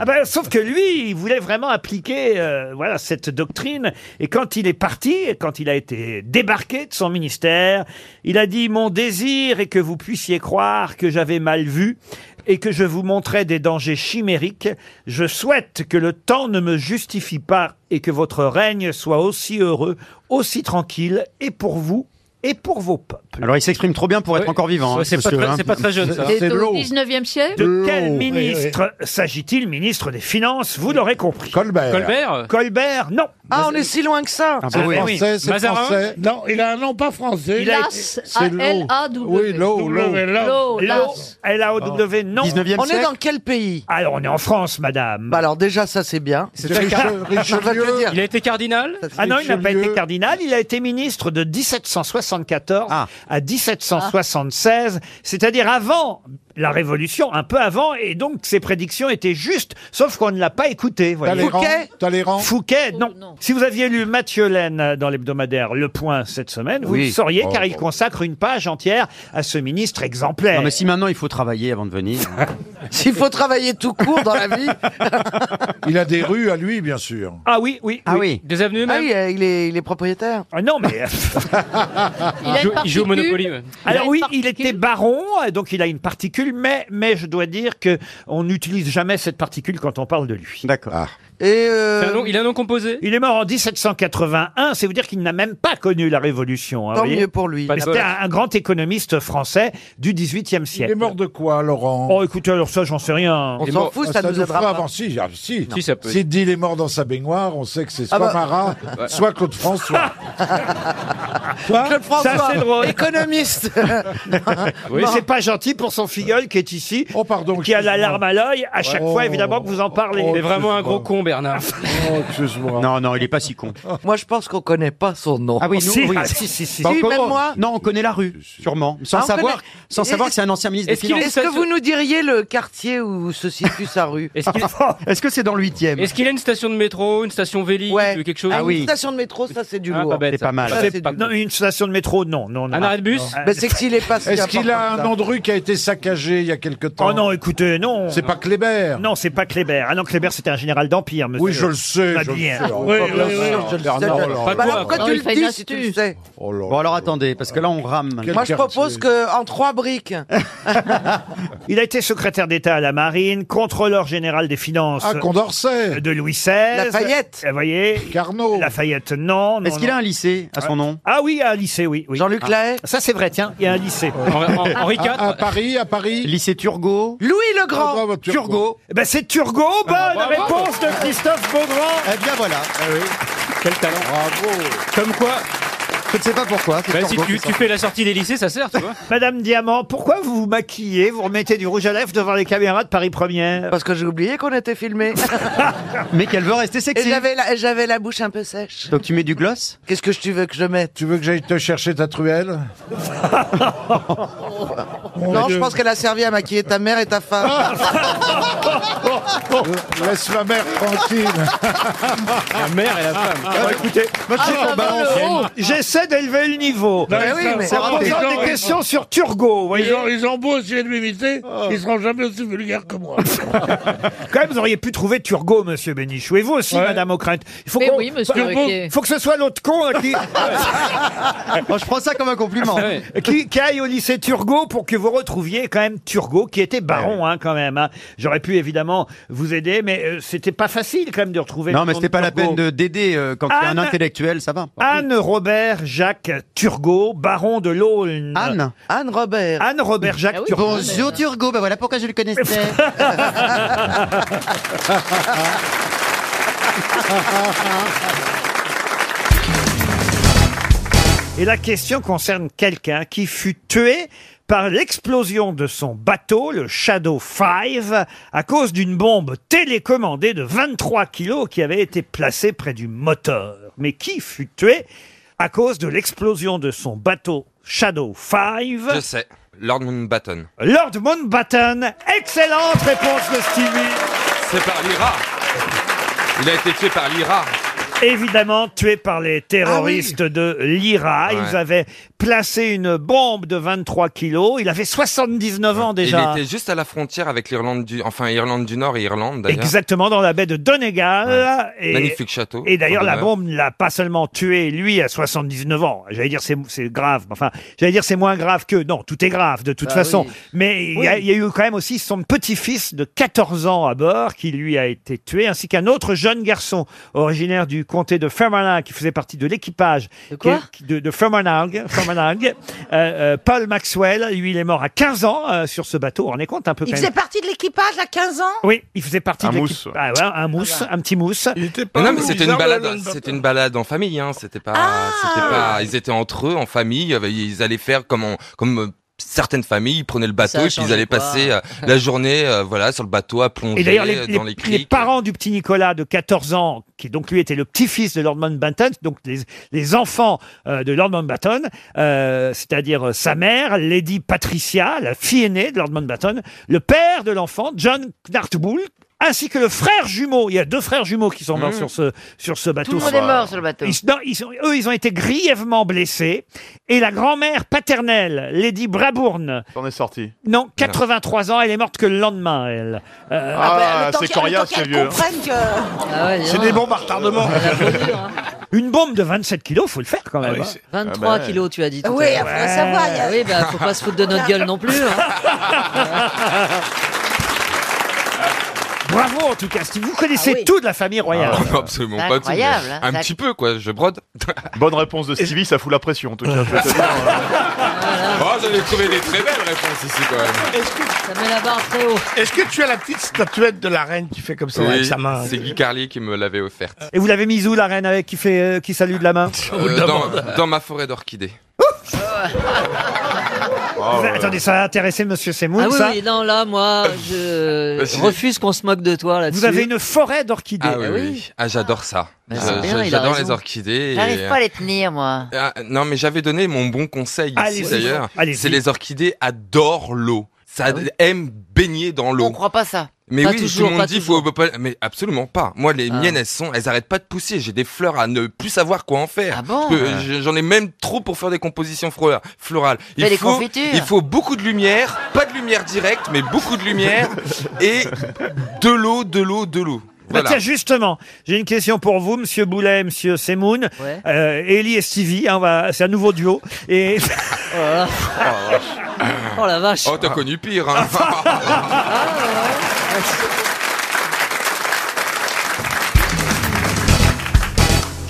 [SPEAKER 1] Ah ben, sauf que lui, il voulait vraiment appliquer euh, voilà cette doctrine. Et quand il est parti, quand il a été débarqué de son ministère, il a dit mon désir est que vous puissiez croire que j'avais mal vu et que je vous montrais des dangers chimériques. Je souhaite que le temps ne me justifie pas et que votre règne soit aussi heureux, aussi tranquille, et pour vous, et pour vos peuples.
[SPEAKER 21] Alors il s'exprime trop bien pour être encore vivant. hein,
[SPEAKER 1] c'est
[SPEAKER 21] ce
[SPEAKER 1] pas
[SPEAKER 21] monsieur,
[SPEAKER 1] très-
[SPEAKER 21] hein.
[SPEAKER 1] c'est pas très jeune, ça. C'est
[SPEAKER 21] de l'eau.
[SPEAKER 28] 19e siècle
[SPEAKER 1] De quel ministre s'agit-il Ministre des Finances, vous l'aurez compris. Colbert.
[SPEAKER 28] Colbert
[SPEAKER 1] Colbert, non.
[SPEAKER 16] Ah, on est si loin que ça.
[SPEAKER 1] Ah bah oui. Français, c'est Mazarin français.
[SPEAKER 10] Non, il a un nom pas français.
[SPEAKER 1] Il a été-
[SPEAKER 10] C'est l'eau. Oui, l'eau, l'eau.
[SPEAKER 1] L'eau, L-A-O-W,
[SPEAKER 19] Ah.
[SPEAKER 1] non.
[SPEAKER 16] 19e On est siècle. dans quel pays
[SPEAKER 1] Alors, on est en France, madame.
[SPEAKER 16] Bah alors déjà ça c'est bien.
[SPEAKER 1] Il a été cardinal Ah non, il n'a pas
[SPEAKER 16] Richelieu.
[SPEAKER 1] été cardinal. Il a été ministre
[SPEAKER 21] Ah.
[SPEAKER 1] de 1774 à 1776, c'est-à-dire avant la Révolution, un peu avant, et donc ses prédictions étaient justes, sauf qu'on ne l'a pas écouté. voyez.
[SPEAKER 19] Talleyrand Talleyrand
[SPEAKER 1] Fouquet, non. Si vous aviez lu Mathieu Laine dans l'hebdomadaire Le Point cette semaine, vous
[SPEAKER 21] Oui.
[SPEAKER 1] le sauriez,
[SPEAKER 21] Oh,
[SPEAKER 1] car il
[SPEAKER 21] bon.
[SPEAKER 1] consacre une page entière à ce ministre exemplaire.
[SPEAKER 21] Non, mais si maintenant il faut travailler avant de venir.
[SPEAKER 16] S'il faut travailler tout court dans la vie.
[SPEAKER 19] Il a des rues à lui, bien sûr.
[SPEAKER 1] Ah oui, oui.
[SPEAKER 21] Ah oui.
[SPEAKER 16] Des avenues
[SPEAKER 19] même
[SPEAKER 16] il, est- euh, il est, il est propriétaire.
[SPEAKER 1] Ah non, mais.
[SPEAKER 16] Il a une particule.
[SPEAKER 1] Alors Ah oui, il était baron, euh, donc il a une particule, mais, mais je dois dire que on n'utilise jamais cette particule quand on parle de lui. Ah.
[SPEAKER 21] D'accord.
[SPEAKER 16] Et
[SPEAKER 1] C'est un nom- il a non composé euh, Il est mort en 1781, c'est vous dire qu'il n'a même pas connu la Révolution. hein,
[SPEAKER 19] Tant
[SPEAKER 1] vous voyez.
[SPEAKER 19] mieux pour lui. Pas de
[SPEAKER 1] Mais C'était
[SPEAKER 19] bol.
[SPEAKER 1] un, un grand économiste français du 18e siècle.
[SPEAKER 19] Il est mort de quoi, Laurent
[SPEAKER 1] Oh, écoutez, alors ça, j'en sais rien.
[SPEAKER 19] Il est mort- ah, fera avant- si, ah, si.
[SPEAKER 1] Si, ça peut.
[SPEAKER 19] S'il dit il est mort dans sa baignoire, on sait que c'est soit
[SPEAKER 1] Ah bah.
[SPEAKER 19] Marat,
[SPEAKER 1] Ouais.
[SPEAKER 19] soit Claude François.
[SPEAKER 1] Ah,
[SPEAKER 19] Toi
[SPEAKER 16] Claude
[SPEAKER 1] Ça,
[SPEAKER 16] François,
[SPEAKER 1] c'est drôle.
[SPEAKER 16] économiste.
[SPEAKER 1] Mais c'est pas gentil pour son filleul qui est ici, qui a la larme à l'œil à chaque fois, évidemment, que vous en parlez.
[SPEAKER 6] T'es vraiment un gros con, Bernard.
[SPEAKER 21] Non, non, il est pas si con.
[SPEAKER 16] Moi, je pense qu'on connaît pas son nom.
[SPEAKER 21] Ah oui, nous,
[SPEAKER 16] Si,
[SPEAKER 21] oui.
[SPEAKER 16] ah, si, si, si.
[SPEAKER 21] Bah,
[SPEAKER 16] Si,
[SPEAKER 21] comment
[SPEAKER 16] même moi.
[SPEAKER 21] Non, on connaît la rue, sûrement. Sans
[SPEAKER 16] Ah, on
[SPEAKER 21] savoir,
[SPEAKER 16] connaît.
[SPEAKER 21] sans
[SPEAKER 16] Et-
[SPEAKER 21] savoir que c'est un ancien ministre des
[SPEAKER 16] Est-ce qu'il-
[SPEAKER 21] Finances.
[SPEAKER 16] est-ce que vous nous diriez le quartier où se situe sa rue
[SPEAKER 6] Est-ce qu'il-
[SPEAKER 21] Est-ce que c'est dans le 8 e
[SPEAKER 6] Est-ce qu'il a une station de métro, une station Véli, ou quelque chose
[SPEAKER 16] Ah, Une station de métro, ça c'est du
[SPEAKER 6] Ah,
[SPEAKER 16] lourd.
[SPEAKER 6] pas bête, C'est ça. pas mal.
[SPEAKER 16] Ça,
[SPEAKER 6] C'est
[SPEAKER 16] c'est
[SPEAKER 6] pas-
[SPEAKER 16] du-
[SPEAKER 1] Non, une station de métro, non. non, non.
[SPEAKER 6] Un arrêt de bus
[SPEAKER 1] Non.
[SPEAKER 6] Ben,
[SPEAKER 16] c'est que s'il est pas si
[SPEAKER 19] Est-ce qu'il a un
[SPEAKER 16] important que ça.
[SPEAKER 19] nom de rue qui a été saccagé il y a quelque temps
[SPEAKER 1] Oh non, écoutez, non.
[SPEAKER 19] C'est pas Kléber.
[SPEAKER 1] Non, c'est pas Kléber. Ah non, Kléber, c'était un général d'Empire, monsieur.
[SPEAKER 19] Oui, je le sais,
[SPEAKER 1] Bah,
[SPEAKER 19] je le
[SPEAKER 1] bien.
[SPEAKER 19] sais. Oh, Oui, pas oui, bien oui, sûr, je le sais, Bernard, je- oh là Pas là. quoi,
[SPEAKER 16] Pourquoi
[SPEAKER 19] quoi.
[SPEAKER 16] tu
[SPEAKER 19] Il
[SPEAKER 16] le
[SPEAKER 19] fait
[SPEAKER 16] dis
[SPEAKER 19] une
[SPEAKER 16] si tu le sais
[SPEAKER 20] Oh
[SPEAKER 21] Bon, alors attendez, parce que là, on rame.
[SPEAKER 16] Moi, je propose que en trois briques.
[SPEAKER 1] Il a été secrétaire d'État à la Marine, contrôleur général des finances.
[SPEAKER 19] Ah, Condorcet.
[SPEAKER 1] De Louis XVI.
[SPEAKER 19] Lafayette.
[SPEAKER 1] Vous voyez
[SPEAKER 19] Carnot.
[SPEAKER 1] Lafayette, non. non,
[SPEAKER 21] Est-ce qu'il
[SPEAKER 1] non.
[SPEAKER 21] a un lycée à son nom
[SPEAKER 1] Ah oui, un lycée, oui. oui.
[SPEAKER 21] Jean-Luc
[SPEAKER 1] Ah.
[SPEAKER 21] Lahaye
[SPEAKER 1] Ça, c'est vrai, tiens, il y a un lycée.
[SPEAKER 19] À, à Paris, à Paris.
[SPEAKER 21] Lycée Turgot. Ah,
[SPEAKER 16] Louis le Grand.
[SPEAKER 21] Turgot.
[SPEAKER 1] Eh Ben, c'est Turgot. Bonne
[SPEAKER 19] Ah,
[SPEAKER 21] bravo.
[SPEAKER 1] réponse de Christophe Ah Beaugrand.
[SPEAKER 21] Eh bien, voilà.
[SPEAKER 6] Quel talent.
[SPEAKER 19] Bravo.
[SPEAKER 21] Comme quoi, je ne sais pas pourquoi. c'est
[SPEAKER 6] Bah, si
[SPEAKER 21] Turgot
[SPEAKER 6] tu,
[SPEAKER 21] qui
[SPEAKER 6] tu
[SPEAKER 21] sort.
[SPEAKER 6] fais la sortie des lycées, ça sert, tu vois.
[SPEAKER 1] Madame Diamant, pourquoi vous vous maquillez Vous remettez du rouge à lèvres devant les caméras de Paris Première
[SPEAKER 16] Parce que j'ai oublié qu'on était filmé.
[SPEAKER 21] Mais qu'elle veut rester
[SPEAKER 16] Et
[SPEAKER 21] sexy.
[SPEAKER 16] j'avais la, et j'avais la bouche un peu sèche.
[SPEAKER 21] Donc tu mets du gloss
[SPEAKER 16] Qu'est-ce que tu veux que je mette
[SPEAKER 19] Tu veux que j'aille te chercher ta truelle
[SPEAKER 16] non, je pense qu'elle a servi à maquiller ta mère et ta femme.
[SPEAKER 19] Laisse ma mère tranquille.
[SPEAKER 6] La mère et la femme.
[SPEAKER 1] Ah, bah, écoutez, moi, je-
[SPEAKER 19] Ah, bah,
[SPEAKER 1] balance.
[SPEAKER 19] bah, bah, bah.
[SPEAKER 1] J'essaie d'élever le niveau.
[SPEAKER 5] Bah,
[SPEAKER 16] Ben
[SPEAKER 5] oui, mais-
[SPEAKER 1] c'est en
[SPEAKER 5] Ils
[SPEAKER 1] posant
[SPEAKER 5] ont-
[SPEAKER 1] des questions sur Turgot, vous voyez.
[SPEAKER 5] Ils ont, ils ont beau essayer de m'imiter,
[SPEAKER 3] Oh.
[SPEAKER 5] ils seront jamais aussi vulgaires que moi.
[SPEAKER 1] Quand même, vous auriez pu trouver Turgot, monsieur Bénichou. Et vous aussi, madame O'Krent. Il faut
[SPEAKER 27] Mais
[SPEAKER 1] qu'on-
[SPEAKER 27] oui, monsieur
[SPEAKER 1] Turgot,
[SPEAKER 27] Ruquier.
[SPEAKER 1] faut que ce soit l'autre con hein, qui...
[SPEAKER 21] Moi, je prends ça comme un compliment.
[SPEAKER 1] qui, qui aille au lycée Turgot pour que vous retrouviez quand même Turgot, qui était baron, hein, quand même. hein. J'aurais pu évidemment vous aider, mais euh, c'était pas facile quand même de retrouver.
[SPEAKER 21] Non,
[SPEAKER 1] le
[SPEAKER 21] mais
[SPEAKER 1] nom
[SPEAKER 21] c'était
[SPEAKER 1] de
[SPEAKER 21] pas la
[SPEAKER 1] Turgot.
[SPEAKER 21] peine de- d'aider euh, quand
[SPEAKER 11] Ah,
[SPEAKER 21] il y a un
[SPEAKER 1] Anne-
[SPEAKER 21] intellectuel, ça va.
[SPEAKER 1] Anne Robert Jacques Turgot, baron de l'Aulne.
[SPEAKER 21] Anne
[SPEAKER 16] Anne Robert.
[SPEAKER 1] Anne Robert Ah Jacques
[SPEAKER 11] Ah
[SPEAKER 1] Turgot.
[SPEAKER 21] Bonjour Turgot, ben voilà pourquoi je le connaissais.
[SPEAKER 1] Et la question concerne quelqu'un qui fut tué par l'explosion de son bateau, le Shadow 5, à cause d'une bombe télécommandée de 23 kilos qui avait été placée près du moteur. Mais qui fut tué à cause de l'explosion de son bateau Shadow 5
[SPEAKER 25] Je sais. Lord Moonbatten.
[SPEAKER 1] Lord Mountbatten, excellente réponse de Stevie.
[SPEAKER 25] C'est par l'IRA. Il a été tué par l'IRA.
[SPEAKER 1] Évidemment, tué par les terroristes de l'IRA. Ils
[SPEAKER 25] Ah Ouais.
[SPEAKER 1] avaient placé une bombe de 23 kilos. Il avait 79 ans déjà.
[SPEAKER 25] Il était juste à la frontière avec l'Irlande du, enfin Irlande du Nord et Irlande d'ailleurs.
[SPEAKER 1] Exactement, dans la baie de Donegal. Et-
[SPEAKER 25] Magnifique château.
[SPEAKER 1] Et d'ailleurs, la
[SPEAKER 25] Donegal.
[SPEAKER 1] bombe ne l'a pas seulement tué, lui, à 79 ans. J'allais dire, c'est c'est grave. Enfin, j'allais dire, c'est moins grave que... Non, tout est grave, de toute
[SPEAKER 13] Bah
[SPEAKER 1] façon.
[SPEAKER 13] oui.
[SPEAKER 1] Mais il y, a- il y a eu quand même aussi son petit-fils de 14 ans à bord, qui lui a été tué, ainsi qu'un autre jeune garçon, originaire du comté de Fermanagh, qui faisait partie de l'équipage. De
[SPEAKER 27] quoi
[SPEAKER 1] De, de Fermanagh. Fermanagh. Euh, euh, Paul Maxwell, lui, il est mort à 15 ans euh, sur ce bateau. On est compte un peu quand
[SPEAKER 4] Il
[SPEAKER 1] même.
[SPEAKER 4] faisait partie de l'équipage à 15 ans
[SPEAKER 1] Oui, il faisait partie
[SPEAKER 25] Un
[SPEAKER 1] de l'équipe-
[SPEAKER 25] mousse.
[SPEAKER 1] Ah ouais, un mousse, un petit mousse.
[SPEAKER 25] Mais
[SPEAKER 1] Oh,
[SPEAKER 25] non, mais c'était une balade, c'était une balade en
[SPEAKER 1] Ah.
[SPEAKER 25] famille, hein. C'était pas, c'était pas, ils étaient entre eux, en famille, ils avaient- ils allaient faire comme, on- comme
[SPEAKER 2] certaines familles prenaient le
[SPEAKER 1] Ça a
[SPEAKER 2] bateau et puis ils
[SPEAKER 1] changé
[SPEAKER 2] allaient
[SPEAKER 1] quoi
[SPEAKER 2] passer euh, la journée euh, voilà sur le bateau à plonger
[SPEAKER 1] Et d'ailleurs, les,
[SPEAKER 2] euh,
[SPEAKER 1] les-
[SPEAKER 2] dans les,
[SPEAKER 1] les
[SPEAKER 2] criques.
[SPEAKER 1] parents du petit Nicolas de 14 ans, qui donc lui était le petit-fils de Lord Mountbatten, donc les, les enfants euh, de Lord Mountbatten, euh, c'est-à-dire euh, sa mère, Lady Patricia, la fille aînée de Lord Mountbatten, le père de l'enfant, John Knartbull, ainsi que le frère jumeau. Il y a deux frères jumeaux qui sont morts
[SPEAKER 12] Mm.
[SPEAKER 2] Hmm.
[SPEAKER 1] sur, ce, sur ce bateau.
[SPEAKER 12] Tout le monde est mort sur le bateau.
[SPEAKER 1] Ils se- non, ils ont- eux, ils ont été grièvement blessés. Et la grand-mère paternelle, Lady Brabourne.
[SPEAKER 8] T'en es sorti.
[SPEAKER 1] Non, 83 ans, elle est morte que le lendemain, elle. Euh,
[SPEAKER 8] Ah, Ah bah, le temps c'est qu'elle- coriace, le temps ce
[SPEAKER 1] hein.
[SPEAKER 8] qu'elle vieux.
[SPEAKER 28] comprennent que.
[SPEAKER 29] Ah
[SPEAKER 16] Ah
[SPEAKER 8] C'est des bombes à retardement.
[SPEAKER 2] hein.
[SPEAKER 1] Une bombe de 27 kilos, faut le faire
[SPEAKER 2] Ah
[SPEAKER 1] quand même.
[SPEAKER 8] oui,
[SPEAKER 1] hein.
[SPEAKER 8] c'est-
[SPEAKER 29] 23
[SPEAKER 2] ben,
[SPEAKER 29] kilos, tu as dit. tout
[SPEAKER 28] Oui,
[SPEAKER 29] à l'heure.
[SPEAKER 28] après, ça va, il y a-
[SPEAKER 29] Oui, bah, faut pas se foutre de notre gueule non
[SPEAKER 16] hein.
[SPEAKER 29] plus.
[SPEAKER 1] Bravo en tout cas, Steve. Vous
[SPEAKER 16] Ah
[SPEAKER 1] connaissez tout de la famille royale.
[SPEAKER 2] Ah, non, absolument
[SPEAKER 1] C'est
[SPEAKER 2] pas tout, mais
[SPEAKER 1] incroyable, hein,
[SPEAKER 2] un
[SPEAKER 1] ça-
[SPEAKER 2] petit peu quoi, je brode.
[SPEAKER 8] Bonne réponse de Stevie, ça fout la pression en tout cas. je peux te dire.
[SPEAKER 2] Oh, j'en ai trouvé des très belles réponses ici quand même.
[SPEAKER 29] Ça met la barre très haut.
[SPEAKER 10] Est-ce que tu as la petite statuette de la reine qui fait comme ça avec
[SPEAKER 2] Oui,
[SPEAKER 10] sa main
[SPEAKER 2] c'est Guy Carlier qui me l'avait offerte.
[SPEAKER 1] Et vous l'avez mise où la reine avec qui fait euh, qui salue de la main
[SPEAKER 2] Euh, dans, dans ma forêt d'orchidées.
[SPEAKER 29] Oh.
[SPEAKER 1] Vous- Attendez, ça a intéressé Monsieur Semoun,
[SPEAKER 29] Ah oui,
[SPEAKER 1] ça. Bah,
[SPEAKER 29] oui, non, là, moi, je
[SPEAKER 2] Vas-y.
[SPEAKER 29] refuse qu'on se moque de toi là-dessus.
[SPEAKER 1] Vous avez une forêt d'orchidées. Eh
[SPEAKER 2] Ah oui, oui. Ah, j'adore ça.
[SPEAKER 29] Mais
[SPEAKER 2] Je-
[SPEAKER 29] c'est bien,
[SPEAKER 2] je-
[SPEAKER 29] Eh il a
[SPEAKER 2] J'adore
[SPEAKER 29] raison.
[SPEAKER 2] les orchidées. et- euh,
[SPEAKER 12] J'arrive pas à les tenir, moi.
[SPEAKER 2] Ah, non, mais j'avais donné mon bon conseil ici
[SPEAKER 12] Allez-y.
[SPEAKER 2] d'ailleurs.
[SPEAKER 12] Allez-y. Ah
[SPEAKER 2] C'est les orchidées adorent l'eau. Ça
[SPEAKER 12] oui.
[SPEAKER 2] aime baigner dans l'eau.
[SPEAKER 12] On croit pas ça.
[SPEAKER 2] Mais
[SPEAKER 12] Pas
[SPEAKER 2] oui,
[SPEAKER 12] toujours, Ah.
[SPEAKER 2] tout le
[SPEAKER 12] pas
[SPEAKER 2] monde dit faut pas- mais absolument pas. Moi les miennes elles sont elles arrêtent pas de pousser, j'ai des fleurs à ne plus savoir quoi en faire.
[SPEAKER 12] Ah bon
[SPEAKER 2] Je peux- je- j'en ai même trop pour faire des compositions flora- florales. Il
[SPEAKER 12] Fais des
[SPEAKER 2] faut
[SPEAKER 12] confitures.
[SPEAKER 2] il faut beaucoup de lumière, pas de lumière directe mais beaucoup de lumière et de l'eau, de l'eau, de l'eau.
[SPEAKER 1] Bah,
[SPEAKER 2] Voilà.
[SPEAKER 1] tiens, justement, j'ai une question pour vous, Monsieur Boulet, Monsieur Semoun,
[SPEAKER 2] Ouais.
[SPEAKER 1] euh, Ellie et Stevie. hein, on va- c'est un nouveau duo. Et
[SPEAKER 2] Oh
[SPEAKER 29] la vache.
[SPEAKER 2] Ah, Oh, t'as connu pire. hein.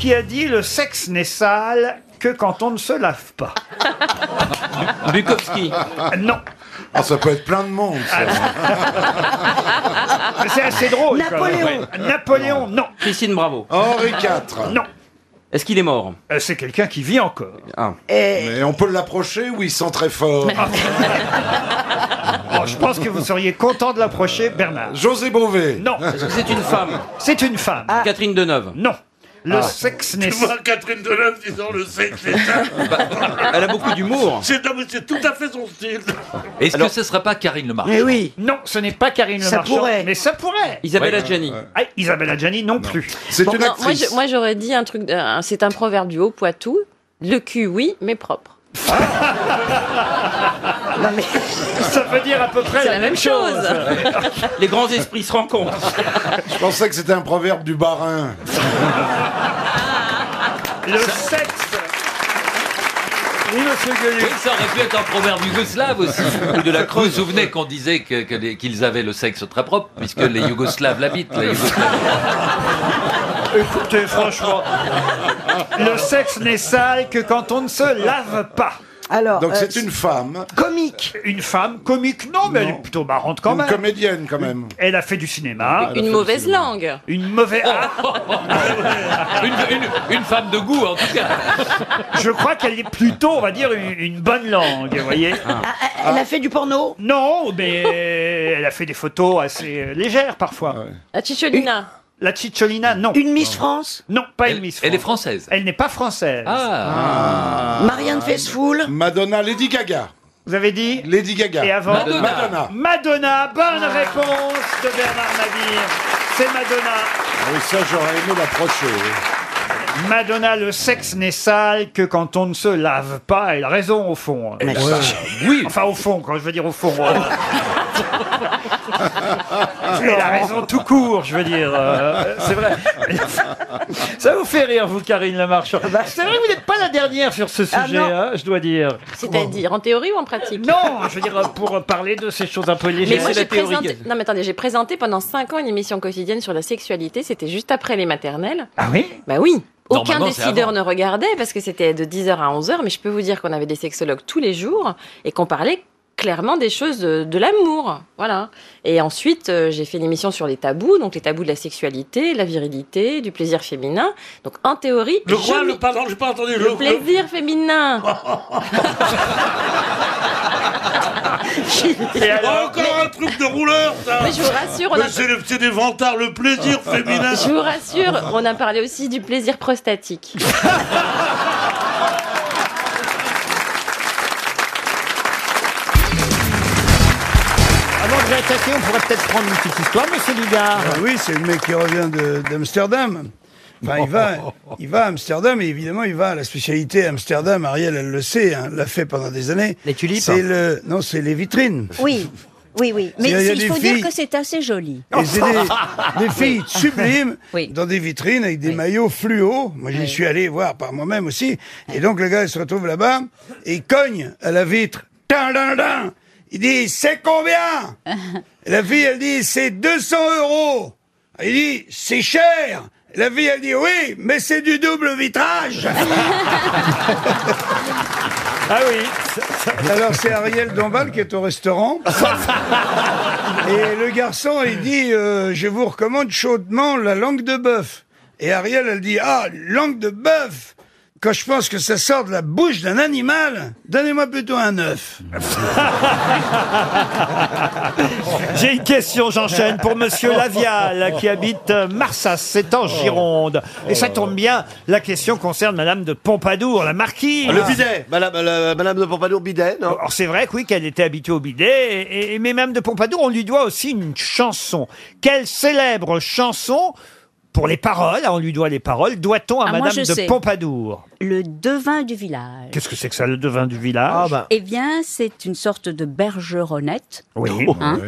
[SPEAKER 1] qui a dit le sexe n'est sale que quand on ne se lave pas.
[SPEAKER 9] Bukowski.
[SPEAKER 1] Non.
[SPEAKER 9] Ah, ça peut être plein de monde.
[SPEAKER 1] Mais C'est assez drôle. quand même. Ah, Napoléon, non.
[SPEAKER 9] Christine Bravo. Henri IV.
[SPEAKER 1] Non. Euh,
[SPEAKER 9] Est-ce qu'il est mort Ah.
[SPEAKER 1] C'est quelqu'un qui vit encore.
[SPEAKER 9] Mais on peut l'approcher ou il sent très fort
[SPEAKER 1] Oh, je pense que vous seriez content de l'approcher, Bernard.
[SPEAKER 9] José Bové.
[SPEAKER 1] Non.
[SPEAKER 9] Est-ce que c'est une femme
[SPEAKER 1] C'est une femme.
[SPEAKER 9] Ah. Catherine Deneuve.
[SPEAKER 1] Non. Le
[SPEAKER 9] Ah.
[SPEAKER 1] sexe Bah. n'est
[SPEAKER 5] Tu vois Catherine Deneuve disant le sexe est ça
[SPEAKER 9] Elle a beaucoup d'humour.
[SPEAKER 5] C'est non, mais c'est tout à fait son style.
[SPEAKER 11] Est-ce que ce serait pas Karine Le Marchand
[SPEAKER 1] Mais oui. Non, ce n'est pas Karine Le
[SPEAKER 11] Ça
[SPEAKER 1] Marchand,
[SPEAKER 11] pourrait.
[SPEAKER 1] mais ça pourrait.
[SPEAKER 11] Isabelle Ouais. Adjani.
[SPEAKER 1] Ah, Isabelle Adjani non, plus.
[SPEAKER 18] Bon, non, moi, je- moi, j'aurais dit un truc. un- C'est un proverbe du Haut-Poitou. Le cul, oui, mais propre.
[SPEAKER 1] Ça veut dire à peu près
[SPEAKER 18] C'est la même chose.
[SPEAKER 9] Les grands esprits se rencontrent.
[SPEAKER 10] Ah.
[SPEAKER 9] Je pensais que c'était un proverbe du barin.
[SPEAKER 1] Le
[SPEAKER 11] Ah,
[SPEAKER 1] sexe. Oui, monsieur Gueluc.
[SPEAKER 11] ça aurait pu être un proverbe yougoslave aussi.
[SPEAKER 25] Ou de la
[SPEAKER 11] Vous vous souvenez qu'on disait que- que les- qu'ils avaient le sexe très propre, puisque les Yougoslaves l'habitent. les Yougoslaves.
[SPEAKER 1] Écoutez, franchement, le sexe n'est sale que quand on ne se lave pas.
[SPEAKER 9] Alors, Donc, euh, c'est une femme.
[SPEAKER 1] Comique. Une femme comique, non, mais elle est plutôt marrante quand
[SPEAKER 9] Une
[SPEAKER 1] même.
[SPEAKER 9] comédienne, quand même.
[SPEAKER 1] Elle Ah, a fait du cinéma.
[SPEAKER 18] Une mauvaise langue.
[SPEAKER 1] Une mauvaise. Ah,
[SPEAKER 11] une, une- une femme de goût, en tout cas.
[SPEAKER 1] je crois qu'elle est plutôt, on va dire, une, une bonne langue, vous voyez.
[SPEAKER 28] Ah. Elle a fait du porno
[SPEAKER 1] Non, mais elle a fait des photos assez euh, légères parfois.
[SPEAKER 18] La Cicciolina.
[SPEAKER 1] La Cicciolina, non. Une Miss France Non, pas une Miss France.
[SPEAKER 11] Elle est française.
[SPEAKER 1] Elle n'est pas française.
[SPEAKER 9] Ah.
[SPEAKER 1] Marianne
[SPEAKER 9] Faithfull. Madonna, Lady Gaga.
[SPEAKER 1] Vous avez dit
[SPEAKER 9] Lady Gaga.
[SPEAKER 1] Et avant
[SPEAKER 9] Madonna.
[SPEAKER 1] Madonna, bonne
[SPEAKER 11] Ah.
[SPEAKER 1] réponse de Bernard Mabir. C'est Madonna.
[SPEAKER 9] Ah oui, ça, j'aurais aimé l'approcher.
[SPEAKER 1] Madonna, le sexe n'est sale que quand on ne se lave pas. Elle a raison, au fond.
[SPEAKER 9] Mais
[SPEAKER 1] Ouais.
[SPEAKER 9] ça-
[SPEAKER 1] Oui. Enfin, au fond, quand je veux dire au fond.
[SPEAKER 28] Ah.
[SPEAKER 1] euh, elle a raison tout court, je veux dire. euh, c'est vrai. Ça vous fait rire, vous, Karine Lamarchand. Ah bah, C'est vrai que vous n'êtes pas la dernière sur ce
[SPEAKER 18] Ah,
[SPEAKER 1] sujet,
[SPEAKER 18] non.
[SPEAKER 1] hein, je dois dire.
[SPEAKER 18] C'est-à-dire en théorie ou en pratique
[SPEAKER 1] Non, je veux dire, pour parler de ces choses un peu légères.
[SPEAKER 18] Mais moi, j'ai présenté... Non, mais attendez, j'ai présenté pendant 5 ans une émission quotidienne sur la sexualité. C'était juste après les maternelles.
[SPEAKER 1] Ah oui
[SPEAKER 18] Bah oui. Aucun
[SPEAKER 1] Normalement, c'est
[SPEAKER 18] décideur
[SPEAKER 1] avant.
[SPEAKER 18] ne regardait parce que c'était de 10h à 11h, mais je peux vous dire qu'on avait des sexologues tous les jours et qu'on parlait clairement des choses de, de l'amour. Voilà. Et ensuite, euh, j'ai fait une émission sur les tabous, donc les tabous de la sexualité, la virilité, du plaisir féminin. Donc en théorie,
[SPEAKER 5] Le
[SPEAKER 18] je
[SPEAKER 5] roi,
[SPEAKER 18] m'y-
[SPEAKER 5] le pardon, j'ai pas entendu.
[SPEAKER 18] le plaisir féminin.
[SPEAKER 5] Et Encore un truc de rouleur, ça
[SPEAKER 18] Mais je vous rassure, on a-
[SPEAKER 5] Mais c'est le- C'est des vantards, le plaisir féminin
[SPEAKER 18] Je vous rassure, on a parlé aussi du plaisir prostatique.
[SPEAKER 10] Avant de réattaquer, on pourrait peut-être prendre une petite histoire, monsieur Ligard.
[SPEAKER 13] Ben oui, c'est le mec qui revient de- d'Amsterdam. Enfin, il va,
[SPEAKER 10] Oh.
[SPEAKER 13] il va à Amsterdam et évidemment, il va à la spécialité Amsterdam. Ariel, elle le sait, hein, l'a fait pendant des années. Les tulipes C'est le, non, c'est les vitrines.
[SPEAKER 14] Oui, oui, oui. Mais
[SPEAKER 13] Il y a- il y a
[SPEAKER 14] il
[SPEAKER 13] des
[SPEAKER 14] faut
[SPEAKER 13] filles-
[SPEAKER 14] dire que c'est assez joli.
[SPEAKER 13] Et c'est des, des filles sublimes dans des vitrines avec des maillots fluo. Moi, j'y suis allé voir par moi-même aussi. Et donc, le gars, il se retrouve là-bas et il cogne à la vitre. Tin, tin, tin. Il dit, c'est combien Et La fille, elle dit, c'est 200 euros. Il dit, c'est cher. Et La fille, elle dit, oui, mais c'est du double vitrage.
[SPEAKER 1] Ah oui.
[SPEAKER 13] Alors c'est Ariel Dombal qui est au restaurant. Et le garçon, il dit, euh, je vous recommande chaudement la langue de bœuf. Et Ariel, elle dit, ah, langue de bœuf Quand je pense que ça sort de la bouche d'un animal, donnez-moi plutôt un œuf.
[SPEAKER 1] J'ai une question, j'enchaîne, pour Monsieur Lavial, qui habite euh, Marsas, c'est en Gironde. Et ça tombe bien, la question concerne Madame de Pompadour, la marquise.
[SPEAKER 10] Le bidet. Madame, la- Madame de Pompadour, bidet, non
[SPEAKER 1] Alors, c'est vrai que oui, qu'elle était habituée au bidet, et, et- mais même de Pompadour, on lui doit aussi une chanson. Quelle célèbre chanson, pour les paroles, ah, on lui doit les paroles, doit-on à
[SPEAKER 14] Ah, moi,
[SPEAKER 1] Madame
[SPEAKER 14] je
[SPEAKER 1] de
[SPEAKER 14] sais.
[SPEAKER 1] Pompadour
[SPEAKER 14] Le devin du village.
[SPEAKER 1] Qu'est-ce que c'est que ça, le devin du village
[SPEAKER 13] Ah,
[SPEAKER 10] Ah, ben.
[SPEAKER 13] bah.
[SPEAKER 14] Eh bien, c'est une sorte de bergeronnette.
[SPEAKER 1] Oui.
[SPEAKER 14] Hein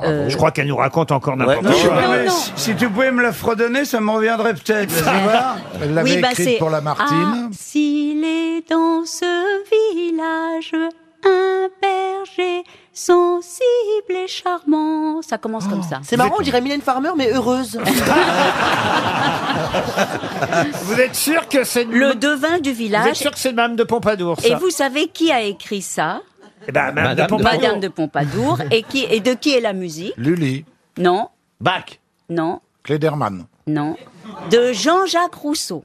[SPEAKER 13] Ah
[SPEAKER 14] Euh,
[SPEAKER 1] Je crois qu'elle nous raconte encore n'importe
[SPEAKER 13] Non,
[SPEAKER 1] quoi.
[SPEAKER 13] mais si, si tu pouvais me la fredonner, ça me reviendrait peut-être. Vas-y voir.
[SPEAKER 14] Oui, bah, c'est- Ah, S'il est dans ce village, un berger sensible et charmant. Ça commence comme
[SPEAKER 13] Oh.
[SPEAKER 14] ça.
[SPEAKER 4] C'est marrant, on dirait Mylène Farmer, mais heureuse.
[SPEAKER 1] Vous êtes sûr que c'est
[SPEAKER 14] le devin du village
[SPEAKER 1] Vous êtes sûr que c'est Madame de Pompadour, ça
[SPEAKER 14] Et vous savez qui a écrit ça
[SPEAKER 1] Eh ben, Madame, de Pompadour.
[SPEAKER 14] Madame de Pompadour. et, qui, et de qui est la musique
[SPEAKER 19] Lully,
[SPEAKER 14] Non,
[SPEAKER 19] Bach,
[SPEAKER 14] non,
[SPEAKER 19] Klederman.
[SPEAKER 14] non. De Jean-Jacques Rousseau.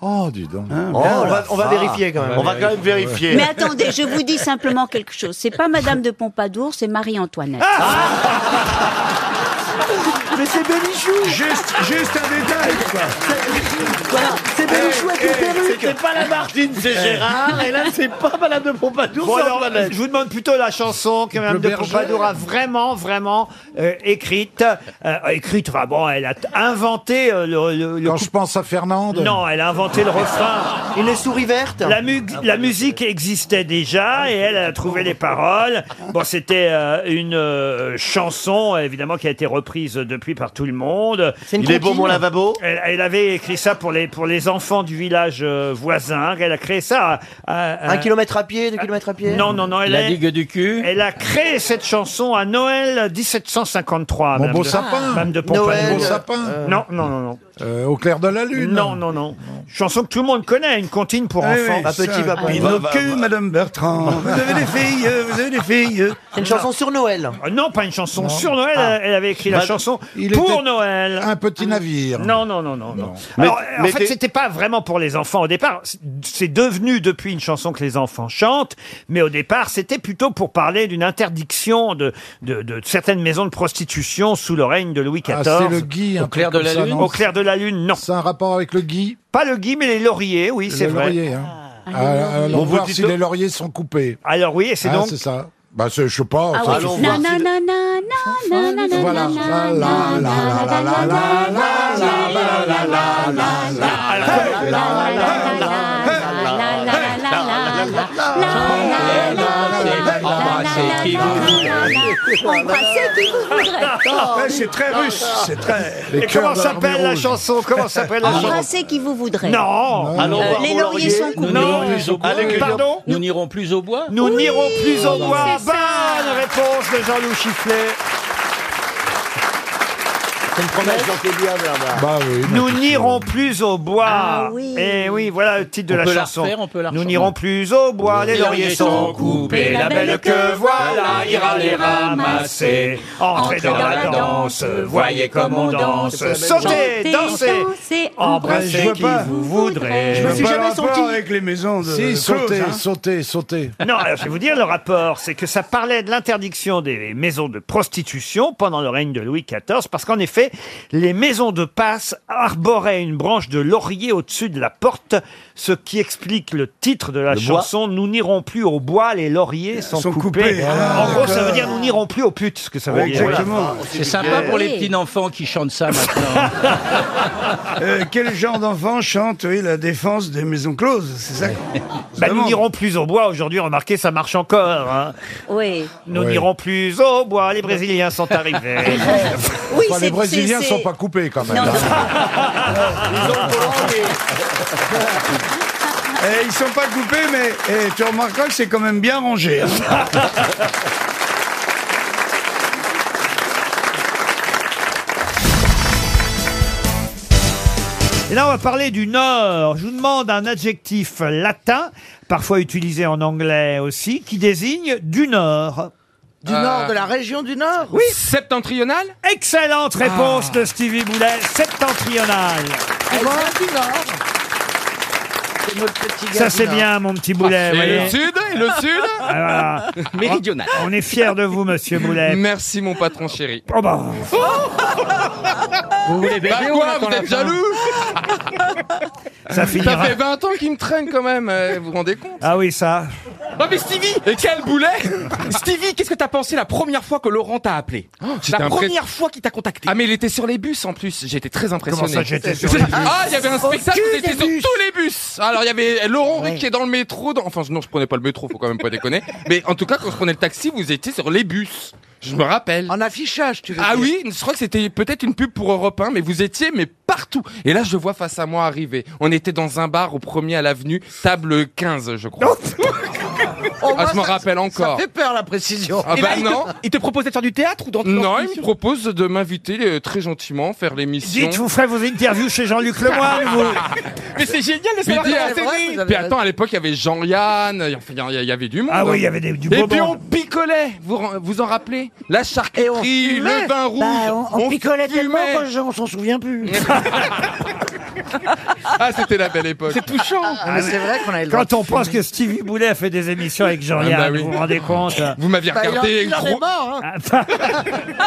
[SPEAKER 19] Oh, dis donc.
[SPEAKER 10] Oh, on va- on va vérifier quand même. On va quand même vérifier.
[SPEAKER 14] Mais attendez, je vous dis simplement quelque chose. C'est pas Madame de Pompadour, c'est Marie-Antoinette.
[SPEAKER 1] Ah
[SPEAKER 13] Mais c'est Benichou Juste, juste un détail, quoi.
[SPEAKER 10] Voilà, c'est Bénichou avec une perruque.
[SPEAKER 1] C'est pas la Martine,
[SPEAKER 10] c'est Gérard, et là,
[SPEAKER 1] c'est pas Madame de Pompadour.
[SPEAKER 10] c'est Antoinette.
[SPEAKER 1] Eh. je vous demande plutôt la chanson que Madame de
[SPEAKER 10] berger.
[SPEAKER 1] Pompadour a vraiment, vraiment euh, écrite. Euh, écrite, enfin bon, elle a t- inventé euh, le, le, Quand je pense à Fernande. Non, elle a inventé le refrain.
[SPEAKER 14] Et les souris vertes
[SPEAKER 1] La, mu- la musique existait déjà et elle a trouvé les paroles. Bon, c'était euh, une euh, chanson, évidemment, qui a été reprise depuis par tout le monde.
[SPEAKER 10] C'est une Il est beau, comptine. mon lavabo
[SPEAKER 1] elle, elle avait écrit ça pour les, pour les enfants du village euh, voisin. Elle a créé ça à, à-
[SPEAKER 10] Un kilomètre à pied, deux kilomètres à pied
[SPEAKER 1] Non, non, non. Elle
[SPEAKER 10] La
[SPEAKER 1] est-
[SPEAKER 10] digue du cul.
[SPEAKER 1] Elle a créé cette chanson à Noël
[SPEAKER 19] Mon
[SPEAKER 1] 1753. Madame
[SPEAKER 19] beau
[SPEAKER 1] de-
[SPEAKER 19] sapin.
[SPEAKER 1] Madame de
[SPEAKER 19] Noël,
[SPEAKER 1] Pompadour.
[SPEAKER 19] Mon beau sapin. euh,
[SPEAKER 1] Non, non, non, non.
[SPEAKER 19] Euh, au clair de la lune. Eh
[SPEAKER 1] Non, non, non. Chanson que tout le monde connaît, une comptine pour
[SPEAKER 13] Ah oui,
[SPEAKER 1] enfants. Ah.
[SPEAKER 13] oui, ça, Pinocchio, Madame Bertrand.
[SPEAKER 1] bah,
[SPEAKER 13] Vous avez des filles, euh, vous avez des filles.
[SPEAKER 1] C'est une chanson Ah.
[SPEAKER 13] sur Noël.
[SPEAKER 1] Euh, Non, pas une chanson sur Noël. elle- Elle avait écrit la
[SPEAKER 19] Bah,
[SPEAKER 1] chanson
[SPEAKER 19] il
[SPEAKER 1] pour
[SPEAKER 19] était
[SPEAKER 1] Noël.
[SPEAKER 19] un petit navire.
[SPEAKER 1] Non, non, non, non, non.
[SPEAKER 19] Mais-
[SPEAKER 1] Alors, euh, en
[SPEAKER 19] mais
[SPEAKER 1] fait,
[SPEAKER 19] t'es-
[SPEAKER 1] c'était pas vraiment pour les enfants au départ. C'est- C'est devenu depuis une chanson que les enfants chantent, mais au départ, c'était plutôt pour parler d'une interdiction de, de, de certaines maisons de prostitution sous le règne de Louis
[SPEAKER 19] Ah,
[SPEAKER 1] XIV.
[SPEAKER 19] c'est le Guy. un truc comme ça, non
[SPEAKER 1] Au clair de la lune, non. C'est
[SPEAKER 19] un rapport avec le Guy
[SPEAKER 1] Pas le Guy, mais les lauriers, oui,
[SPEAKER 19] Les
[SPEAKER 1] c'est vrai.
[SPEAKER 19] lauriers, hein.
[SPEAKER 10] Euh,
[SPEAKER 19] Ah, allons
[SPEAKER 1] Bon, vous
[SPEAKER 19] voir
[SPEAKER 1] dites-
[SPEAKER 19] si les lauriers sont coupés.
[SPEAKER 1] Alors oui, et c'est
[SPEAKER 19] Ah,
[SPEAKER 1] donc-
[SPEAKER 19] c'est ça. Bah, c'est- je sais pas.
[SPEAKER 14] Ah
[SPEAKER 19] ça,
[SPEAKER 14] oui.
[SPEAKER 19] je sais
[SPEAKER 14] Na,
[SPEAKER 19] pas.
[SPEAKER 14] na, na, na, na, na, na, na,
[SPEAKER 19] Voilà.
[SPEAKER 14] na, na.
[SPEAKER 19] La, la, la, la, la, la, la, la, la, la, la, la, la.
[SPEAKER 1] Ah, bah,
[SPEAKER 13] Ouais, Ah, c'est très russe, c'est très.
[SPEAKER 1] Et comment s'appelle la chanson Comment s'appelle la chanson
[SPEAKER 14] Embrassez qui vous voudrez.
[SPEAKER 1] Non.
[SPEAKER 14] Euh, les lauriers sont coupés.
[SPEAKER 1] Non. Pardon
[SPEAKER 10] Nous n'irons plus au bois
[SPEAKER 1] Nous n'irons plus au bois.
[SPEAKER 10] C'est ça.
[SPEAKER 1] Bonne réponse de Jean-Louis Chifflet.
[SPEAKER 19] C'est une promesse d'antédiable là-bas.
[SPEAKER 1] Nous n'irons plus au bois.
[SPEAKER 13] Ah
[SPEAKER 1] Et oui, voilà le titre de
[SPEAKER 19] On
[SPEAKER 1] la
[SPEAKER 19] peut la
[SPEAKER 1] chanson.
[SPEAKER 19] refaire, on peut la
[SPEAKER 1] Nous
[SPEAKER 19] refaire.
[SPEAKER 1] n'irons plus au bois, les lauriers sont coupés, la belle que voilà ira les ramasser. Entrez dans la danse, voyez comme on danse, sautez, dansez,
[SPEAKER 13] Je
[SPEAKER 1] embrassez
[SPEAKER 13] vois
[SPEAKER 1] qui
[SPEAKER 13] pas.
[SPEAKER 1] vous voudrez.
[SPEAKER 13] Je me suis jamais senti avec les maisons de.
[SPEAKER 1] Si,
[SPEAKER 13] de
[SPEAKER 1] sauter,
[SPEAKER 13] close, hein.
[SPEAKER 1] sauter, sauter. Non, alors, je vais vous dire le rapport, c'est que ça parlait de l'interdiction des maisons de prostitution pendant le règne de Louis XIV, parce qu'en effet, les maisons de passe arboraient une branche de laurier au-dessus de la porte, ce qui explique le titre de la
[SPEAKER 10] Le bois.
[SPEAKER 1] chanson Nous n'irons plus au bois, les lauriers sont,
[SPEAKER 10] Sont
[SPEAKER 1] coupés.
[SPEAKER 10] coupés. Ah,
[SPEAKER 1] en gros, ça veut
[SPEAKER 10] d'accord.
[SPEAKER 1] dire Nous n'irons plus aux putes, ce que ça veut dire.
[SPEAKER 2] C'est sympa
[SPEAKER 10] Eh.
[SPEAKER 2] pour les petits enfants qui chantent ça maintenant.
[SPEAKER 13] Euh, quel genre d'enfant chante oui, la défense des maisons closes C'est ça
[SPEAKER 1] Bah, nous n'irons plus au bois aujourd'hui, remarquez, ça marche encore. hein.
[SPEAKER 7] Oui.
[SPEAKER 1] Nous n'irons plus au bois, les Brésiliens sont
[SPEAKER 12] Eh.
[SPEAKER 1] arrivés.
[SPEAKER 7] Oui, Enfin, les c'est- Brésiliens c'est- sont
[SPEAKER 1] pas coupés quand
[SPEAKER 7] même. Non,
[SPEAKER 13] Eh, ils sont pas coupés, mais eh, tu remarqueras que c'est quand même bien rangé. hein.
[SPEAKER 1] Et là, on va parler du Nord. Je vous demande un adjectif latin, parfois utilisé en anglais aussi, qui désigne du Nord.
[SPEAKER 16] Du
[SPEAKER 2] Euh,
[SPEAKER 1] Euh.
[SPEAKER 16] nord, de la région du nord
[SPEAKER 1] Oui. Septentrional Excellente
[SPEAKER 19] Ah.
[SPEAKER 1] réponse de Stevie Boulet. Septentrional.
[SPEAKER 16] du
[SPEAKER 7] hein.
[SPEAKER 16] nord.
[SPEAKER 1] Ça, c'est bien, mon petit Boulet.
[SPEAKER 2] Et
[SPEAKER 1] vous voyez.
[SPEAKER 2] Ah, le sud, et le sud hein.
[SPEAKER 1] Ah, voilà.
[SPEAKER 2] Méridional.
[SPEAKER 1] On est fiers de vous, monsieur Boulet.
[SPEAKER 2] Merci mon patron chéri.
[SPEAKER 1] Oh bah.
[SPEAKER 2] Vous voulez
[SPEAKER 1] baiser ou
[SPEAKER 2] Bah
[SPEAKER 1] on
[SPEAKER 2] quoi,
[SPEAKER 1] attend
[SPEAKER 2] vous
[SPEAKER 1] la
[SPEAKER 2] êtes
[SPEAKER 1] fin
[SPEAKER 2] jaloux
[SPEAKER 1] Ça finira.
[SPEAKER 2] fait 20 ans qu'il me traîne quand même, euh, vous vous rendez compte
[SPEAKER 1] Ah oui, ça.
[SPEAKER 2] Oh mais Stevie Et quel boulet Stevie, qu'est-ce que t'as pensé la première fois que Laurent t'a appelé
[SPEAKER 6] j'étais
[SPEAKER 2] La
[SPEAKER 6] impré-
[SPEAKER 2] première fois qu'il t'a contacté Oh, Ah mais il était sur les bus en plus, j'étais très impressionné.
[SPEAKER 6] Comment ça, j'étais sur les bus
[SPEAKER 2] Ah il y avait un
[SPEAKER 6] Au
[SPEAKER 2] spectacle,
[SPEAKER 6] cul
[SPEAKER 2] où t'étais
[SPEAKER 6] des
[SPEAKER 2] sur tous les bus Alors il y avait Laurent Ruquier qui est dans le métro, dans- enfin non je prenais pas le métro, faut quand même pas déconner, mais en tout cas quand je prenais le taxi vous étiez sur les bus. Je me rappelle. En affichage, tu veux Ah oui, je crois que c'était peut-être une pub pour Europe 1, mais vous étiez mais partout. Et là, je le vois face à moi arriver. On était dans un bar au premier à l'avenue, table 15, je crois. Ah, je m'en rappelle encore.
[SPEAKER 16] Ça fait peur la précision.
[SPEAKER 2] Ah bah non.
[SPEAKER 6] Il te proposait de faire du théâtre ou d'entrer
[SPEAKER 2] Non,
[SPEAKER 6] en
[SPEAKER 2] il me
[SPEAKER 6] fiction
[SPEAKER 2] propose de m'inviter euh, très gentiment faire l'émission.
[SPEAKER 1] Dites, vous ferez vos interviews chez Jean-Luc Lemoyne, vous.
[SPEAKER 6] Ah, Mais c'est génial de
[SPEAKER 2] Mais
[SPEAKER 6] savoir
[SPEAKER 2] dis,
[SPEAKER 6] comment
[SPEAKER 2] ah,
[SPEAKER 6] c'est né.
[SPEAKER 2] Puis attends, à l'époque, il y avait Jean-Yann, il y- enfin, il y, il y avait du monde.
[SPEAKER 1] Ah oui,
[SPEAKER 2] hein.
[SPEAKER 1] il y avait des- du
[SPEAKER 2] Et
[SPEAKER 1] beau
[SPEAKER 2] puis
[SPEAKER 1] monde.
[SPEAKER 2] on picolait, vous ren- vous en rappelez La charcuterie, le vin rouge.
[SPEAKER 7] Bah,
[SPEAKER 6] bah,
[SPEAKER 7] on, picolait tellement
[SPEAKER 2] fumait.
[SPEAKER 7] qu'on on s'en souvient plus.
[SPEAKER 2] Ah, c'était la belle époque. C'est touchant.
[SPEAKER 1] Ah, mais- Quand on pense que Stevie Boulet a fait des émissions avec Jean-Yann,
[SPEAKER 2] Ah bah oui.
[SPEAKER 1] vous vous rendez compte
[SPEAKER 2] Vous m'aviez
[SPEAKER 1] Bah, il en-
[SPEAKER 2] regardé
[SPEAKER 1] il en est
[SPEAKER 2] gros-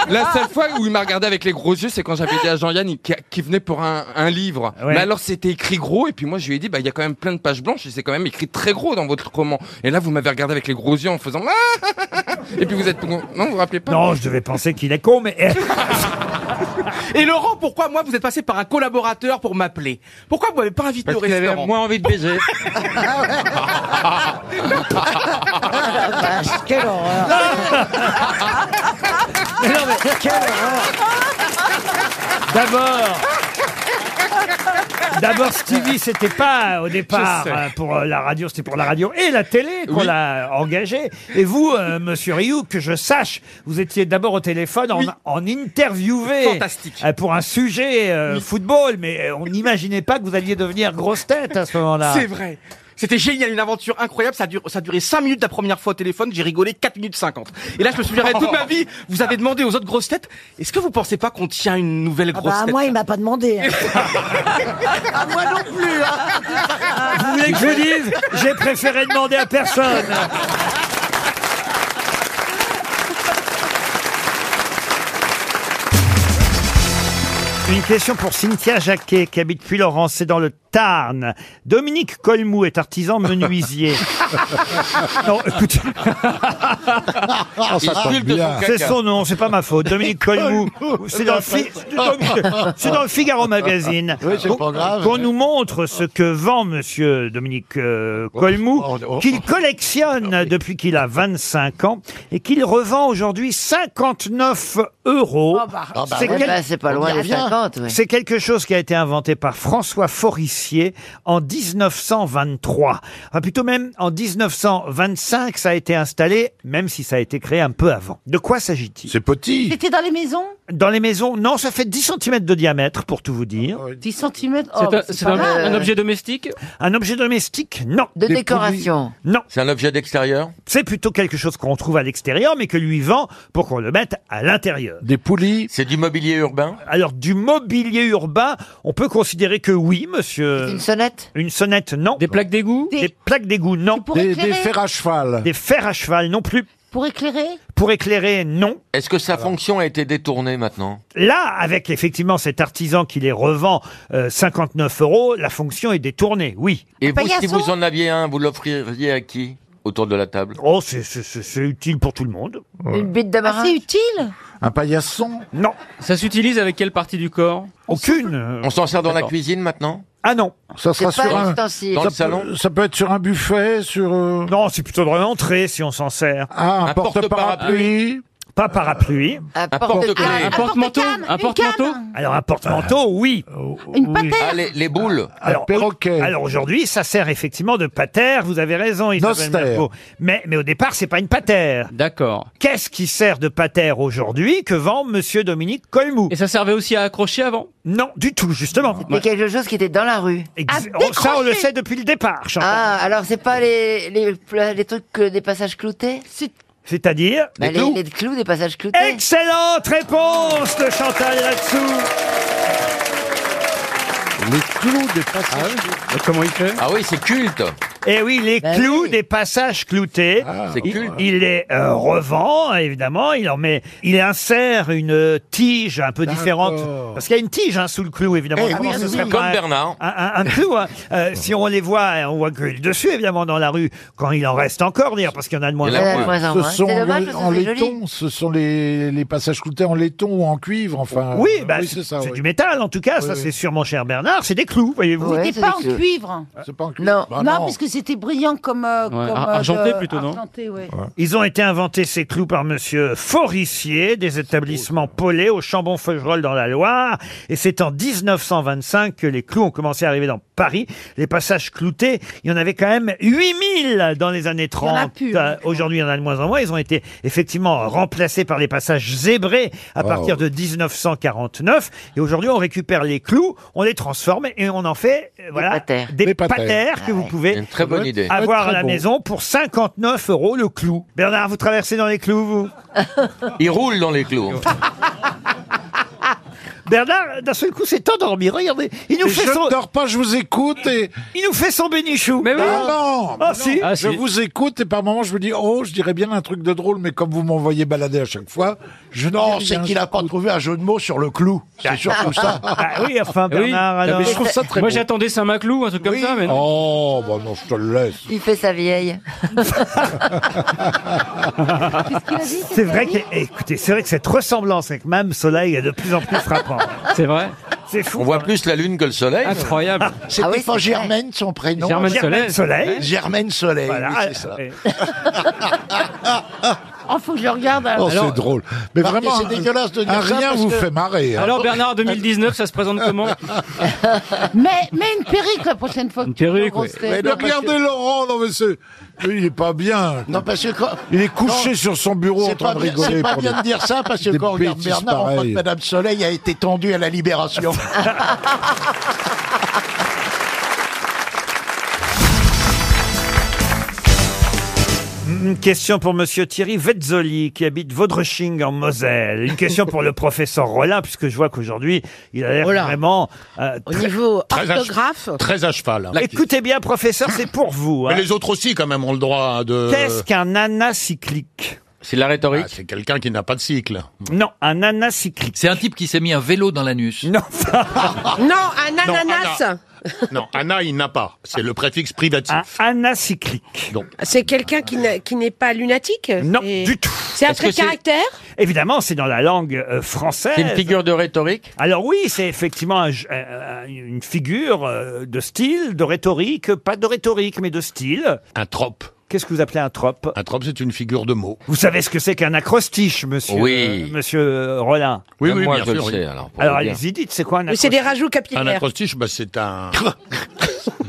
[SPEAKER 2] La seule fois où il m'a regardé avec les gros yeux, c'est quand j'avais dit à Jean-Yann il- qui, qui venait pour un, un livre.
[SPEAKER 1] Ah Ouais.
[SPEAKER 2] Mais alors c'était écrit gros et puis moi je lui ai dit bah il y a quand même plein de pages blanches et c'est quand même écrit très gros dans votre roman. Et là vous m'avez regardé avec les gros yeux en faisant Ah et puis vous êtes non vous vous rappelez pas
[SPEAKER 1] Non, je devais penser qu'il est con, mais eh.
[SPEAKER 6] Et Laurent, pourquoi moi vous êtes passé par un collaborateur pour m'appeler Pourquoi vous m'avez pas invité
[SPEAKER 2] Parce
[SPEAKER 6] au
[SPEAKER 2] qu'il avait
[SPEAKER 6] restaurant
[SPEAKER 2] moins envie de baiser.
[SPEAKER 7] Quelle horreur. Mais non, mais quelle horreur.
[SPEAKER 1] D'abord. D'abord, Stevie, c'était pas au départ
[SPEAKER 10] Je sais.
[SPEAKER 1] euh, pour euh, la radio, c'était pour la radio et la télé qu'on
[SPEAKER 10] Oui.
[SPEAKER 1] l'a engagé. Et vous, euh, monsieur Rioux, que je sache, vous étiez d'abord au téléphone en, en interviewé.
[SPEAKER 6] Fantastique.
[SPEAKER 1] euh, pour un sujet euh, football, mais euh, on n'imaginait pas que vous alliez devenir grosse tête à ce moment-là.
[SPEAKER 6] C'est vrai. C'était génial, une aventure incroyable. Ça a, duré, ça a duré 5 minutes la première fois au téléphone. J'ai rigolé 4 minutes 50. Et là, je me souviendrai toute ma vie. Vous avez demandé aux autres grosses têtes est-ce que vous pensez pas qu'on tient une nouvelle
[SPEAKER 7] Ah
[SPEAKER 6] grosse
[SPEAKER 7] bah,
[SPEAKER 6] tête
[SPEAKER 7] moi, il m'a pas demandé. hein.
[SPEAKER 16] Ah, moi non plus. hein.
[SPEAKER 1] Vous voulez que je vous dise J'ai préféré demander à personne. Une question pour Cynthia Jacquet, qui habite puy laurence c'est dans le Tarn. Dominique Colmou est artisan menuisier. non, écoutez.
[SPEAKER 4] Ah,
[SPEAKER 10] Oh, ça sent bien.
[SPEAKER 1] c'est son nom, c'est pas ma faute. Dominique Colmou,
[SPEAKER 4] Oh,
[SPEAKER 1] c'est dans, le Fi- c'est dans le Figaro Magazine.
[SPEAKER 10] Oui, c'est
[SPEAKER 1] Qu'on-
[SPEAKER 10] pas grave.
[SPEAKER 1] Qu'on nous montre ce que vend monsieur Dominique euh, Colmou,
[SPEAKER 4] Oh,
[SPEAKER 1] qu'il collectionne depuis qu'il a 25 ans et qu'il revend aujourd'hui 59 euros.
[SPEAKER 4] Ah bah ouais, bah, c'est pas loin
[SPEAKER 1] On y
[SPEAKER 4] des
[SPEAKER 1] revient.
[SPEAKER 4] 50, ouais.
[SPEAKER 1] C'est quelque chose qui a été inventé par François Faurissi, Mercier en 1923. Enfin, plutôt même en 1925, ça a été installé, même si ça a été créé un peu avant. De quoi s'agit-il C'est petit.
[SPEAKER 27] C'était dans les maisons
[SPEAKER 1] Dans les maisons, non, ça fait 10 cm de diamètre, pour tout vous dire.
[SPEAKER 27] 10 cm
[SPEAKER 1] domestique Un objet domestique, non.
[SPEAKER 12] De Des décoration.
[SPEAKER 1] Non. C'est un objet d'extérieur C'est plutôt quelque chose qu'on trouve à l'extérieur, mais que lui vend pour qu'on le mette à l'intérieur. Des poulies C'est du mobilier urbain Alors, du mobilier urbain, on peut considérer que oui, monsieur. Une sonnette Une sonnette, non. Des plaques d'égout Des, plaques d'égout, non.
[SPEAKER 19] pour Des- éclairer des fers à cheval
[SPEAKER 1] Des fers à cheval, non plus.
[SPEAKER 27] Pour éclairer
[SPEAKER 1] Pour éclairer, non.
[SPEAKER 6] Est-ce que sa fonction a été détournée maintenant
[SPEAKER 1] Là, avec effectivement cet artisan qui les revend euh, 59 euros, la fonction est détournée, oui.
[SPEAKER 6] Et vous, si
[SPEAKER 1] paillasson
[SPEAKER 6] vous en aviez un, vous l'offririez à qui Autour de la table
[SPEAKER 1] Oh, c'est utile pour tout le monde.
[SPEAKER 12] Une bite
[SPEAKER 28] Ah,
[SPEAKER 12] d'amarrage.
[SPEAKER 27] C'est utile
[SPEAKER 1] Un paillasson Non.
[SPEAKER 6] Ça s'utilise avec quelle partie du corps
[SPEAKER 1] Aucune.
[SPEAKER 6] On s'en sert dans la cuisine maintenant
[SPEAKER 1] Ah non.
[SPEAKER 19] Ça sera sur un.
[SPEAKER 6] Dans
[SPEAKER 19] ça,
[SPEAKER 6] le salon
[SPEAKER 19] peut, ça peut être sur un buffet, sur. euh,
[SPEAKER 1] Non, c'est plutôt dans l'entrée si on s'en sert.
[SPEAKER 19] Ah, un Un porte-parapluie.
[SPEAKER 1] Pas parapluie.
[SPEAKER 12] Un porte-clés.
[SPEAKER 19] Ah, un
[SPEAKER 1] porte-manteau.
[SPEAKER 12] Un porte-manteau.
[SPEAKER 1] Alors un porte-manteau, oui.
[SPEAKER 12] Euh, Une patère.
[SPEAKER 6] Ah, les, les boules.
[SPEAKER 1] Alors, au- alors aujourd'hui, ça sert effectivement de patère. Vous avez raison, Isabelle
[SPEAKER 6] Nostère.
[SPEAKER 1] Mergo. Mais, mais au départ, c'est pas une patère. D'accord. Qu'est-ce qui sert de patère aujourd'hui que vend Monsieur Dominique Colmou Et ça servait aussi à accrocher avant Non, du tout, justement.
[SPEAKER 12] Mais quelque chose qui était dans la rue.
[SPEAKER 28] Ah,
[SPEAKER 1] Ex- on- ça, on le sait depuis le départ, Chantal.
[SPEAKER 12] Ah, alors c'est pas les, les, pla- les trucs, euh, des passages cloutés
[SPEAKER 1] C'est-à-dire
[SPEAKER 12] Bah, les, les clous, des passages cloutés.
[SPEAKER 1] Excellente réponse de Chantal là-dessous.
[SPEAKER 6] Les clous de passage. Ah comment il fait Ah oui, c'est culte.
[SPEAKER 1] Eh oui, les
[SPEAKER 12] Bah
[SPEAKER 1] clous des passages cloutés.
[SPEAKER 19] Ah,
[SPEAKER 6] c'est
[SPEAKER 1] il,
[SPEAKER 6] culte.
[SPEAKER 1] il les euh, revend, évidemment. Il en met, il insère une tige un peu différente. Parce qu'il y a une tige hein, sous le clou, évidemment.
[SPEAKER 6] Eh
[SPEAKER 1] Comment
[SPEAKER 6] oui,
[SPEAKER 1] ce
[SPEAKER 6] oui,
[SPEAKER 1] serait
[SPEAKER 6] oui.
[SPEAKER 1] pas
[SPEAKER 6] Comme
[SPEAKER 1] un-
[SPEAKER 6] Bernard.
[SPEAKER 1] Un, un- un clou. hein. Euh, si on les voit, on voit que le dessus, évidemment, dans la rue, quand il en reste encore, d'ailleurs, parce qu'il y en a de moins
[SPEAKER 12] Il y en a
[SPEAKER 1] en
[SPEAKER 12] moins.
[SPEAKER 1] moins.
[SPEAKER 12] en
[SPEAKER 19] Ce
[SPEAKER 12] moins.
[SPEAKER 19] sont
[SPEAKER 12] C'est dommage
[SPEAKER 19] le-
[SPEAKER 12] parce que
[SPEAKER 19] en
[SPEAKER 12] c'est joli.
[SPEAKER 19] laiton, ce sont les, les passages cloutés en laiton ou en cuivre, enfin.
[SPEAKER 1] Oui, bah, c'est
[SPEAKER 19] c'est ça.
[SPEAKER 1] c'est
[SPEAKER 19] Ah, oui.
[SPEAKER 1] du métal, en tout cas, ça,
[SPEAKER 19] Oui,
[SPEAKER 1] c'est sûrement cher Bernard. C'est des clous, voyez-vous.
[SPEAKER 27] C'était pas en cuivre.
[SPEAKER 19] C'est pas en
[SPEAKER 1] cuivre. Non. Bah
[SPEAKER 27] non,
[SPEAKER 1] non.
[SPEAKER 27] parce que c'était brillant comme. euh,
[SPEAKER 1] Ouais,
[SPEAKER 27] comme,
[SPEAKER 1] ar-
[SPEAKER 27] euh,
[SPEAKER 1] argenté
[SPEAKER 27] de-
[SPEAKER 1] plutôt, non
[SPEAKER 27] argenté, ouais.
[SPEAKER 1] Ils ont été inventés, ces clous, par monsieur Forissier, des établissements Paulet au Chambon-Feugerolles dans la Loire. Et c'est en 1925 que les clous ont commencé à arriver dans Paris. Les passages cloutés, il y en avait quand même 8000 dans les années 30.
[SPEAKER 27] en a plus, hein.
[SPEAKER 1] Euh, Aujourd'hui, il y en a de moins en moins. Ils ont été effectivement remplacés par les passages zébrés à
[SPEAKER 19] Wow.
[SPEAKER 1] partir de 1949. Et aujourd'hui, on récupère les clous, on les transforme et on en fait, euh, voilà, des,
[SPEAKER 19] patères.
[SPEAKER 1] patères que vous pouvez
[SPEAKER 6] Très bonne idée.
[SPEAKER 1] avoir à la
[SPEAKER 6] Très bon.
[SPEAKER 1] maison pour 59 euros le clou. Bernard, vous traversez dans les clous, vous
[SPEAKER 6] Il roule dans les clous.
[SPEAKER 1] Bernard, d'un seul coup, s'est endormi. Regardez, il nous
[SPEAKER 19] Mais
[SPEAKER 1] fait
[SPEAKER 19] je
[SPEAKER 1] son.
[SPEAKER 19] ne dors pas, je vous écoute et.
[SPEAKER 1] Il nous fait son bénichou. Mais
[SPEAKER 19] oui. non,
[SPEAKER 1] Ah,
[SPEAKER 19] non.
[SPEAKER 1] si. Ah,
[SPEAKER 19] Je
[SPEAKER 1] si.
[SPEAKER 19] vous écoute et par moments je me dis oh je dirais bien un truc de drôle mais comme vous m'envoyez balader à chaque fois je
[SPEAKER 21] Non, c'est qu'il a pas trouvé un jeu de mots sur le clou. C'est surtout ça.
[SPEAKER 1] Ah oui, enfin, Bernard,
[SPEAKER 10] Ah,
[SPEAKER 1] alors.
[SPEAKER 21] Mais je trouve ça très
[SPEAKER 27] Moi
[SPEAKER 21] beau.
[SPEAKER 27] j'attendais Saint-Maclou, un truc comme ça, mais non.
[SPEAKER 19] Oh bah non je te le laisse.
[SPEAKER 12] Il fait sa vieille.
[SPEAKER 1] C'est vrai que, écoutez, c'est vrai que cette ressemblance avec Mme Soleil est de plus en plus frappante.
[SPEAKER 27] C'est vrai.
[SPEAKER 1] C'est fou.
[SPEAKER 6] On voit plus la lune que le soleil.
[SPEAKER 27] Incroyable.
[SPEAKER 21] C'était pas Germaine son prénom.
[SPEAKER 6] Germaine Germaine Soleil. Soleil.
[SPEAKER 21] Germaine Soleil,
[SPEAKER 6] Voilà.
[SPEAKER 1] euh,
[SPEAKER 21] oui, c'est ça.
[SPEAKER 1] Ah,
[SPEAKER 27] Oh, faut que je regarde.
[SPEAKER 19] Oh c'est drôle mais
[SPEAKER 21] Marquez,
[SPEAKER 19] vraiment
[SPEAKER 21] c'est
[SPEAKER 19] un-
[SPEAKER 21] dégueulasse de dire
[SPEAKER 19] un
[SPEAKER 21] ça
[SPEAKER 19] rien
[SPEAKER 21] parce
[SPEAKER 19] vous
[SPEAKER 21] que-
[SPEAKER 19] fait marrer. hein.
[SPEAKER 27] Alors Bernard, 2019, ça se présente comment Mais mais une perruque la prochaine fois. Une perruque. oui.
[SPEAKER 19] Mais regardez Laurent, non mais c'est... mais il est pas bien.
[SPEAKER 21] Non, parce que quand-
[SPEAKER 19] Il est couché
[SPEAKER 21] Non,
[SPEAKER 19] sur son bureau en
[SPEAKER 21] C'est
[SPEAKER 19] train
[SPEAKER 21] pas,
[SPEAKER 19] de
[SPEAKER 21] bien,
[SPEAKER 19] rigoler.
[SPEAKER 21] c'est pas
[SPEAKER 19] pour
[SPEAKER 21] bien
[SPEAKER 19] des-
[SPEAKER 21] de dire ça parce que
[SPEAKER 19] des
[SPEAKER 21] quand on regarde
[SPEAKER 19] bêtises
[SPEAKER 21] Bernard, on croit que
[SPEAKER 19] pareilles.
[SPEAKER 21] Madame Soleil a été tendue à la Libération.
[SPEAKER 1] Une question pour Monsieur Thierry Vetzoli, qui habite Vaudreching en Moselle. Une question pour le professeur Rollin, puisque je vois qu'aujourd'hui, il a l'air vraiment... euh, Au niveau
[SPEAKER 15] orthographe. Très à cheval.
[SPEAKER 1] Écoutez bien, professeur, c'est pour vous. hein.
[SPEAKER 15] Mais les autres aussi, quand même, ont le droit de.
[SPEAKER 1] Qu'est-ce qu'un anacyclique
[SPEAKER 15] C'est de la rhétorique. c'est quelqu'un qui n'a pas de cycle.
[SPEAKER 1] Non, un anacyclique.
[SPEAKER 25] C'est un type qui s'est mis un vélo dans l'anus.
[SPEAKER 1] Non.
[SPEAKER 15] Non, un ananas. Non, Anna, il n'a pas. C'est le préfixe privatif.
[SPEAKER 1] Ah, anacyclique.
[SPEAKER 15] Donc,
[SPEAKER 4] C'est quelqu'un qui n'a- qui n'est pas lunatique
[SPEAKER 1] Non, du tout.
[SPEAKER 4] C'est un trait caractère
[SPEAKER 1] Évidemment, c'est dans la langue euh, française.
[SPEAKER 6] C'est une figure de rhétorique
[SPEAKER 1] Alors oui, c'est effectivement un j- euh, une figure euh, de style, de rhétorique, pas de rhétorique, mais de style.
[SPEAKER 15] Un trope.
[SPEAKER 1] Qu'est-ce que vous appelez un trope
[SPEAKER 15] Un trope, c'est une figure de mot.
[SPEAKER 1] Vous savez ce que c'est qu'un acrostiche, monsieur
[SPEAKER 15] Oui.
[SPEAKER 1] euh, monsieur euh, Rollin
[SPEAKER 15] Oui, oui, Moi, bien je sûr, le oui. sais, alors, pour
[SPEAKER 1] Alors
[SPEAKER 15] vous dire.
[SPEAKER 1] allez-y, dites, c'est quoi un
[SPEAKER 4] Mais c'est
[SPEAKER 1] acrostiche
[SPEAKER 4] des rajouts
[SPEAKER 15] Un
[SPEAKER 4] capillaires.
[SPEAKER 15] acrostiche, bah, c'est un.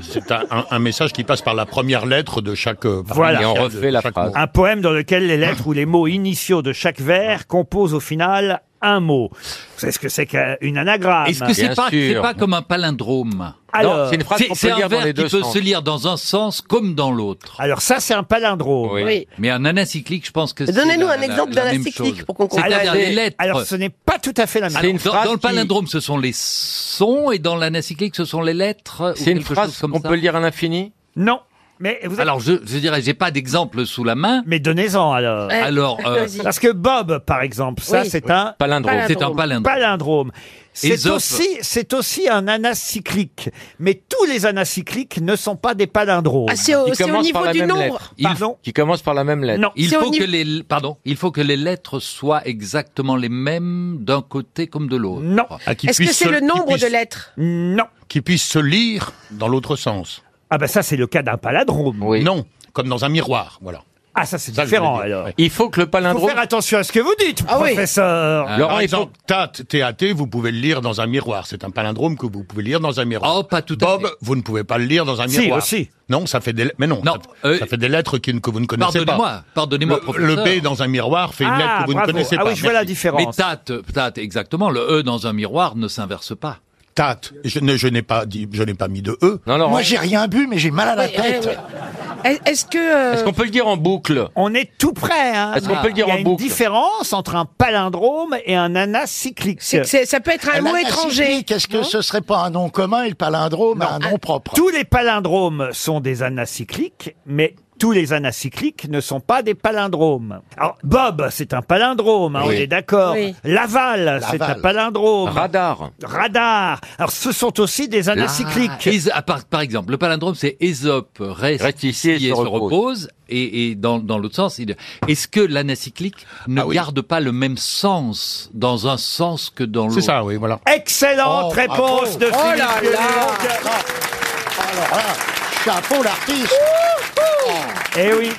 [SPEAKER 24] C'est un, un- un message qui passe par la première lettre de chaque. euh, par-
[SPEAKER 1] Voilà.
[SPEAKER 24] de-
[SPEAKER 1] Et on
[SPEAKER 24] de
[SPEAKER 1] refait
[SPEAKER 24] chaque mot.
[SPEAKER 1] Un poème dans lequel les lettres ou les mots initiaux de chaque vers composent au final un mot. Vous savez ce que c'est qu'une anagramme
[SPEAKER 25] Est-ce que c'est pas, c'est pas comme un palindrome
[SPEAKER 1] Alors,
[SPEAKER 25] Non,
[SPEAKER 1] c'est- c'est
[SPEAKER 25] un verbe qui peut se lire dans un sens comme dans l'autre.
[SPEAKER 1] Alors ça, c'est un palindrome.
[SPEAKER 25] Oui. Mais un anacyclique, je pense que c'est
[SPEAKER 4] Donnez-nous
[SPEAKER 25] la-
[SPEAKER 4] un
[SPEAKER 25] la-
[SPEAKER 4] exemple
[SPEAKER 25] la même
[SPEAKER 4] d'anacyclique
[SPEAKER 25] chose.
[SPEAKER 4] pour qu'on comprenne.
[SPEAKER 25] C'est-à-dire les lettres.
[SPEAKER 1] Alors, ce n'est pas tout à fait la même
[SPEAKER 25] Alors, dans, dans le palindrome, ce sont les sons, et dans l'anacyclique, ce sont les lettres.
[SPEAKER 1] C'est une phrase qu'on peut
[SPEAKER 25] lire à l'infini
[SPEAKER 1] Non. Mais vous
[SPEAKER 25] Alors, je, je dirais, j'ai pas d'exemple sous la main.
[SPEAKER 1] Mais donnez-en alors.
[SPEAKER 25] Eh, Alors, euh, vas-y.
[SPEAKER 1] parce que Bob, par exemple, ça
[SPEAKER 25] Oui.
[SPEAKER 1] c'est
[SPEAKER 25] Oui.
[SPEAKER 1] un
[SPEAKER 25] Palindrome. C'est un palindrome.
[SPEAKER 1] Palindrome. C'est
[SPEAKER 25] Ésope.
[SPEAKER 1] aussi, c'est aussi un anacyclique, mais tous les anacycliques ne sont pas des palindromes.
[SPEAKER 25] Ah, c'est au- Qui c'est au commencent niveau par la du même nombre. lettre. Il-
[SPEAKER 1] Pardon
[SPEAKER 25] Qui commence par la même lettre.
[SPEAKER 1] Non.
[SPEAKER 25] il
[SPEAKER 1] C'est au
[SPEAKER 25] faut
[SPEAKER 1] niveau-
[SPEAKER 25] que les pardon, il faut que les lettres soient exactement les mêmes d'un côté comme de l'autre.
[SPEAKER 1] Non.
[SPEAKER 24] qui Est-ce que puisse c'est se- le qui nombre puisse- de
[SPEAKER 3] lettres
[SPEAKER 1] Non.
[SPEAKER 24] Qui puisse se lire dans l'autre sens.
[SPEAKER 1] Ah ben ça c'est le cas d'un palindrome.
[SPEAKER 24] Non, comme dans un miroir, voilà.
[SPEAKER 1] Ah ça c'est
[SPEAKER 24] Ça, je
[SPEAKER 1] différent
[SPEAKER 24] voulais dire,
[SPEAKER 1] alors.
[SPEAKER 24] oui.
[SPEAKER 1] Il faut que le Faut faire attention à ce que vous dites,
[SPEAKER 24] Ah oui.
[SPEAKER 1] professeur.
[SPEAKER 24] Euh, Par exemple, Tat, TAT, vous pouvez le lire dans un miroir. C'est un palindrome que vous pouvez lire dans un miroir.
[SPEAKER 25] Oh, pas tout
[SPEAKER 24] Bob, vous ne pouvez pas le lire dans un
[SPEAKER 25] Si,
[SPEAKER 24] miroir.
[SPEAKER 25] aussi.
[SPEAKER 24] Non, ça fait des, mais non, ça, ça fait des lettres qui ne- que vous ne connaissez
[SPEAKER 25] euh, Pardonnez-moi,
[SPEAKER 24] pas.
[SPEAKER 25] pardonnez-moi,
[SPEAKER 24] Le-
[SPEAKER 25] professeur.
[SPEAKER 24] Le B dans un miroir fait Ah, une
[SPEAKER 1] Ah,
[SPEAKER 24] lettre que vous ne connaissez pas. Merci.
[SPEAKER 25] Mais tate, tate, exactement. Le e dans un miroir ne s'inverse pas.
[SPEAKER 24] Tat, je ne- je n'ai pas dit, je n'ai pas mis de E. Non,
[SPEAKER 10] Moi, j'ai rien bu, mais j'ai mal à la
[SPEAKER 3] Oui, eh
[SPEAKER 10] tête.
[SPEAKER 3] oui. Est- Est-ce que... euh,
[SPEAKER 24] peut le dire en boucle
[SPEAKER 1] On est tout près. Hein.
[SPEAKER 24] Est-ce qu'on peut le dire
[SPEAKER 1] Il y a
[SPEAKER 24] en
[SPEAKER 1] une
[SPEAKER 24] boucle
[SPEAKER 1] différence entre un palindrome et un anacyclique.
[SPEAKER 3] C'est- c'est- ça peut être un mot étranger. Ah,
[SPEAKER 10] Qu'est-ce que ce serait pas un nom commun et le palindrome a un nom propre
[SPEAKER 1] Tous les palindromes sont des anacycliques, mais tous les anacycliques ne sont pas des palindromes. Alors, Bob, c'est un palindrome, hein,
[SPEAKER 7] Oui.
[SPEAKER 1] on est d'accord.
[SPEAKER 7] Oui.
[SPEAKER 1] Laval, c'est un
[SPEAKER 7] Laval.
[SPEAKER 1] palindrome.
[SPEAKER 25] Radar.
[SPEAKER 1] Radar. Alors, ce sont aussi des anacycliques.
[SPEAKER 25] Ah, Éso- ah, par, par exemple, le palindrome, c'est Ésope reste, ici et, se repose. Et, et dans, dans l'autre sens, il- est-ce que l'anacyclique ne
[SPEAKER 24] Ah
[SPEAKER 25] garde pas le même sens dans un sens que dans l'autre
[SPEAKER 24] C'est ça, oui, voilà.
[SPEAKER 1] Excellente
[SPEAKER 25] Oh, bravo.
[SPEAKER 1] réponse de
[SPEAKER 25] Oh
[SPEAKER 1] Philippe
[SPEAKER 25] là Oh
[SPEAKER 1] Gueluc.
[SPEAKER 10] Alors là, chapeau l'artiste
[SPEAKER 1] Eh oui.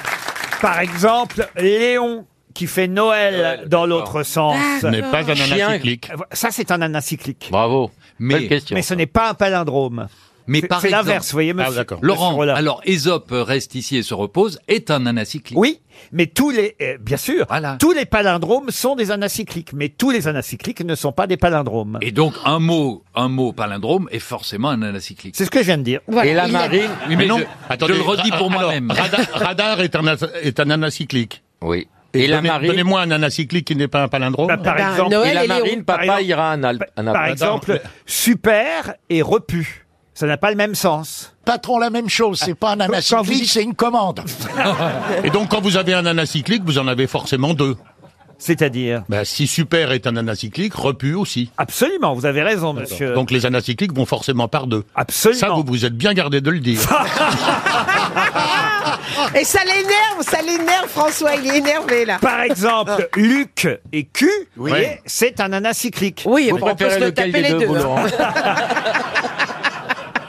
[SPEAKER 1] Par exemple, Léon qui fait Noël, dans l'autre sens. Euh,
[SPEAKER 24] Ce n'est pas un Chien. anacyclique.
[SPEAKER 1] Ça, c'est un anacyclique.
[SPEAKER 25] Bravo. Mais,
[SPEAKER 1] Mais ce n'est pas un palindrome.
[SPEAKER 25] Mais
[SPEAKER 1] C'est-
[SPEAKER 25] par
[SPEAKER 1] c'est
[SPEAKER 25] exemple- Ah,
[SPEAKER 1] l'inverse, vous voyez, monsieur.
[SPEAKER 25] Laurent, alors Ésope reste ici et se repose est un anacyclique.
[SPEAKER 1] Oui, mais tous les, eh, bien sûr, tous les palindromes sont des anacycliques, mais tous les anacycliques ne sont pas des palindromes.
[SPEAKER 25] Et donc un mot, un mot palindrome est forcément un anacyclique.
[SPEAKER 1] C'est ce que je viens de dire.
[SPEAKER 25] Voilà. Et la marine-
[SPEAKER 24] Oui, mais non.
[SPEAKER 25] Je- je le redis pour
[SPEAKER 24] ra- alors,
[SPEAKER 25] moi-même.
[SPEAKER 24] Radar, radar est, un, as- est un anacyclique.
[SPEAKER 25] Oui.
[SPEAKER 24] Et,
[SPEAKER 30] Et la
[SPEAKER 24] donnez-
[SPEAKER 30] marine-
[SPEAKER 24] Donnez-moi un anacyclique qui n'est pas un palindrome.
[SPEAKER 1] Bah, par Bah, exemple- Noël
[SPEAKER 30] et la
[SPEAKER 1] et Léon.
[SPEAKER 30] marine, papa
[SPEAKER 1] Par exemple-
[SPEAKER 30] ira en Alpe.
[SPEAKER 1] Bah, Par exemple, super et repu. Ça n'a pas le même sens.
[SPEAKER 10] Patron, la même chose, c'est pas un anacyclique, c'est une commande.
[SPEAKER 24] Et donc, quand vous avez un anacyclique, vous en avez forcément deux.
[SPEAKER 1] C'est-à-dire
[SPEAKER 24] ben, Si super est un anacyclique, repu aussi.
[SPEAKER 1] Absolument, vous avez raison, monsieur.
[SPEAKER 24] Donc les anacycliques vont forcément par deux.
[SPEAKER 1] Absolument.
[SPEAKER 24] Ça, vous vous êtes bien gardé de le dire.
[SPEAKER 4] Et ça l'énerve, ça l'énerve, François, il est énervé là.
[SPEAKER 1] Par exemple, Luc et Q, vous
[SPEAKER 4] Oui.
[SPEAKER 1] voyez, c'est un anacyclique.
[SPEAKER 4] Oui, Vous on peut préférez se le lequel taper des les deux, hein. deux, vous, Laurent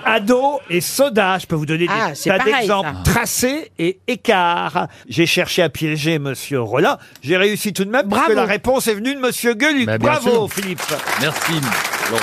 [SPEAKER 1] Ado et soda, je peux vous donner
[SPEAKER 7] Ah,
[SPEAKER 1] des
[SPEAKER 7] c'est
[SPEAKER 1] tas
[SPEAKER 7] pareil,
[SPEAKER 1] d'exemples.
[SPEAKER 7] ça.
[SPEAKER 1] Tracé et écart. J'ai cherché à piéger Monsieur Rollin. J'ai réussi tout de même parce que la réponse est venue de Monsieur Gueluc.
[SPEAKER 25] Mais bien
[SPEAKER 1] Bravo,
[SPEAKER 25] sûr.
[SPEAKER 1] Philippe.
[SPEAKER 25] Merci, Laurent.